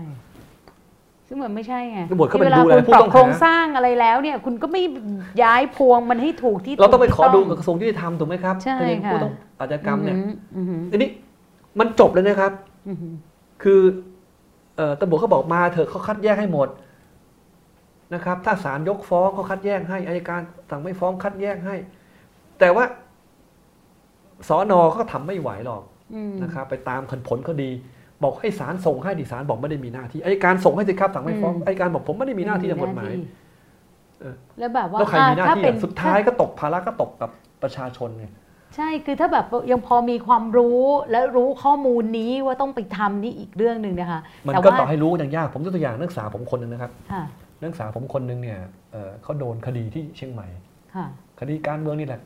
ซึ่งมันไม่ใช่ไง ตำรวจเข้าไป ที่ ดูแล คุณ ผู้ ปรั ต้องหา โครงสร้างอะไรแล้วเนี่ย คุณก็ไม่ย้ายพวงมันให้ถูกที่ เราต้องไป ถู ขอดู ที่ กัต้บกระทรวงยุติธรรมถูกไหมครับ ใช่ ทะเบียนผู้ ค่ะ ต้องอาชญากรรมเนี่ย อือหือ อันนี้มันจบเลยนะครับ อือหือ คือเอ่อตำรวจเขาบอกมาเถอะเขาคัดแยกให้หมดนะครับ ถ้าศาลยกฟ้องเขาคัดแยกให้อายการสั่งไม่ฟ้องคัดแยกให้ แต่ว่าสอนอก็ทำไม่ไหวหรอก อืม นะครับ ไปตามผลคดี บอกให้ศาลส่งให้ดิศาลบอกไม่ได้มีหน้าที่อายการส่งให้สิครับสั่งไม่ฟ้องอายการบอกผมไม่ได้มีหน้าที่ทางกฎหมาย เออ แล้วแบบว่า แล้วใครมีหน้า อ่ะถ้ ที่ เป็น อ่ะสุดท้ายก็ตกภาระก็ตกกับประชาชนไง ใช่ คือถ้าแบบยังพอมีความรู้และรู้ข้อมูลนี้ว่าต้องไปทำนี่อีกเรื่องหนึ่งนะคะ มัน แต่ ก็ ว่า ต่อให้รู้อย่างยากผมยกตัวอย่างนักศึกษาผมคนหนึ่งนะครับ ค่ะ นักศึกษาผมคนหนึ่งเนี่ยเอ่อเขาโดนคดีที่เชียงใหม่ ค่ะ คดีการเมืองนี่แหละ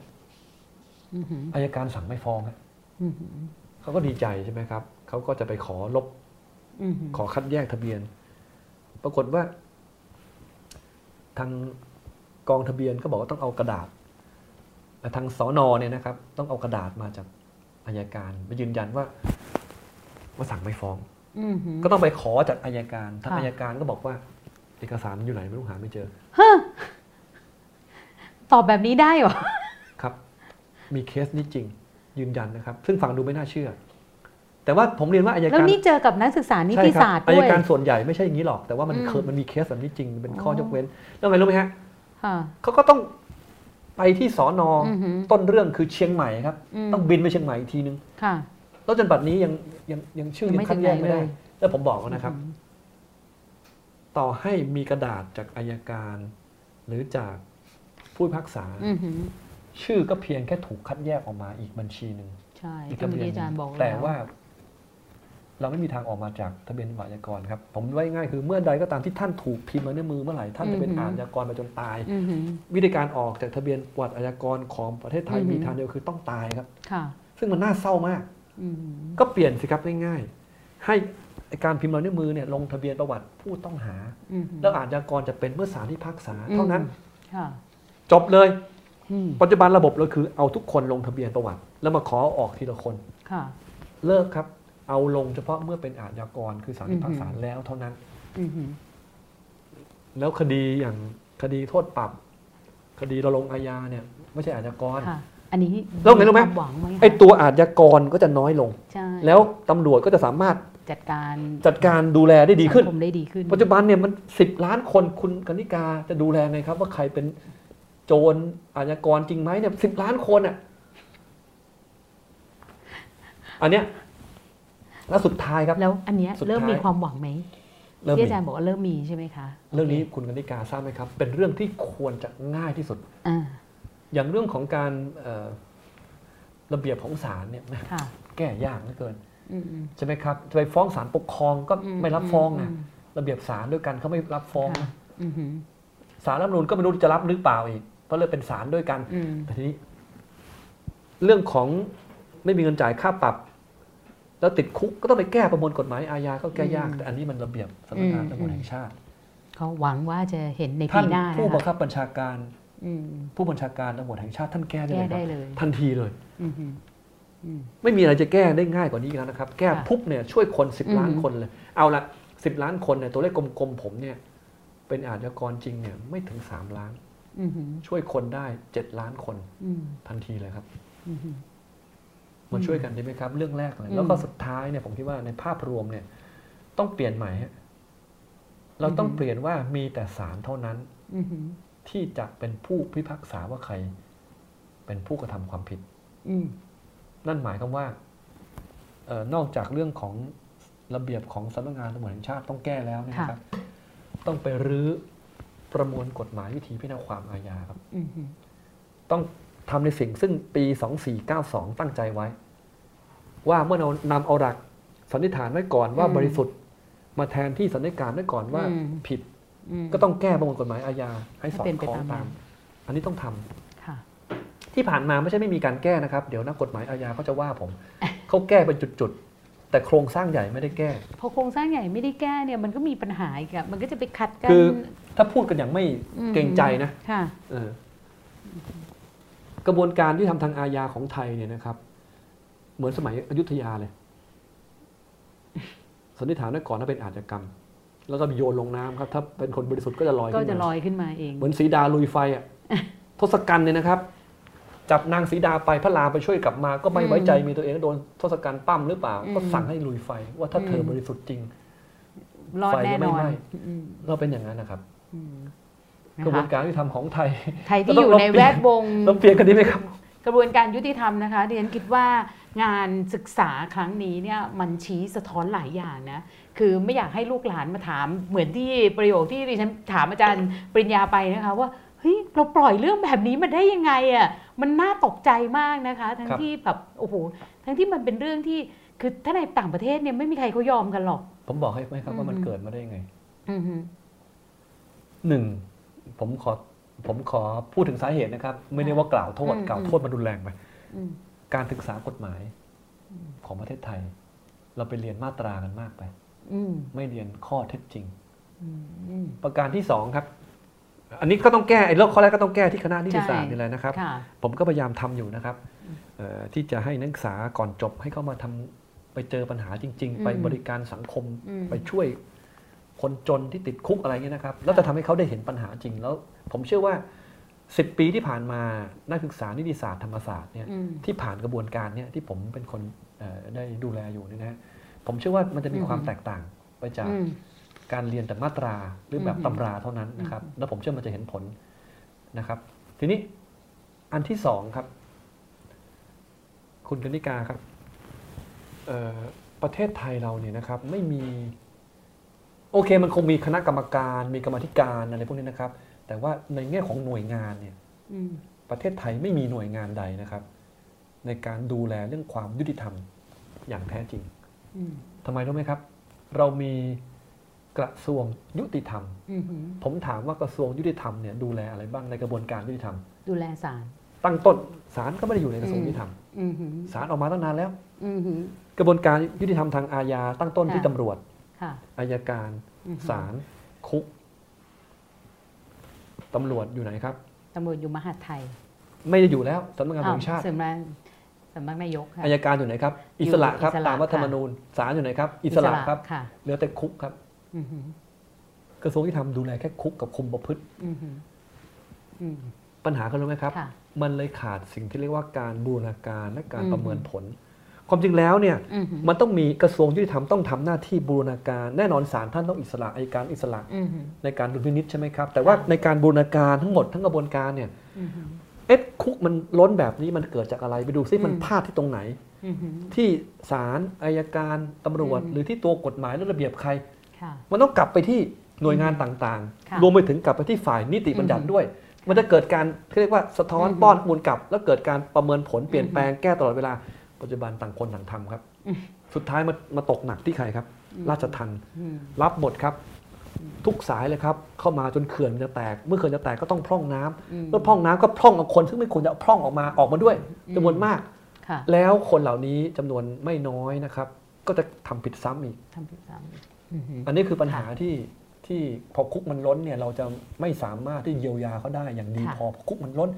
อือหือ อายการสั่งไม่ฟ้องฮะ อือหือ เขาก็ดีใจใช่ไหมครับ เขาก็จะไปขอลบ อือหือ ขอคัดแยกทะเบียน ปรากฏว่า ทางกองทะเบียนก็บอกว่าต้องเอากระดาษเอ่อทางสอนอเนี่ยนะครับ ต้องเอากระดาษมาจากอายการไปยืนยันว่า ว่าสั่งไม่ฟ้อง อือหือ ก็ต้องไปขอจากอายการทาง ค่ะ อายการก็บอกว่า เอกสารมันอยู่ไหนไม่รู้หาไม่เจอ ตอบแบบนี้ได้เหรอ ครับ มีเคสนี้จริง ยืนยันนะครับ ซึ่งฟังดูไม่น่าเชื่อ แต่ว่าผมเรียนว่าอาย แล้ว การ นี่เจอกับนักศึกษานิติศาสตร์ ใช่ ด้ คบ วย อายการส่วนใหญ่ไม่ใช่อย่างนี้หรอก แต่ว่ามัน อืม เคยมันมีเคสแบบนี้จริงเป็น อ๋อ ข้อยกเว้น แล้วไงรู้ไหมฮะ ค่ะ เขาก็ต้องไปที่สอนอ อือหือ ต้นเรื่องคือเชียงใหม่ครับ อืม ต้องบินไปเชียงใหม่อีกทีนึง ค่ะ แล้วจนบัดนี้ยังยังยังชื่อ ยัง ยั ไม่ งคัดแยกไม่ได้ ถึงไหนเลย แล้วผมบอกนะครับ ต่อให้มีกระดาษจากอายการ หรือจากผู้พิพักษา อือหือ ชื่อก็เพียงแค่ถูกคัดแยกออกมาอีกบัญชีหนึ่ง ใช่ อีก ก็ ทะ เมื่อ เบียน กี้ ห อาจารงนึ่ย์บอก แต่ ล้ว ว่าเราไม่มีทางออกมาจากทะเบียนอาชญากรครับ ผมว่าง่ายๆคือเมื่อใดก็ตามที่ท่านถูกพิมพ์มาในมือเมื่อไหร่ท่านจะเป็น อือหือ อา อ ชญากรไปจนตาย อือหือ วิธีการออกจากทะเบียนประวัติอาชญากรของประเทศไทย อือหือ มีทางเดียวคือต้องตายครับ ค่ะ ซึ่งมันน่าเศร้ามาก อือหือ ก็เปลี่ยนสิครับง่ายๆ ให้การพิมพ์ลายนิ้วมือเนี่ยลงทะเบียนประวัติผู้ต้องหา อือหือ แล้วอาชญากรจะเป็นเมื่อศาลที่พักษา เท่านั้น ค่ะ จบเลย อืม ปัจจุบันระบบเราคือเอาทุกคนลงทะเบียนประวัติ แล้วมาขอออกทีละคน ค่ะ เลิกครับ เอาลงเฉพาะเมื่อเป็นอาชญากรคือศาล อื ที่ อหือ พักษาแล้วเท่านั้น อือหือ แล้วคดีอย่างคดีโทษปรับ คดีเราลงอาญาเนี่ยไม่ใช่อาชญากร ค่ะ อันนี้ แล้วไงรู้ไหม ควาหวังไหมคะ ไอตัวอาชญากรก็จะน้อยลง ใช่ แล้วตำรวจก็จะสามารถ จัดการ จัดการดูแลได้ดีขึ้น สังคมได้ดีขึ้น ปัจจุบันเนี่ยมันสิบล้านคนคุณกนิกาจะดูแลไงครับ ว่าใครเป็นโจรอาชญากรจริงไหมเนี่ยสิบล้านคนอ่ะ อันเนี้ยแล้วสุดท้ายครับ แล้วอันเนี้ย สุดท้าย เริ่มมีความหวังไหม เริ่ม ที่ มี อาจารย์บอกว่าเริ่มมีใช่ไหมคะ เรื่องนี้คุณกนิกาทราบไหมครับ เป็นเรื่องที่ควรจะง่ายที่สุด อ่า อย่างเรื่องของการเอ่อระเบียบของศาลเนี่ยแม่ ค่ะ แก้ยากเหลือเกิน อืมอืม ใช่ไหมครับจะไปฟ้องศาลปกครองก็ อื ไม่รับฟ้องนะ ม ระเบียบศาลด้วยกันเขาไม่รับฟ้อง ค่ะ นะ อืมอืม ศาลรัฐธรรมนูลก็ไม่รู้จะรับหรือเปล่าอีกเพราะเลยเป็นศาลด้วยกัน อืม ทีนี้เรื่องของไม่มีเงินจ่ายค่าปรับ แล้วติดคุกก็ต้องไปแก้ประมวลกฎหมายอาญาก็แก้ยากแต่อันนี้มันระเบียบสำนักงานตำรวจแห่งชาติ เขาหวังว่าจะเห็นใน ท่า ปี น หน้านะ ผู้บัง คะ คับบัญชาการ อืม ผู้บัญชาการตำรวจแห่งชาติท่านแก้ได้เลยค แก้ รั ได้ บ เลย ทันทีเลย อืมอืมอืม ไม่มีอะไรจะแก้ได้ง่ายกว่านี้อีกแล้วนะครับ แก้ ค่ะ ปุ๊บเนี่ยช่วยคนสิบ อืม ล้านคนเลย เอาละสิบล้านคนเนี่ยตัวเลขกลมๆผมเนี่ย เป็นอาชญากรจริงเนี่ยไม่ถึงสามล้าน อืมอืม ช่วยคนได้เจ็ดล้านคน อืม ทันทีเลยครับ อืมอืม มาช่วยกันใช่ไหมครับ เรื่องแรกเลย อืม แล้วก็สุดท้ายเนี่ยผมคิดว่าในภาพรวมเนี่ย ต้องเปลี่ยนใหม่ฮะเราต้อง อือฮึ เปลี่ยนว่ามีแต่ศาลเท่านั้น อืมอืม ที่จะเป็นผู้พิพากษาว่าใคร เป็นผู้กระทำความผิด อืม นั่นหมายความว่าเออนอกจากเรื่องของระเบียบของสำนักงานตำรวจแห่งชาติต้องแก้แล้วเนยนะครับ ต้องไปรื้อประมวลกฎหมายวิธีพิจารณาความอาญาครับ อืมอืม ต้องทำในสิ่งซึ่งปี 2492 ตั้งใจไว้ ว่าเมื่อนำเอาหลักสันนิษฐานไว้ก่อนว่าบริสุทธิ์ มาแทนที่สันนิษฐานไว้ก่อนว่าผิด ม ก็ต้องแก้ประมวลกฎหมายอาญาให้สอด ให้เป็น คล้อง ไปตา ตาม ม อันนี้ต้องทำ ค่ะ ที่ผ่านมาไม่ใช่ไม่มีการแก้นะครับ เดี๋ยวนักกฎหมายอาญาเขาจะว่าผม เขาแก้เป็นจุดๆ แต่โครงสร้างใหญ่ไม่ได้แก้ พอโครงสร้างใหญ่ไม่ได้แก้เนี่ยมันก็มีปัญหาอีกอะมันก็จะไปขัดกัน คือถ้าพูดกันอย่างไม่ ม เกรงใจนะ ค่ะ เออกระบวนการที่ทำทางอาญาของไทยเนี่ยนะครับ เหมือนสมัยอยุธยา เลยสันนิษฐานไว้ก่อนว่าเป็นอาชญากรรม แล้วก็โยนลงน้ำครับ ถ้าเป็นคนบริสุทธิ์ก็จะลอย ก็ ขึ้น จะล มา อยขึ้นมาเอง เหมือนสีดาลุยไฟ อ่ะ ทศกัณฐ์เนี่ยนะครับ จับนางสีดาไปพระรามไปช่วยกลับมา ก็ไม่ อืม ไว้ใจมีตัวเองโดนทศกัณฐ์ปั้มหรือเปล่า อืม ก็สั่งให้ลุยไฟ ว่าถ้าเธออ ม บริสุทธิ์จริง รอด ไฟก็ แน่ ไม่ นอน ไหม้ อืม ก็เป็นอย่างนั้นนะครับ อืม กระบว นะ น คะ การที่ทำของไทย ใครที่ ก็ต้ อ อง ยู่ใน ลบเป แว ลี่ยน ดวง ต้องเปลี่ยนกันดีไหมครับ กระบวนการยุติธรรมนะคะดิฉันคิดว่างานศึกษาครั้งนี้เนี่ยมันชี้สะท้อนหลายอย่างนะคือไม่อยากให้ลูกหลานมาถามเหมือนที่ประโยคที่ดิฉันถามอาจารย์ปริญญาไปนะคะว่าเฮ้ยเราปล่อยเรื่องแบบนี้มาได้ยังไงอะ่ะมันน่าตกใจมากนะคะ ทั้ง ครับ ที่แบบโอ้โหทั้งที่มันเป็นเรื่องที่คือถ้าในต่างประเทศเนี่ยไม่มีใครเขายอมกันหรอก ผมบอกให้ไหมครับว่ามัน อืม เกิดมาได้ยังไง อือฮึ หนึ่งผมขอผมขอพูดถึงสาเหตุนะครับ ไม่ได้ว่ากล่าวโทษกล่าวโทษมันรุนแรงไป อืม การศึกษากฎหมาย อืม ของประเทศไทย เราไปเรียนมาตรากันมากไป อืม ไม่เรียนข้อเท็จจริง อืมอืม ประการที่สองครับ อันนี้ก็ต้องแก้ไอ้เรื่องข้อแรกก็ต้องแก้ที่คณะนิติศาสใช่ตร์นี่แหละนะครับ ค่ะ ผมก็พยายามทำอยู่นะครับเอ่อที่จะให้นักศึกษาก่อนจบให้เข้ามาทำไปเจอปัญหาจริง อืม ๆ ไปบริการสังคม อืม ไปช่วยคนจนที่ติดคุกอะไรเงี้ยนะครับ แล้วจะทำให้เขาได้เห็นปัญหาจริงแล้ว ผมเชื่อว่า 10 ปีที่ผ่านมานักศึกษานิติศาสตร์ธรรมศาสตร์เนี่ย อืม ที่ผ่านกระบวนการเนี่ยที่ผมเป็นคนเอ่อได้ดูแลอยู่เนี่ยนะฮะผมเชื่อว่ามันจะมีความ อืม แตกต่างไปจาก อืม การเรียนแต่มาตราหรือแบบ อือฮึ ตำราเท่านั้นนะครับ แล้วผมเชื่อมันจะเห็นผลนะครับ ทีนี้อันที่สองครับ คุณกนิกาครับเอ่อประเทศไทยเราเนี่ยนะครับ ไม่มี โอเค มันคงมีคณะกรรมการมีกรรมาธิการอะไรพวกนี้นะครับ แต่ว่าในแง่ของหน่วยงานเนี่ย อืม ประเทศไทยไม่มีหน่วยงานใดนะครับ ในการดูแลเรื่องความยุติธรรมอย่างแท้จริง อืม ทำไมรู้ไหมครับ เรามีกระทรวงยุติธรรม อืมหือ ผมถามว่ากระทรวงยุติธรรมเนี่ยดูแลอะไรบ้างในกระบวนการยุติธรรม ดูแลศาล ตั้งต้นศาลก็ไม่ได้อยู่ในกระทรวงยุติธรรม อืมหือ ศาลออกมาตั้งนานแล้ว อืมหือ กระบวนการยุติธรรมทางอาญาตั้งต้นที่ ค่ะ ตำรวจ ค่ะ อายการ อือหือ ศาลคุกตำรวจอยู่ไหนครับ ตำรวจอยู่มหาดไทย ไม่ได้อยู่แล้วสำนักงานตำรวจแห่งชาติ สำนักสำนักนายกค่ะ อายการอยู่ไหนครับ อิสระครับ อิสระ ตามรัฐธรรม ค่ะ นูญศาลอยู่ไหนครับ อิสระครับ ค่ะ เหลือแต่คุกครับ อืมหือก ระทรวงยุติธรรมดูแลแค่คุกกับคุมประพฤติ อืมหืออืม ปัญหาคือรู้ไหมครับ ค่ะ มันเลยขาดสิ่งที่เรียกว่าการบูรณาการและการ อืม ประเมินผล ความจริงแล้วเนี่ย อืมหือ มันต้องมีกระทรวงยุติธรรมต้องทำหน้าที่บูรณาการแน่นอนศาลท่านต้องอิสระอายการอิสระ อืมหือ ในการดุลพินิจใช่ไหมครับ แต่ว่าในการบูรณาการทั้งหมดทั้งกระบวนการเนี่ย อืมหือ เอ๊ะคุกมันล้นแบบนี้มันเกิดจากอะไรไปดูซิมัน อืม พลาดที่ตรงไหน อืมหือ ที่ศาลอายการตำรวจ อืม หรือที่ตัวกฎหมายหรือระเบียบใคร ค่ะ มันต้องกลับไปที่หน่วยงานต่าง ค่ะ ๆ รวมไปถึงกลับไปที่ฝ่ายนิติบัญญัติด้วย มันจะเกิดการเรียกว่าสะท้อน อือฮึ ป้อนข้อมูลกลับ แล้วเกิดการประเมินผลเปลี่ยน อือฮึ แปลงแก้ตลอดเวลา ปัจจุบันต่างคนต่างทำครับ อืม สุดท้ายมามาตกหนักที่ใครครับ ราชทัน อืม รับบทครับ ทุกสายเลยครับ เข้ามาจนเขื่อนจะแตก เมื่อเขื่อนจะแตกก็ต้องพร่องน้ำ ม เมื่อพร่องน้ำก็พร่องเอาคน ซึ่งไม่ควรจะเอาพร่องออกมาออกมาด้วย อืม จำนวนมาก ค่ะ แล้วคนเหล่านี้จำนวนไม่น้อยนะครับ ก็จะทำผิดซ้ำอีก ทำผิดซ้ำอืมหือ อันนี้คือปัญหาที่ที่พอคุกมันล้นเนี่ยเราจะไม่สามารถที่เยียวยาเขาได้อย่างดี ค่ะ พอพอคุกมันล้น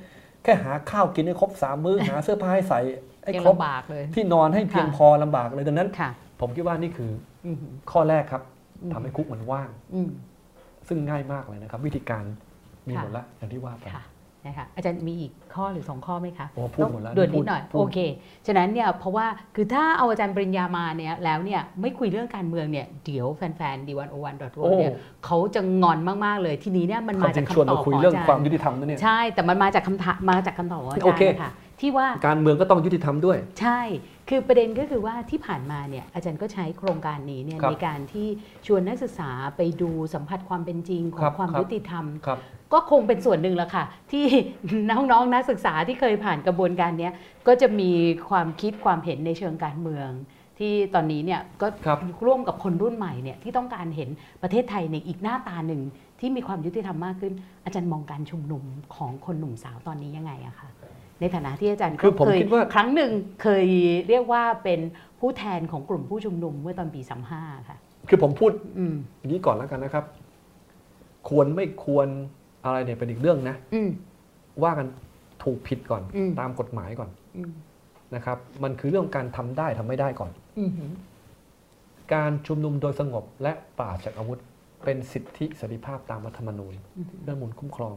แค่หาข้าวกินให้ครบสามมื้อ หาเสื้อผ้าให้ใส่ให้ ยัง ครบ ลำบากเลย ที่นอนให้เพียง ค่ะ พอลำบากเลยดังนั้น ค่ะ ผมคิดว่านี่คือ อืมหือ ข้อแรกครับ อืม ทำให้คุกมันว่าง อืม ซึ่งง่ายมากเลยนะครับ วิธีการมี ค่ะ หมดละอย่างที่ว่าไป ค่ะนะคะอาจารย์มีอีกข้อหรือสองข้อไหมคะ โอ้พูด ต้อง หมดแล้ว ด่วน พู นิ ด ดหน่อย พูด โอเค ฉะนั้นเนี่ยเพราะว่าคือถ้าเอาอาจารย์ปริญญามาเนี่ยแล้วเนี่ยไม่คุยเรื่องการเมืองเนี่ยเดี๋ยวแฟนๆดีวันโอวันดอท โอ้ เนี่ยเขาจะงอนมากๆเลยทีนี้เนี่ยมันมาวคามจ จา ริ ก งชวน คำตอ มา บข คุ อย ง เรื่อง อาจาร ความ ย์ ยุติธรรมนะเนี่ย ใช่ แต่มันมาจากคำถามมาจากคำตอบของอาจาร โอเค ย์ค่ะที่ว่า การเมืองก็ต้องยุติธรรมด้วย ใช่ คือประเด็นก็คือว่าที่ผ่านมาเนี่ยอาจารย์ก็ใช้โครงการนี้เนี่ย ครับ ในการที่ชวนนักศึกษาไปดูสัมผัสความเป็นจริงขอ ครั ง บ ความ ครับ ยุติธรรม ครับ ก็คงเป็นส่วนหนึ่งละค่ะ ที่ น้องๆนักศึกษาที่เคยผ่านกระบวนการเนี้ยก็จะมีความคิดความเห็นในเชิงการเมือง ที่ตอนนี้เนี่ยก็ ครับ ร่วมกับคนรุ่นใหม่เนี่ยที่ต้องการเห็นประเทศไทยในอีกหน้าตาหนึ่งที่มีความยุติธรรมมากขึ้น อาจารย์มองการชุมนุมของคนหนุ่มสาวตอนนี้ยังไงอะคะในฐานะที่อาจารย์ คือผม ก็เย คิดว่า ครั้งหนึ่งเคยเรียกว่าเป็นผู้แทนของกลุ่มผู้ชุมนุมเมื่อตอนปี35ค่ะ คือผมพูด อืม อย่างนี้ก่อนแล้วกันนะครับ ควรไม่ควรอะไรเนี่ยเป็นอีกเรื่องนะ อืม ว่ากันถูกผิดก่อน อืม ตามกฎหมายก่อน อืม นะครับ มันคือเรื่องของการทำได้ทำไม่ได้ก่อน อืมหืม การชุมนุมโดยสงบและปราศจากอาวุธ เป็นสิทธิเสรีภาพตามรัฐธรรมนูญ อืมหืม เรื่องมูลคุ้มครอง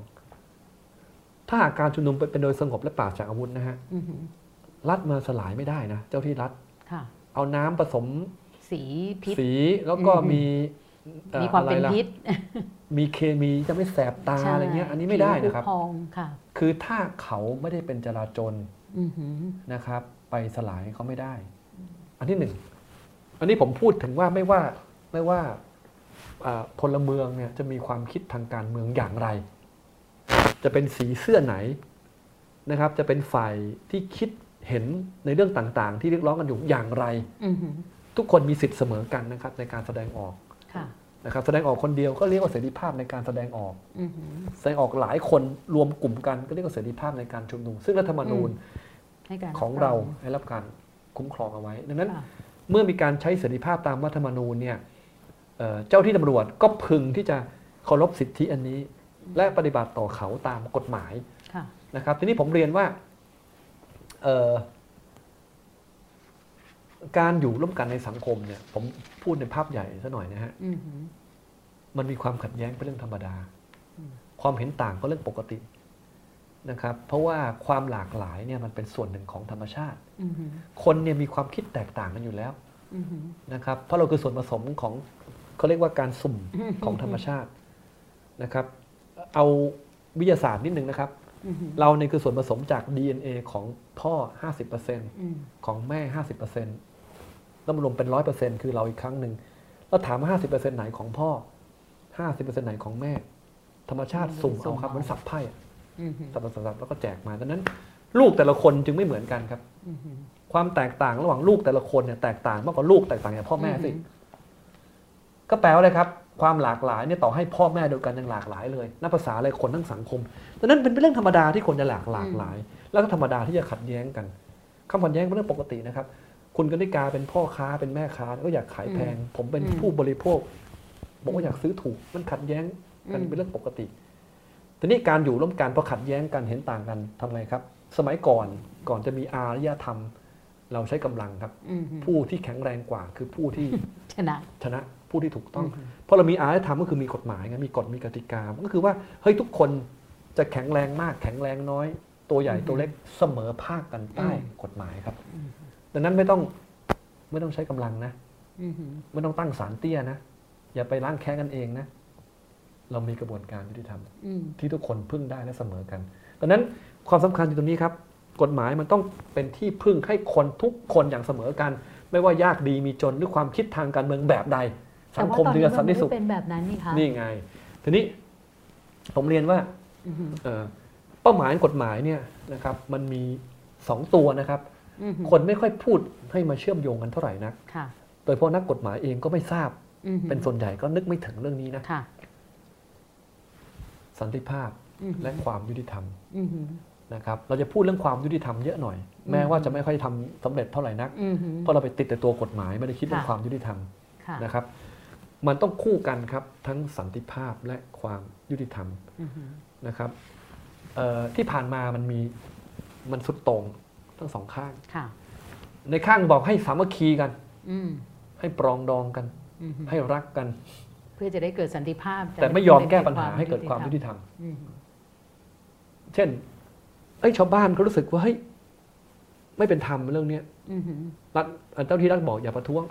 ถ้าหากการชุมนุมเป็นโดยสงบและปราศจากอาวุธนะฮะ อืมหืม รัฐมาสลายไม่ได้นะเจ้าที่รัฐ ค่ะ เอาน้ำผสม สีพิษ สีแล้วก็ อืม มีอ่อ มีความเป็น อะไรล่ะ พิษ มีเคมีจะไม่แสบตา ใช่ อะไรเงี้ย อันนี้ไม่ได้ ผิว นะครับ พองค่ะ คือถ้าเขาไม่ได้เป็นจราจร อือหือ นะครับ ไปสลายเขาไม่ได้ อันที่หนึ่ง อันนี้ผมพูดถึงว่าไม่ว่าไม่ว่าอ่าพลเมืองเนี่ยจะมีความคิดทางการเมืองอย่างไร จะเป็นสีเสื้อไหนนะครับ จะเป็นฝ่ายที่คิดเห็นในเรื่องต่างๆ ที่เรียกร้องกันอยู่อย่างไร อือหือ ทุกคนมีสิทธิ์เสมอกันนะครับ ในการแสดงออก ค่ะ นะครับ แสดงออกคนเดียวก็เรียกว่าเสรีภาพในการแสดงออก อือหือ แสดงออกหลายคนรวมกลุ่มกันก็เรียกว่าเสรีภาพในการชุมนุม ซึ่งรัฐธรรมนูญ อืม ให้การ ของเราให้รับการคุ้มครองเอาไว้ ดังนั้น ค่ะ เมื่อมีการใช้เสรีภาพตามรัฐธรรมนูญเนี่ยเอ่อเจ้าที่ตำรวจก็พึงที่จะเคารพสิทธิอันนี้ และปฏิบัติต่อเขาตามกฎหมาย ค่ะ นะครับ ทีนี้ผมเรียนว่าเอ่อการอยู่ร่วมกันในสังคมเนี่ย ผมพูดในภาพใหญ่ซะหน่อยนะฮะ อือหือ มันมีความขัดแย้งเป็นเรื่องธรรมดา อืม ความเห็นต่างก็เรื่องปกตินะครับ เพราะว่าความหลากหลายเนี่ยมันเป็นส่วนหนึ่งของธรรมชาติ อือหือ คนเนี่ยมีความคิดแตกต่างกันอยู่แล้ว อือหือ นะครับ เพราะเราคือส่วนผสมของเขาเรียกว่าการสุ่ม อืม ของธรรมชาตินะครับ เอาวิทยาศาสตร์นิดนึงนะครับ อือหือ เราเนี่ยคือส่วนผสมจาก DNA ของพ่อ 50% อืม ของแม่ 50%ต้องรวมเป็น 100%คือเราอีกครั้งหนึ่ง แล้วถามว่า50%ไหนของพ่อ 50%ไหนของแม่ ธรรมชาติสุ่มเอาครับเหมันสับไพ่อะ อืมฮึ สับสับสับแล้วก็แจกมาดังนั้น ลูกแต่ละคนจึงไม่เหมือนกันครับ อืมฮึ ความแตกต่างระหว่างลูกแต่ละคนเนี่ยแตกต่างมากกว่าลูกแตกต่างจากพ่อแม่สิ ก็แปลว่าอะไรครับ ความหลากหลายเนี่ยต่อให้พ่อแม่เดียวกันยังหลากหลายเลยนับภาษาอะไรคนทั้งสังคมดังนั้นเป็นเรื่องธรรมดาที่คนจะหลากหลากหลาย แล้วก็ธรรมดาที่จะขัดแย้งกันคำขัดแย้งเป็นเรื่องปกตินะครับ คุณกนิกาเป็นพ่อค้าเป็นแม่ค้าก็อยากขายแพง ผมเป็นผู้บริโภคบอกว่าอยากซื้อถูกมันขัดแย้งกันเป็นเรื่องปกติทีนี้การอยู่ร่วมกันพอขัดแย้งกันเห็นต่างกันทำไงครับ สมัยก่อนก่อนจะมีอารยธรรม เราใช้กำลังครับ อืมฮึ ผู้ที่แข็งแรงกว่าคือผู้ที่ ชนะ ชนะผู้ที่ถูกต้อง อืม เพราะเรามีอารยธรรมก็คือมีกฎหมายไงมีกฎมีกติกาก็คือว่าเฮ้ยทุกคนจะแข็งแรงมาก แข็งแรงน้อย ตัวใหญ่ตัวเล็กเสมอภาคกันใต้กฎหมายครับ ดังนั้นไม่ต้องไม่ต้องใช้กำลังนะ อืมฮึ ไม่ต้องตั้งศาลเตี้ยนะ อย่าไปล้างแค้นกันเองนะ เรามีกระบวนการยุติธรรม อืม ที่ทุกคนพึ่งได้และเสมอกันดังนั้นความสำคัญอยู่ตรงนี้ครับ กฎหมายมันต้องเป็นที่พึ่งให้คนทุกคนอย่างเสมอกัน ไม่ว่ายากดีมีจนหรือความคิดทางการเมืองแบบใด สังคม แต่ เดือ ว่า ด ต สั อน น ติ นี้มันไม่ สุ ได้ ข เป็นแบบนั้นนี่คะ นี่ไง ทีนี้ผมเรียนว่า อือหือ เอ่อเป้าหมายกฎหมายเนี่ยนะครับ มันมี 2 ตัวนะครับ อือหือ คนไม่ค่อยพูดให้มาเชื่อมโยงกันเท่าไหร่นัก ค่ะ โดยเฉพาะนักกฎหมายเองก็ไม่ทราบ อือหือ เป็นส่วนใหญ่ก็นึกไม่ถึงเรื่องนี้นะ ค่ะ สันติภาพ อือหือ และความยุติธรรม อือหือ นะครับเราจะพูดเรื่องความยุติธรรมเยอะหน่อย อืม แม้ว่าจะไม่ค่อยทำสำเร็จเท่าไหร่นัก อือหือ เพราะเราไปติดแต่ตัวกฎหมาย ไม่ได้คิดเรื่อง ค่ะ ความยุติธรรม ค่ะ นะครับ มันต้องคู่กันครับทั้งสันติภาพและความยุติธรรม อือหือ นะครับเอ่อที่ผ่านมามันมีมันสุดโต่งทั้งสองข้าง ค่ะ ในข้างบอกให้สามัคคีกัน อืม ให้ปรองดองกัน อือหือ ให้รักกัน เพื่อจะได้เกิดสันติภาพจะ แต่ไม่ยอมแก้ปัญหาให้เกิดความยุ ธรร ติธรรม มอือหือ เช่นเอ้ยชาวบ้านก็รู้สึกว่าเฮ้ยไม่เป็นธรรมเรื่องเนี้ย อือหือ รัฐเจ้าที่รัฐบอกอย่าประท้วง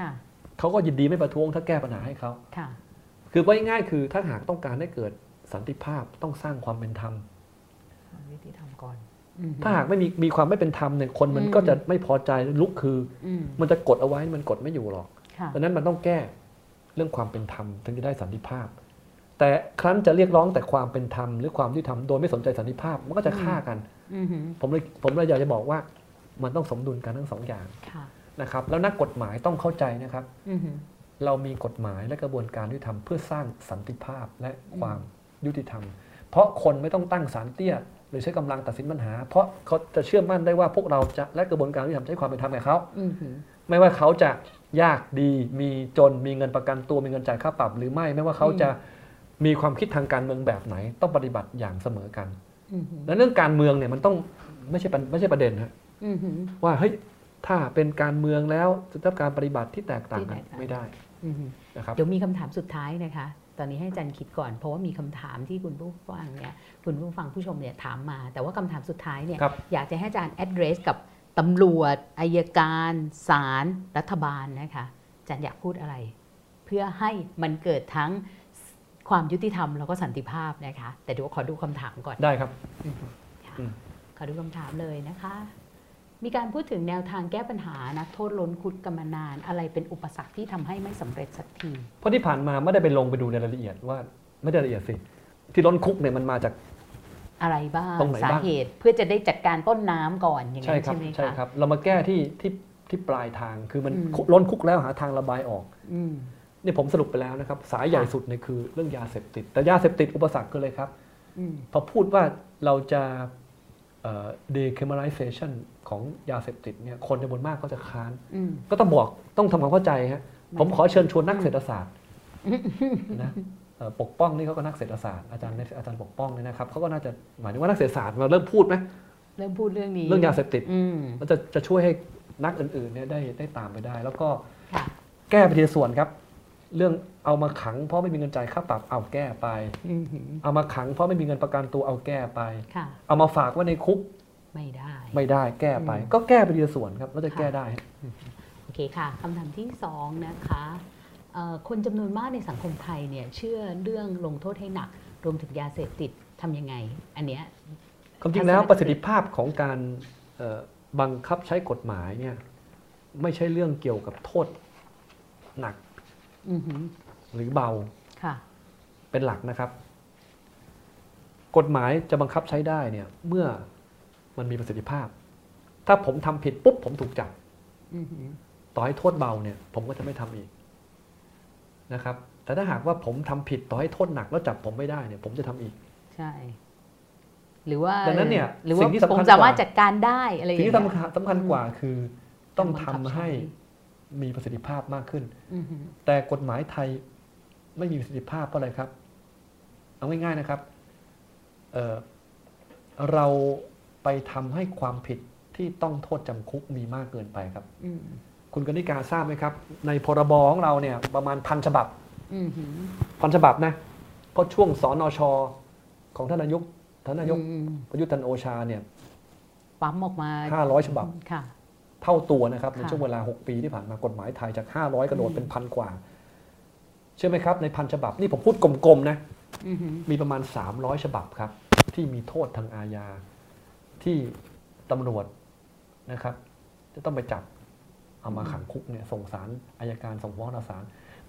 ค่ะ เขาก็ยินดีไม่ประท้วงถ้าแก้ปัญหาให้เขา ค่ะ คือว่าง่ายๆคือถ้าหากต้องการให้เกิดสันติภาพต้องสร้างความเป็นธรรม ความยุติธรรมก่อน อือหือ ถ้าหากไม่มีมีความไม่เป็นธรรมเนี่ยคนมัน อืม ก็จะไม่พอใจลุกคือ อืม มันจะกดเอาไว้มันกดไม่อยู่หรอก ค่ะ ดังนั้นมันต้องแก้เรื่องความเป็นธรรมถึงจะได้สันติภาพ แต่ครั้นจะเรียกร้องแต่ความเป็นธรรมหรือความยุติธรรมโดยไม่สนใจสันติภาพมันก็จะฆ่ากัน อือหือ ผมเลยผมเลยอยากจะบอกว่ามันต้องสมดุลกันทั้งสองอย่าง ค่ะ นะครับแล้วนักกฎหมายต้องเข้าใจนะครับ อือหือ เรามีกฎหมายและกระบวนการยุติธรรมเพื่อสร้างสันติภาพและความยุติธรรม เพราะคนไม่ต้องตั้งศาลเตี้ย หรือใช้กำลังตัดสินปัญหา เพราะเขาจะเชื่อมั่นได้ว่าพวกเราจะและกระบวนการยุติธรรมจะให้ความเป็นธรรมกับเขา อือหือ ไม่ว่าเขาจะยากดีมีจนมีเงินประกันตัวมีเงินจ่ายค่าปรับ หรือไม่ไม่ว่าเขาจะมีความคิดทางการเมืองแบบไหน ต้องปฏิบัติอย่างเสมอกัน อือหือ และเรื่องการเมืองเนี่ยมันต้องไม่ใช่ปัญไม่ใช่ประเด็นฮะ อือหือ ว่าเฮ้ยถ้าเป็นการเมืองแล้วจะต้องการปฏิบัติที่แตกต่างกัน ที่แตกต่าง ไม่ได้ อือหือ นะครับ เดี๋ยวมีคำถามสุดท้ายนะคะ ตอนนี้ให้อาจารย์คิดก่อน เพราะว่ามีคำถามที่คุณผู้ฟังเนี่ย คุณผู้ฟังผู้ชมเนี่ยถามมา แต่ว่าคำถามสุดท้ายเนี่ย ครับ อยากจะให้อาจารย์ address กับตำรวจอายการศาลรัฐบาลนะคะ อาจารย์อยากพูดอะไร เพื่อให้มันเกิดทั้งความยุติธรรมแล้วก็สันติภาพนะคะ แต่เดี๋ยวขอดูคำถามก่อน ได้ครับ ค่ะ อืม ขอดูคำถามเลยนะคะ มีการพูดถึงแนวทางแก้ปัญหานักโทษล้นคุกกันมานาน อะไรเป็นอุปสรรคที่ทำให้ไม่สำเร็จสักที เพราะที่ผ่านมาไม่ได้ไปลงไปดูในรายละเอียดว่าไม่ได้รายละเอียดสิ ที่ล้นคุกเนี่ยมันมาจาก อะไรบ้าง ตรงไหนบ้าง สาเหตุเพื่อจะได้จัดการต้นน้ำก่อนอย่างนั้น ครั ใช่ไหม ใช่ คะ ครับ เรามาแก้ที่ที่ที่ปลายทางคือมัน อืม ล้นคุกแล้วหาทางระบายออก อืม นี่ผมสรุปไปแล้วนะครับ สายใหญ่ ค่ะ สุดเนี่ยคือเรื่องยาเสพติด แต่ยาเสพติดอุปสรรคคืออะไรครับ อืม พอพูดว่าเราจะเอ่อ decriminalization ของยาเสพติดเนี่ยคนจำนวนมากก็จะค้าน อืม ก็ต้องบอกต้องทำความเข้าใจฮะผมขอเชิญชวนนักเศรษฐศาสตร์นะเอ่อปกป้องนี่เขาก็นักเศรษฐศาสตร์อาจารย์อาจารย์ปกป้องเนี่ยนะครับเขาก็น่าจะหมายถึงว่านักเศรษฐศาสตร์มาเริ่มพูดไหม เริ่มพูดเรื่องนี้ เรื่องยาเสพติด อืม มันจะจะช่วยให้นักอื่นๆเนี่ยได้ได้ตามไปได้ แล้วก็ ค่ะ แก้ไปทีละส่วนครับ เรื่องเอามาขังเพราะไม่มีเงินจ่ายค่าปรับเอาแก้ไป อืมหืม เอามาขังเพราะไม่มีเงินประกันตัวเอาแก้ไป ค่ะ เอามาฝากไว้ในคุก ไม่ได้ ไม่ได้แก้ไป ก็แก้ไปทีละส่วนครับแล้วจะแก้ได้ โอเคค่ะคำถามที่สองนะคะเอ่อคนจำนวนมากในสังคมไทยเนี่ยเชื่อเรื่องลงโทษให้หนัก รวมถึงยาเสพติดทำยังไง อันเนี้ย ความจริงแล้ว ทัศนคติ ประสิทธิภาพของการเอ่อบังคับใช้กฎหมายเนี่ยไม่ใช่เรื่องเกี่ยวกับโทษหนัก อือหือ หรือเบา ค่ะ เป็นหลักนะครับ กฎหมายจะบังคับใช้ได้เนี่ย เมื่อมันมีประสิทธิภาพ ถ้าผมทำผิดปุ๊บผมถูกจับ อือหือ ต่อให้โทษเบาเนี่ย ผมก็จะไม่ทำอีกนะครับ แต่ถ้าหากว่าผมทำผิดต่อให้โทษหนักแล้วจับผมไม่ได้เนี่ย ผมจะทำอีก ใช่ หรือว่า ดังนั้นเนี่ย หรือ สิ่ ว่าง ที่สำคัญ ผมสามารถ กว่า จัดการได้อะไรอย่าง สิ่ง เงี้ยที่สำคัญสำคัญกว่าคือต้องบัทำคับ ให้ ช้ มีประสิทธิภาพมากขึ้น อือหือ แต่กฎหมายไทยไม่มีประสิทธิภาพเพราะอะไรครับ เอาง่ายๆนะครับเอ่อเราไปทำให้ความผิดที่ต้องโทษจำคุกมีมากเกินไปครับ อืม คุณกนิการทราบไหมครับ ในพรบของเราเนี่ยประมาณพันฉบับ อือหือ พันฉบับนะเพราะช่วงสอนอชอของท่านนายกท่านนายก อืม ประยุทธ์จันทร์โอชาเนี่ย ปั๊มออกมา 500 ฉบับ ค่ะ เท่าตัวนะครับ ค่ะ ในช่วงเวลา 6 ปีที่ผ่านมากฎหมายไทยจาก 500 กระโดดเป็นพันกว่าใช่อไหมครับ ในพันฉบับ นี่ผมพูดกลมๆนะ อือหือ มีประมาณ 300 ฉบับครับ ที่มีโทษทางอาญา ที่ตำรวจนะครับ จะต้องไปจับเอามาขังคุกเนี่ยส่งสารอายการส่งฟ้องต่อศาล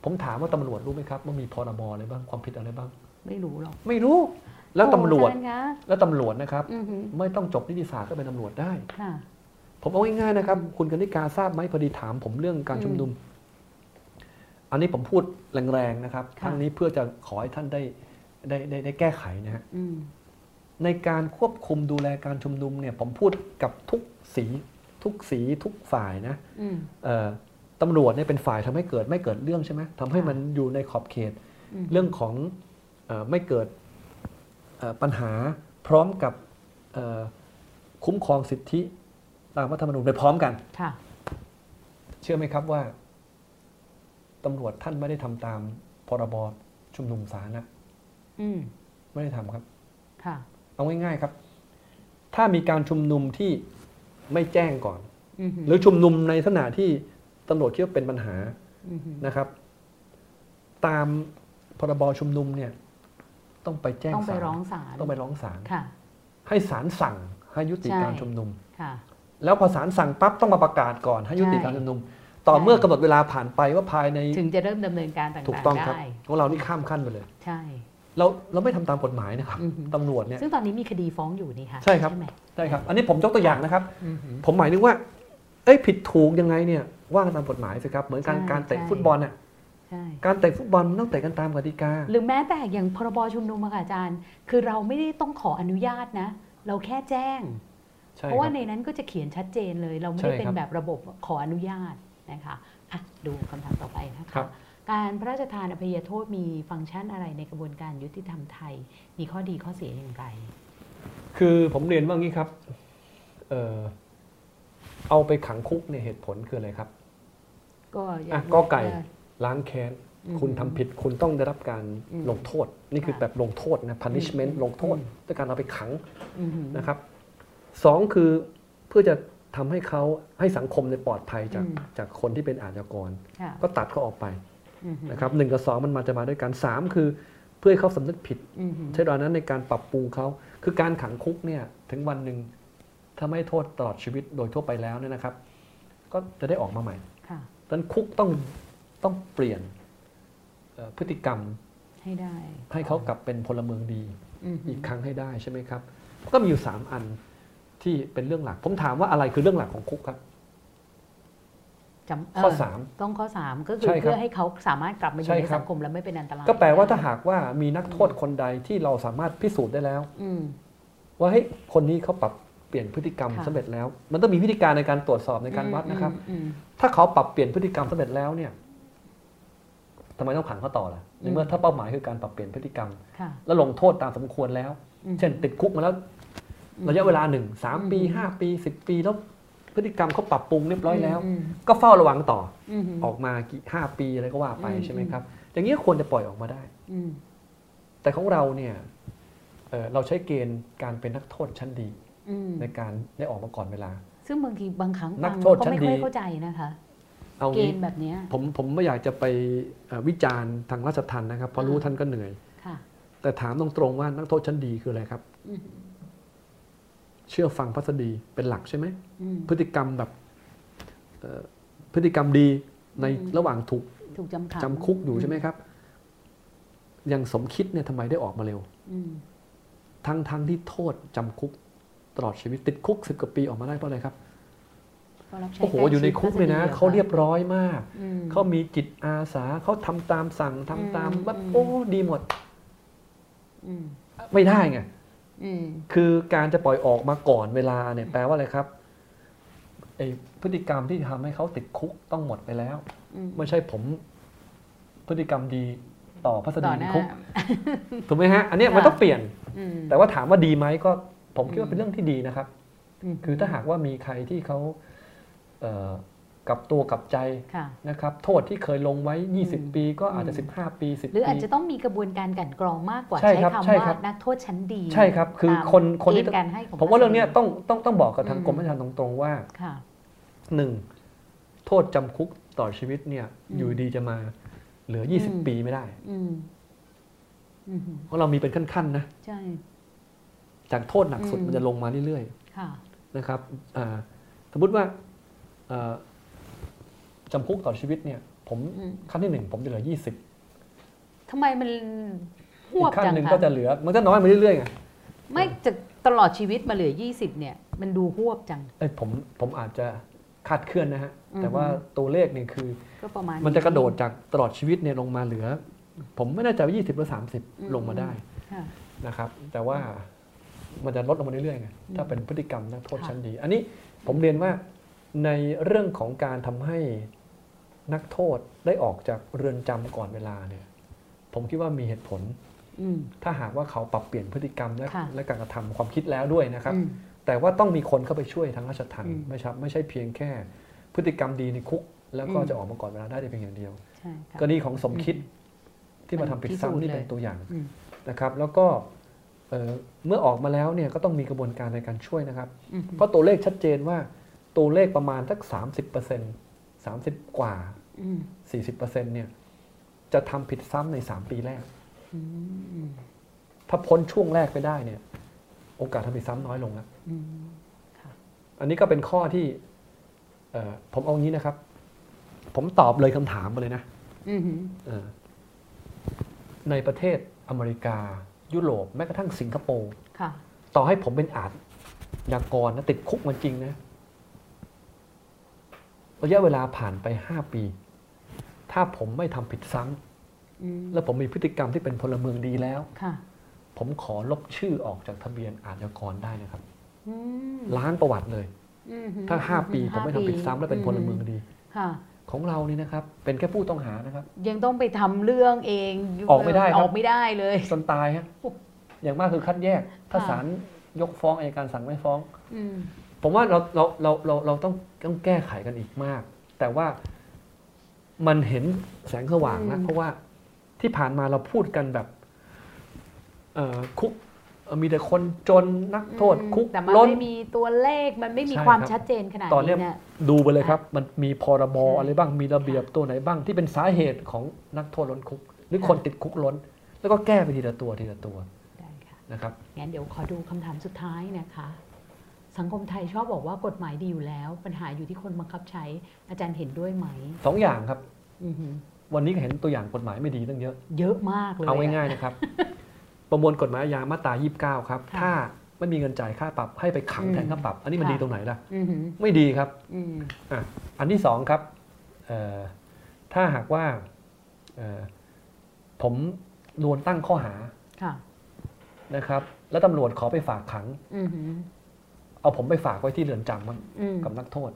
ผมถามว่าตำรวจรู้ไหมครับว่ามีพรบอะไรบ้างความผิดอะไรบ้าง ไม่รู้หรอก ไม่รู้ แล้วตำรวจ โอ้อาจาย์คะ แล้วตำรวจนะครับ อือหือ ไม่ต้องจบนิติศาสตร์ก็เป็นตำรวจได้ ค่ะ ผมเอาง่ายๆนะครับ คุณกนิกาทราบไหมพอดีถามผมเรื่องการชุมนุม อันนี้ผมพูดแรงๆนะครับ ค่ะ ทั้งนี้เพื่อจะขอให้ท่านได้ได้ได้ได้แก้ไขนะฮะ อืม ในการควบคุมดูแลการชุมนุมเนี่ย ผมพูดกับทุกสีทุกสีทุกฝ่ายนะ อืม เอ่อตำรวจเนี่ยเป็นฝ่ายทำให้เกิดไม่เกิดเรื่องใช่ไหมทำให้มันอยู่ในขอบเขต อืม เรื่องของเออไม่เกิดเอ่อปัญหาพร้อมกับเอ่อคุ้มครองสิทธิตามรัฐธรรมนูญไปพร้อมกัน ค่ะ เชื่อไหมครับว่าตำรวจท่านไม่ได้ทำตามพรบชุมนุมสาธารณะ อืม ไม่ได้ทำครับ ค่ะ เอาง่ายๆครับ ถ้ามีการชุมนุมที่ไม่แจ้งก่อน อือหือ หรือชุมนุมในลักษณะที่ตำรวจคิดว่าเป็นปัญหา อือหือ นะครับ ตามพรบชุมนุมเนี่ย ต้องไปแจ้ง ต้องไป ศาล ร้องศาล ต้องไปร้องศาล ค่ะ ให้ศาลสั่งให้ยุติ ใช่ การชุมนุม ค่ะ แล้วพอศาลสั่งปั๊บต้องมาประกาศก่อนให้ยุติ ใช่ การชุมนุม ต่อ ใช่ เมื่อกำหนดเวลาผ่านไปว่าภายใน ถึงจะเริ่มดำเนินการต่างๆ ถูกต้องครับ ได้ ของเรานี่ข้ามขั้นไปเลย ใช่ เราเราไม่ทำตามกฎหมายนะครับ อือหือ ตำรวจเนี่ย ซึ่งตอนนี้มีคดีฟ้องอยู่นี่ค่ะ ใช่ครับ ใช่ไหม ใช่ครับ อันนี้ผมยกตัวอย่างนะครับ อือหือ ผมหมายถึงว่า เอ้ยผิดถูกยังไงเนี่ยว่ากันตามกฎหมายสิครับ เหมือนการ ใช่ การเตะ ใช่ ฟุตบอลน่ะ ใช่ การเตะฟุตบอลมันต้องเตะกันตามกติกา หรือแม้แต่อย่างพรบชุมนุมอะค่ะอาจารย์ คือเราไม่ได้ต้องขออนุญาตนะ เราแค่แจ้ง ใช่ เพ ค ราะว่า รับ ในนั้นก็จะเขียนชัดเจนเลย เราไม่ได้ ใช่ครับ เป็นแบบระบบขออนุญาตนะคะอ่ะดูคำถามต่อไปนะ ครั คะ บ การพระราชทานอภัยโทษมีฟังก์ชันอะไรในกระบวนการยุติธรรมไทย มีข้อดีข้อเสียอย่างไร คือผมเรียนว่างี้ครับเออเอาไปขังคุกเนี่ยเหตุผลคืออะไรครับ ก็อย่า อ่ะ ง กอไก่ เออ ล้างแค้น อืม คุณทำผิดคุณต้องได้รับการ อืม ลงโทษ นี่คือ ค่ะ แบบลงโทษนะ punishment อืม ลงโทษ อืม ด้วยการเอาไปขัง อือหือ นะครับสองคือเพื่อจะทำให้เขาให้สังคมในยปลอดภัยจาก อืม จากคนที่เป็นอาชญากร ค่ะ ก็ตัดเขาออกไป อือหือ นะครับหนึ่งกับสองมันมาจะมาด้วยกันสามคือเพื่อให้เขาสำนึกผิด อือหือ ใช้เวลานั้นในการปรับปรุงเขาคือการขังคุกเนี่ยถึงวันหนึ่งถ้าไม่โทษตลอดชีวิตโดยทั่วไปแล้วเนี่ยนะครับ ก็จะได้ออกมาใหม่ ค่ะ ดังนั้นคุกต้องต้องเปลี่ยนเอ่อพฤติกรรม ให้ได้ ให้เขากลับเป็นพลเมืองดี อหือ อีกครั้งให้ได้ใช่ไหมครับ ก็มีอยู่ 3 อันที่เป็นเรื่องหลัก ผมถามว่าอะไรคือเรื่องหลักของคุกครับ จำ ข้อ เ 3 ต้องข้อ 3 ก็คือ ใช่ครับ เพื่อให้เขาสามารถกลับมาอ ใช่ ยู่ใน ครับ สังคมและไม่เป็นอันตราย ก็แปลว่าถ้าหากว่ามีนักโทษคนใดที่เราสามารถพิสูจน์ได้แล้ว อืม ว่าเฮ้ยคนนี้เขาปรับเปลี่ยนพฤติกรรม ค่ะ สำเร็จแล้ว มันต้องมีวิธีการในการตรวจสอบในการวัดนะครับ อืม ถ้าเขาปรับเปลี่ยนพฤติกรรมสำเร็จแล้วเนี่ยทำไมต้องขังเขาต่อล่ะในเมื่อ ม ถ้าเป้าหมายคือการปรับเปลี่ยนพฤติกรรม ค่ะ และลงโทษตามสมควรแล้ว อืม เช่น ติดคุกมาแล้ว ระยะเวลาหนึ่งสามปี อืม ห้าปีสิบปีแล้วพฤติกรรมเขาปรับปรุงเรียบร้อยแล้ว ม ก็เฝ้าระวังต่อ อืม อออกมากี่ห้าปีอะไรก็ว่าไป อืม ใช่ไหมครับ อย่างนี้ยควรจะปล่อยออกมาได้ อืม แต่ของเราเนี่ยเอ่อเราใช้เกณฑ์การเป็นนักโทษชั้นดี อืม ในการได้ออกมาก่อนเวลา ซึ่งบางทีบางครั้ง นั ฟั ก ง โทษ ก็ ชั้น ไม่ ดี ค่อยเข้าใจนะคะ เอา เก งี้ ณฑ์แบบเนี้ย ผมผมไม่อยากจะไปเอ่อวิจารณ์ทางราชทัณฑ์นะครับเพราะ อ่า รู้ท่านก็เหนื่อย ค่ะ แต่ถามตรงๆว่านักโทษชั้นดีคืออะไรครับ อืม เชื่อฟังพัสดีเป็นหลักใช่ไหม อืม พฤติกรรมแบบเอ่อพฤติกรรมดีใน อืม ระหว่างถูก ถูกจำขัง จำคุกอยู่ใช่ไหมครับอยังสมคิดเนี่ยทำไมได้ออกมาเร็ว อืม ทั้งทั้งที่โทษจำคุก ตลอดชีวิตติดคุกสิบกว่าปีออกมาได้เพราะอะไรครับ ก็รับใช้ โอ้โห ใกล้ อยู่ใน ชิด คุก ก็จ เลยนะ ดีหอ เขา คะ เรียบร้อยมาก อืม เขามีจิตอาสา เขาทำตามสั่งทำตาม อืม แบบ อืม โอ้ดีหมด อืม ไม่ได้ไง อืม คือการจะปล่อยออกมาก่อนเวลาเนี่ยแปลว่าอะไรครับไอพฤติกรรมที่ทำให้เขาติดคุกต้องหมดไปแล้ว อืม ไม่ใช่ผม พฤติกรรมดีต่อพัส ต่ ดี อห ใน น้า คุกถูกไหมฮะ อันเนี้ย ค่ะ มันต้องเปลี่ยน อืม แต่ว่าถามว่าดีไหมก็ผมคิด อืม ว่าเป็นเรื่องที่ดีนะครับ ม คือถ้าหากว่ามีใครที่เขาเอ่อกลับตัวกลับใจ ค่ะ นะครับ โทษที่เคยลงไว้ อืม 20 ปีก็อาจจะ อืม 15 ปี 10 หรืออาจ ปี จะต้องมีกระบวนการกลันกรองมากกว่า ใช่ ใช้ ครับ คำ ใช่ ว่า ครับ นักโทษชั้นดี ใช่ครับ คือ ตาม คนคนที่ เกณฑ์การให้ของ ผมว่าเรื่องเนี้ศยล ต้องต้องต้องบอกกับทาง อืม กรมราชทัณฑ์ตรงๆว่า ค่ะ หนึ่งโทษจำคุกต่อชีวิตเนี่ย อืม อยู่ดีจะมาเหลือ อืม 20 ปีไม่ได้ อืมอืม เพราะเรามีเป็นขั้นๆนะ ใช่ จากโทษหนักสุด อืม มันจะลงมาเรื่อย ค่ะ ๆนะครับอ่าสมมติว่าเอ่อจำคุกต่อชีวิตเนี่ย ผม อืม ขั้นที่หนึ่งผมจะเหลือ 20 ทำไมมันห อี วบ กขั้น จัง หนึ่ง คะ ก็จะเหลือ มันก็น้อยมาเรื่อยๆไง ไม่จากตลอดชีวิตมาเหลือ 20 เนี่ย มันดูหวบจัง เอ้ยผมผมอาจจะคาดเคลื่อนนะฮะ อือฮึ แต่ว่าตัวเลขเนี่ยคือ ก็ประมาณ มันจะกระโดดจากตลอดชีวิตเนี่ยลงมาเหลือ ผมไม่แน่ใจว่า20 หรือ อืม 30 ลงมาได้ ค่ะ นะครับแต่ว่ามันจะลดลงมาเรื่อยๆไง อืม ถ้าเป็นพฤติกรรมนักโทษ ค่ะ ชั้นดี อันนี้ผมเรียนว่าในเรื่องของการทำให้นักโทษได้ออกจากเรือนจำก่อนเวลาเนี่ยผมคิดว่ามีเหตุผล อืม ถ้าหากว่าเขาปรับเปลี่ยนพฤติกรรมและ ค่ะ และการกระทำความคิดแล้วด้วยนะครับ อืม แต่ว่าต้องมีคนเข้าไปช่วยทางราชทัณ อื ฑ์ ม ไม่ใช่ไม่ใช่เพียงแค่ พฤติกรรมดีในคุก แล้วก็ อืม จะออกมาก่อนเวลาได้แต่เพียงอย่างเดียว ใช่ค่ะ กรณีของสมคิดที่มาทำผิดซ้ำนี่ มันพิสูจน์เลย เป็นตัวอย่าง อืม นะครับแล้วก็เอ่อเมื่อออกมาแล้วเนี่ยก็ต้องมีกระบวนการในการช่วยนะครับ อืม เพราะตัวเลขชัดเจนว่าตัวเลขประมาณสัก 30% 30 กว่า อืม 40%เนี่ยจะทำผิดซ้ำใน 3 ปีแรก อืมอืม ถ้าพ้นช่วงแรกไปได้เนี่ยโอกาสทำผิดซ้ำน้อยลงแล้ว อืม อันนี้ก็เป็นข้อที่เอ่อผมเอางี้นะครับ ผมตอบเลยคำถามมาเลยนะ อืมอืม เอ่อในประเทศอเมริกา ยุโรปแม้กระทั่งสิงคโปร์ ค่ะ ต่อให้ผมเป็นอาชญากรนะติดคุกมันจริงนะ ระยะเวลาผ่านไป 5 ปี ถ้าผมไม่ทำผิดซ้ อืม ำและผมมีพฤติกรรมที่เป็นพลเมืองดีแล้ว ค่ะ ผมขอลบชื่อออกจากทะเบียนอาชญากรได้นะครับ อืม ล้างประวัติเลย อืม ถ้า อื 5 ปีผมไม่ทำผิดซ้ำและเป็นพลเมืองดี ค่ะ ของเรานี่นะครับ เป็นแค่ผู้ต้องหานะครับ ยังต้องไปทำเรื่องเอง ออกไม่ได้ครับ ออกไม่ได้เลย สันตายฮะอย่างมากคือคัดแยก ถ้า ค่ะ ศาลยกฟ้องอัยการสั่งไม่ฟ้อง อืม ผมว่าเราเราเราเราเราต้องต้องแก้ไขกันอีกมาก แต่ว่ามันเห็นแสงสว่างนะ อืม เพราะว่าที่ผ่านมาเราพูดกันแบบเอ่อคุกเอ่อมีแต่คนจนนักโทษคุก แต่มัน ล้น ไม่มีตัวเลขมันไม่มี ใช่ ความ ครับ ชัดเจนขนาด ตอนเนี้ นี้ ย นะ ดูไปเลยครับ มันมีพรบ ใช่ อะไรบ้างมีระเบียบตัวไหนบ้างที่เป็นสาเหตุของนักโทษล้นคุก หรือ ค่ะ คนติดคุกล้น แล้วก็แก้ไปทีละตัวทีละตัว ได้ค่ะ นะครับ งั้นเดี๋ยวขอดูคำถามสุดท้ายนะคะ สังคมไทยชอบบอกว่ากฎหมายดีอยู่แล้ว ปัญหาอยู่ที่คนบังคับใช้อาจารย์เห็นด้วยไหม สองอย่างครับ อือหือ วันนี้ก็เห็นตัวอย่างกฎหมายไม่ดีตั้งเยอะ เยอะมากเลย เอา ะ ง่ายๆนะครับ ประมวลกฎหมายอาญามาตรา 29 ครับ ค่ะ ถ้าไม่มีเงินจ่ายค่าปรับให้ไปขัง อืม แทนค่าปรับ อันนี้มัน ค่ะ ดีตรงไหนล่ะ อือหือ ไม่ดีครับ อืม อ่ะอันที่สองครับเอ่อถ้าหากว่าเอ่อผมโดนตั้งข้อหา ค่ะ นะครับ แล้วตำรวจขอไปฝากขัง อือหือ เอาผมไปฝากไว้ที่เรือนจำบ้าง อืม กับนักโทษ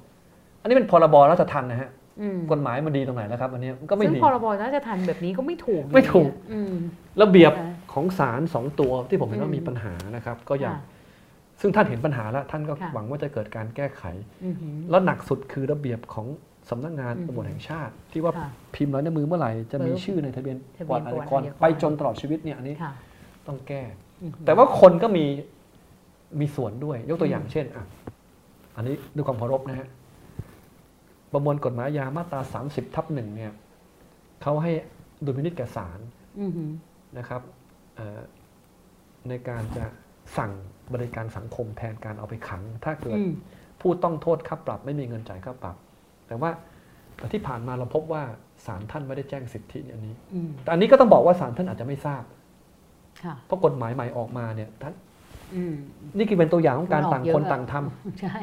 อันนี้เป็นพรบราชทัณฑ์นะฮะ อืม กฎหมายมันดีตรงไหนแล้วครับ อันเนี้ยมันก็ไม่ ซึ่ง ดี พรบน่าจะทันแบบนี้ก็ไม่ถูกอยู่ ไม่ถูก เนี่ยอืม ระเบียบ ค่ะ ของศาลสองตัวที่ผมเห็นว่า อืม มีปัญหานะครับ ก็อยาก ค่ะ ซึ่งท่านเห็นปัญหาแล้วท่านก็ ค่ะ หวังว่าจะเกิดการแก้ไข อือหือ แล้วหนักสุดคือระเบียบของสำนักงาน อืม ตำรวจแห่งชาติ ที่ว่า ค่ะ พิมพ์ลายนิ้วมือเมื่อไหร่จะมี ปึ๊บ ชื่อในทะเบียน ทะเบี ก่อย น น อาชญาก ก่อ ร นอาชญากร ไปจนตลอดชีวิตเนี่ยอันนี้ ค่ะ ต้องแก้ อือหือ แต่ว่าคนก็มีมีส่วนด้วย ยกตัวอย่าง อืม เช่นอ่ะอันนี้ด้วยความเคารพนะฮะประมวลกฎหมายยามาตรา 30ทับหนึ่งเนี่ยเขาให้ดุลพินิจแก่ศาล อือหือ นะครับเอ่อในการจะสั่งบริการสังคมแทนการเอาไปขัง ถ้าเกิด อืม ผู้ต้องโทษค่าปรับไม่มีเงินจ่ายค่าปรับ แต่ว่า แต่ที่ผ่านมาเราพบว่าศาลท่านไม่ได้แจ้งสิทธิอันนี้ อืม แต่อันนี้ก็ต้องบอกว่าศาลท่านอาจจะไม่ทราบ ค่ะ เพราะกฎหมายใหม่ออกมาเนี่ยท่าน อืม นี่คือเป็นตัวอย่างของการ มันออก ต่าง เยอะ คน อะ ต่างทำ ใช่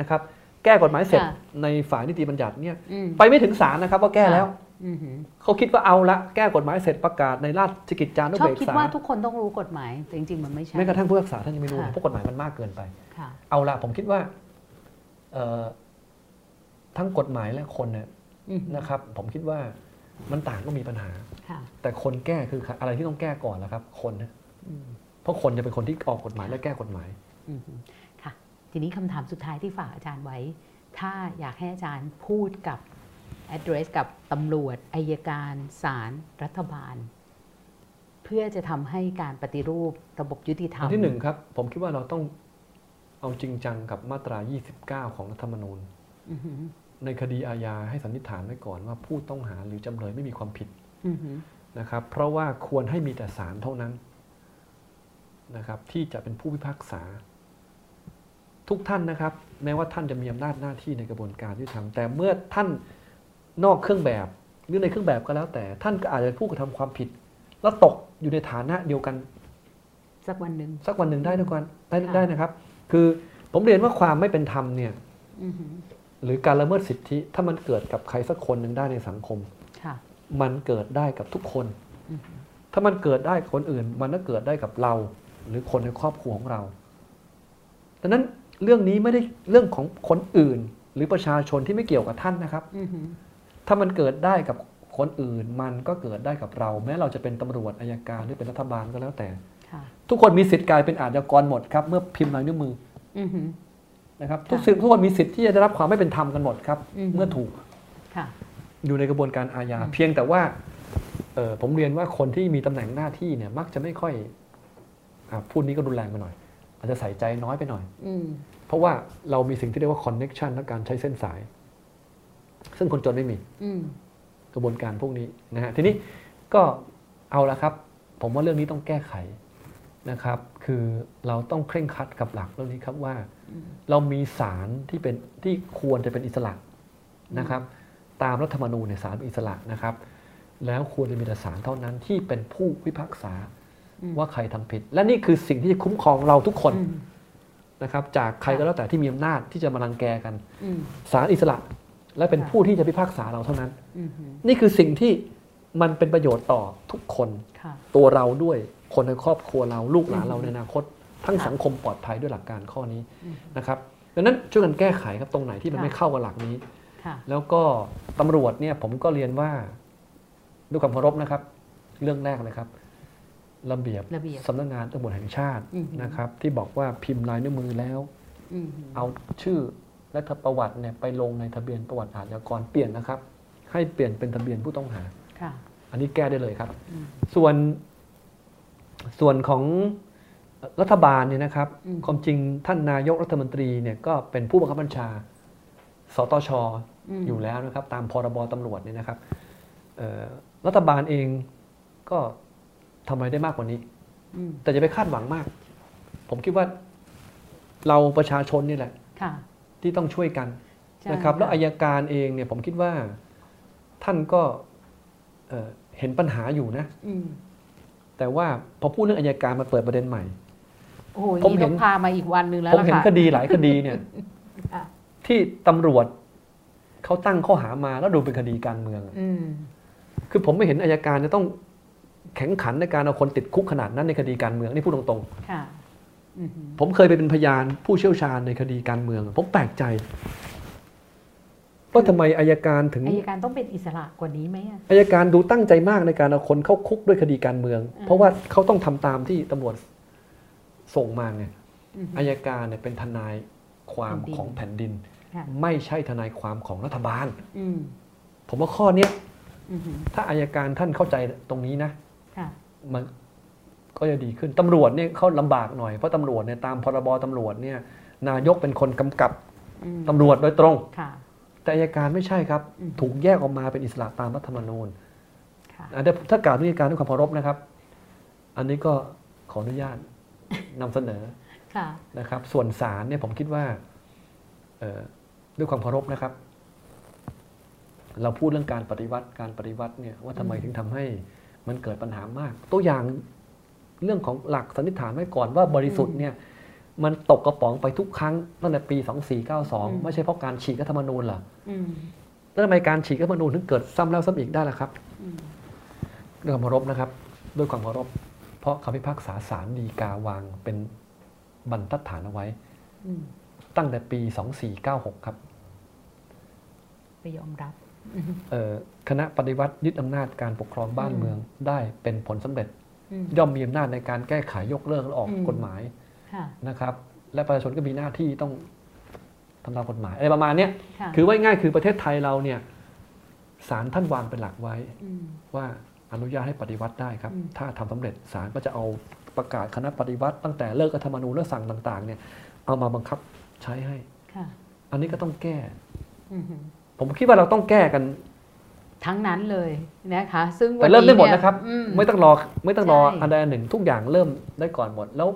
นะครับ แก้กฎหมายเสร็จ ค่ะ ในฝ่ายนิติบัญญัติเนี่ย อืม ไปไม่ถึงศาลนะครับว่าแก้แล้ว อือหือ เขาคิดว่าเอาละแก้กฎหมายเสร็จประกาศในราชกิจจานุ ชอ เบบ ก คิด ษา ว่าทุกคนต้องรู้กฎหมายแต่จริง ๆ มันไม่ใช่ แม้กระทั่งผู้รักษาท่านยังไม่รู้เลย ค่ะ เพราะกฎหมายมันมากเกินไป ค่ะ เอาละผมคิดว่าเอ่อทั้งกฎหมายและคนเนี่ย อืม นะครับ ผมคิดว่ามันต่างก็มีปัญหา ค่ะ แต่คนแก้คืออะไรที่ต้องแก้ก่อนล่ะครับ คนนะ อืม เพราะคนจะเป็นคนที่ออกกฎหมายและแก้กฎหมาย อืมค่ะทีนี้คำถามสุดท้ายที่ฝากอาจารย์ไว้ ถ้าอยากให้อาจารย์พูดกับ address กับตำรวจอายการศาลรัฐบาล เพื่อจะทำให้การปฏิรูประบบยุติธรร อั ม นที่หนึ่งครับ ผมคิดว่าเราต้องเอาจริงจังกับมาตรา 29 ของรัฐธรรมนูญ อือหือ ในคดีอาญาให้สันนิษฐานไว้ก่อนว่าผู้ต้องหาหรือจำเลยไม่มีความผิด อือหือ นะครับ เพราะว่าควรให้มีแต่ศาลเท่านั้นนะครับ ที่จะเป็นผู้พิพากษา ทุกท่านนะครับ แม้ว่าท่านจะมีอำนาจหน้าที่ในกระบวนการยุติธรรมแต่เมื่อท่านนอกเครื่องแบบหรือในเครื่องแบบก็แล้ว แต่ท่านก็อาจจะเป็นผู้กระทำความผิด แล้วตกอยู่ในฐานะเดียวกัน สักวันหนึ่ง สักวันหนึ่งได้ทุกวันได้ ค่ะ ได้นะครับ คือผมเรียนว่าความไม่เป็นธรรมเนี่ย อือหือ หรือการละเมิดสิทธิ ถ้ามันเกิดกับใครสักคนหนึ่งได้ในสังคม ค่ะ มันเกิดได้กับทุกคน อือฮึ ถ้ามันเกิดได้กับคนอื่น มันก็เกิดได้กับเรา หรือคนในครอบครัวของเราดังนั้นเรื่องนี้ไม่ได้เรื่องของคนอื่น หรือประชาชนที่ไม่เกี่ยวกับท่านนะครับ อือหือ ถ้ามันเกิดได้กับคนอื่น มันก็เกิดได้กับเรา แม้เราจะเป็นตำรวจอายการหรือเป็นรัฐบาลก็แล้วแต่ ค่ะ ทุกคนมีสิทธิ์กลายเป็นอาชญากรหมดครับเมื่อพิมพ์ลายนิ้วมือ อือหือ นะครับ ค่ะ ทุกสิ่งทุกคนมีสิทธิ์ที่จะได้รับความไม่เป็นธรรมกันหมดครับ อืม เมื่อถูก ค่ะ อยู่ในกระบวนการอาญา อืม เพียงแต่ว่าเอ่อผมเรียนว่าคนที่มีตำแหน่งหน้าที่เนี่ยมักจะไม่ค่อยอ่ะพูดนี้ก็รุนแรงไปหน่อย อาจจะใส่ใจน้อยไปหน่อย อืม เพราะว่าเรามีสิ่งที่เรียกว่าคอนเน็ชันและการใช้เส้นสาย ซึ่งคนจนไม่มี อืม กระบวนการพวกนี้นะฮะทีนี้ก็เอาละครับ ผมว่าเรื่องนี้ต้องแก้ไขนะครับ คือเราต้องเคร่งครัดกับหลักเรื่องนี้ครับว่า อืม เรามีศาลที่เป็นที่ควรจะเป็นอิสระนะครับ ตามรัฐธรรมนูญเนี่ยศาลเป็นอิสระนะครับ แล้วควรจะมีแต่ศาลเท่านั้นที่เป็นผู้พิพากษา อืม ว่าใครทำผิด และนี่คือสิ่งที่จะคุ้มครองเราทุกคน อืม นะครับ จากใครก็แล้วแต่ที่มีอำนาจที่จะมารังแกกัน อืม ศาลอิสระ และเป็น ค่ะ ผู้ที่จะพิพากษาเราเท่านั้น อือหือ นี่คือสิ่งที่มันเป็นประโยชน์ต่อทุกคน ค่ะ ตัวเราด้วยคนในครอบครัวเราลูกหลานเรา อืม ในอนาคต ทั้ง ค่ะ สังคมปลอดภัยด้วยหลักการข้อนี้ อืม นะครับดังนั้นช่วยกันแก้ไขครับตรงไหนที่มัน ค่ะ ไม่เข้ากับหลักนี้ ค่ะ แล้วก็ตำรวจเนี่ยผมก็เรียนว่าด้วยความเคารพนะครับ เรื่องแรกเลยครับระเบียบ ระเบียบ สำนักงานตำรวจแห่งชาติ อือหือ นะครับ ที่บอกว่าพิมพ์ลายนิ้วมือแล้ว อือหือ เอาชื่อและทะประวัติเนี่ยไปลงในทะเบียนประวัติอาชญากรเปลี่ยนนะครับ ให้เปลี่ยนเป็นทะเบียนผู้ต้องหา ค่ะ อันนี้แก้ได้เลยครับ อืม ส่วนส่วนของรัฐบาลเนี่ยนะครับ อืม ความจริงท่านนายกรัฐมนตรีเนี่ยก็เป็นผู้บังคับบัญชา สตช ม อยู่แล้วนะครับ ตามพรบตำรวจเนี่ยนะครับเอ่อรัฐบาลเองก็ทำอะไรได้มากกว่านี้ อืม แต่จะไปคาดหวังมาก ผมคิดว่าเราประชาชนนี่แหละ ค่ะ ที่ต้องช่วยกัน ใช่ นะครับแล้วอายการเองเนี่ยผมคิดว่าท่านก็เอ่อเห็นปัญหาอยู่นะ อืม แต่ว่าพอพูดเรื่องอายการมาเปิดประเด็นใหม่ โอ้โห ผม นี่ เห็ ต้ น องพามาอีกวันหนึ่งแล้ว ผม ล่ะ เห็น ค่ะ คดีหลายคดีเนี่ย อ่ะ ที่ตำรวจเขาตั้งข้อหามาแล้วดูเป็นคดีการเมืองอะ อืม คือผมไม่เห็นอายการจะต้องแข็งขันในการเอาคนติดคุกขนาดนั้นในคดีการเมืองนี่พูดตรง ค่ะอือหือ ๆผมเคยไปเป็นพยานผู้เชี่ยวชาญในคดีการเมืองอะผมแปลกใจว่าทำไมอายการถึง อายการต้องเป็นอิสระกว่านี้ไหมอะ อายการดูตั้งใจมากในการเอาคนเข้าคุกด้วยคดีการเมือง อืม เพราะว่าเขาต้องทำตามที่ตำรวจส่งมาไง อือหือ อายการเนี่ยเป็นทนายความ แผ่นดิน ของแผ่นดิน ค่ะ ไม่ใช่ทนายความของรัฐบาล อืม ผมว่าข้อเนี้ย อือหือ ถ้าอายการท่านเข้าใจตรงนี้นะ ค่ะ มันก็จะดีขึ้นตำรวจเนี่ยเขาลำบากหน่อยเพราะตำรวจเนี่ยตามพรบตำรวจเนี่ยนายกเป็นคนกำกับ อืม ตำรวจโดยตรง ค่ะ แต่อายการไม่ใช่ครับ อืม ถูกแยกออกมาเป็นอิสระตามรัฐธรรมนูญ ค่ะ อันนี้ถ้ากล่าวด้วยการด้วยความเคารพนะครับ อันนี้ก็ขออนุญาตนำเสนอ ค่ะ นะครับ ส่วนศาลเนี่ยผมคิดว่าเอ่อด้วยความเคารพนะครับ เราพูดเรื่องการปฏิวัติการปฏิวัติเนี่ยว่าทำไมถึงทำให้มันเกิดปัญหามาก ตัวอย่างเรื่องของหลักสันนิษฐานไว้ก่อนว่าบริสุทธิ์เนี่ยมันตกกระป๋องไปทุกครั้งตั้งแต่ปี ม 2492 ไม่ใช่เพราะการฉีกรัฐธรรมนูญเหรอ อืม แล้วทำไมการฉีกรัฐธรรมนูญถึงเกิดซ้ำแล้วซ้ำอีกได้ล่ะครับ อืม ด้วยความเคารพนะครับ ด้วยความเคารพ เพราะคำพิพากษาศาลฎีกาวางเป็นบรรทัดฐานเอาไว้ อืม ตั้งแต่ปี 2496 ครับ ไปยอมรับ เอ่อคณะปฏิวัติยึดอำนาจการปกครองบ้านเมืองได้เป็นผลสำเร็จ อืม ย่อมมีอำนาจในการแก้ไขยกเลิกและออก อืม กฎหมาย ค่ะ นะครับ และประชาชนก็มีหน้าที่ต้องทำตามกฎหมายอะไรประมาณเนี้ย ค่ะ คือว่าง่ายๆคือประเทศไทยเราเนี่ยศาลท่านวางเป็นหลักไว้ ม ว่าอนุญาตให้ปฏิวัติได้ครับ อืม ถ้าทำสำเร็จศาลก็จะเอาประกาศคณะปฏิวัติ ตั้งแต่เลิกรัฐธรรมนูญและสั่งต่างๆเนี่ยเอามาบังคับใช้ให้ ค่ะ อันนี้ก็ต้องแก้ อืม ผมคิดว่าเราต้องแก้กัน ทั้งนั้นเลยนะคะ ซึ่ง แต่เริ่มได้หมด วั นะครับ อื ไม่ต้องรอไม่ต้องรอ ใช่ อันใดอันหนึ่งทุกอย่างเริ่มได้ก่อนหมด แล้ว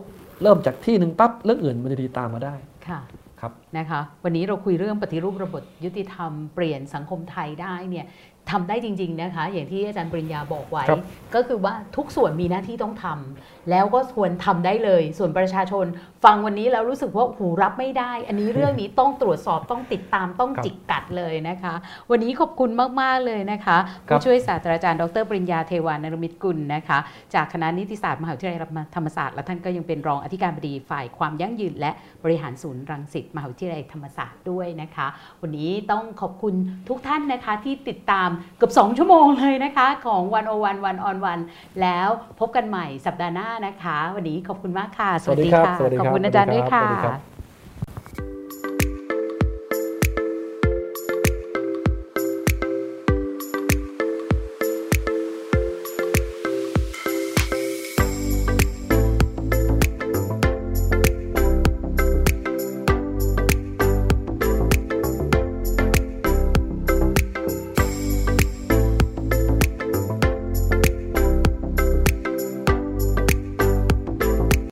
เริ่มจากที่หนึ่งปั๊บเรื่องอื่นมันจะดีตามมาได้ ค่ะ ครับ นะคะวันนี้เราคุยเรื่องปฏิรูประบบยุติธรรมเปลี่ยนสังคมไทยได้เนี่ยทำได้จริงๆนะคะ อย่างที่อาจารย์ปริญญาบอกไว้ ครับ ก็คือว่าทุกส่วนมีหน้าที่ต้องทำแล้วก็ควรทำได้เลยส่วนประชาชน ฟังวันนี้แล้วรู้สึกว่าหูรับไม่ได้ อันนี้เรื่องนี้ต้องตรวจสอบต้องติดตามต้องจิกกัดเลยนะคะ วันนี้ขอบคุณมากๆเลยนะคะผู้ช่วยศาสตราจารย์ดรปริญญาเทวานรมิตกุลนะคะ จากคณะนิติศาสตร์มหาวิทยาลัยธรรมศาสตร์และท่านก็ยังเป็นรองอธิการบดีฝ่ายความยั่งยืนและบริหารศูนย์รังสิตมหาวิทยาลัยธรรมศาสตร์ด้วยนะคะ วันนี้ต้องขอบคุณทุกท่านนะคะที่ติดตามเกือบ2 ชั่วโมงเลยนะคะ ของวันโอวันวันออนวันแล้วพบกันใหม่สัปดาห์หน้านะคะ วันนี้ขอบคุณมากค่ะ สวัสดีครับ ะ สวัสดี ขอบ ครับ คุณอาจารย์ด้วย สวั ค่ สดีครับ ะ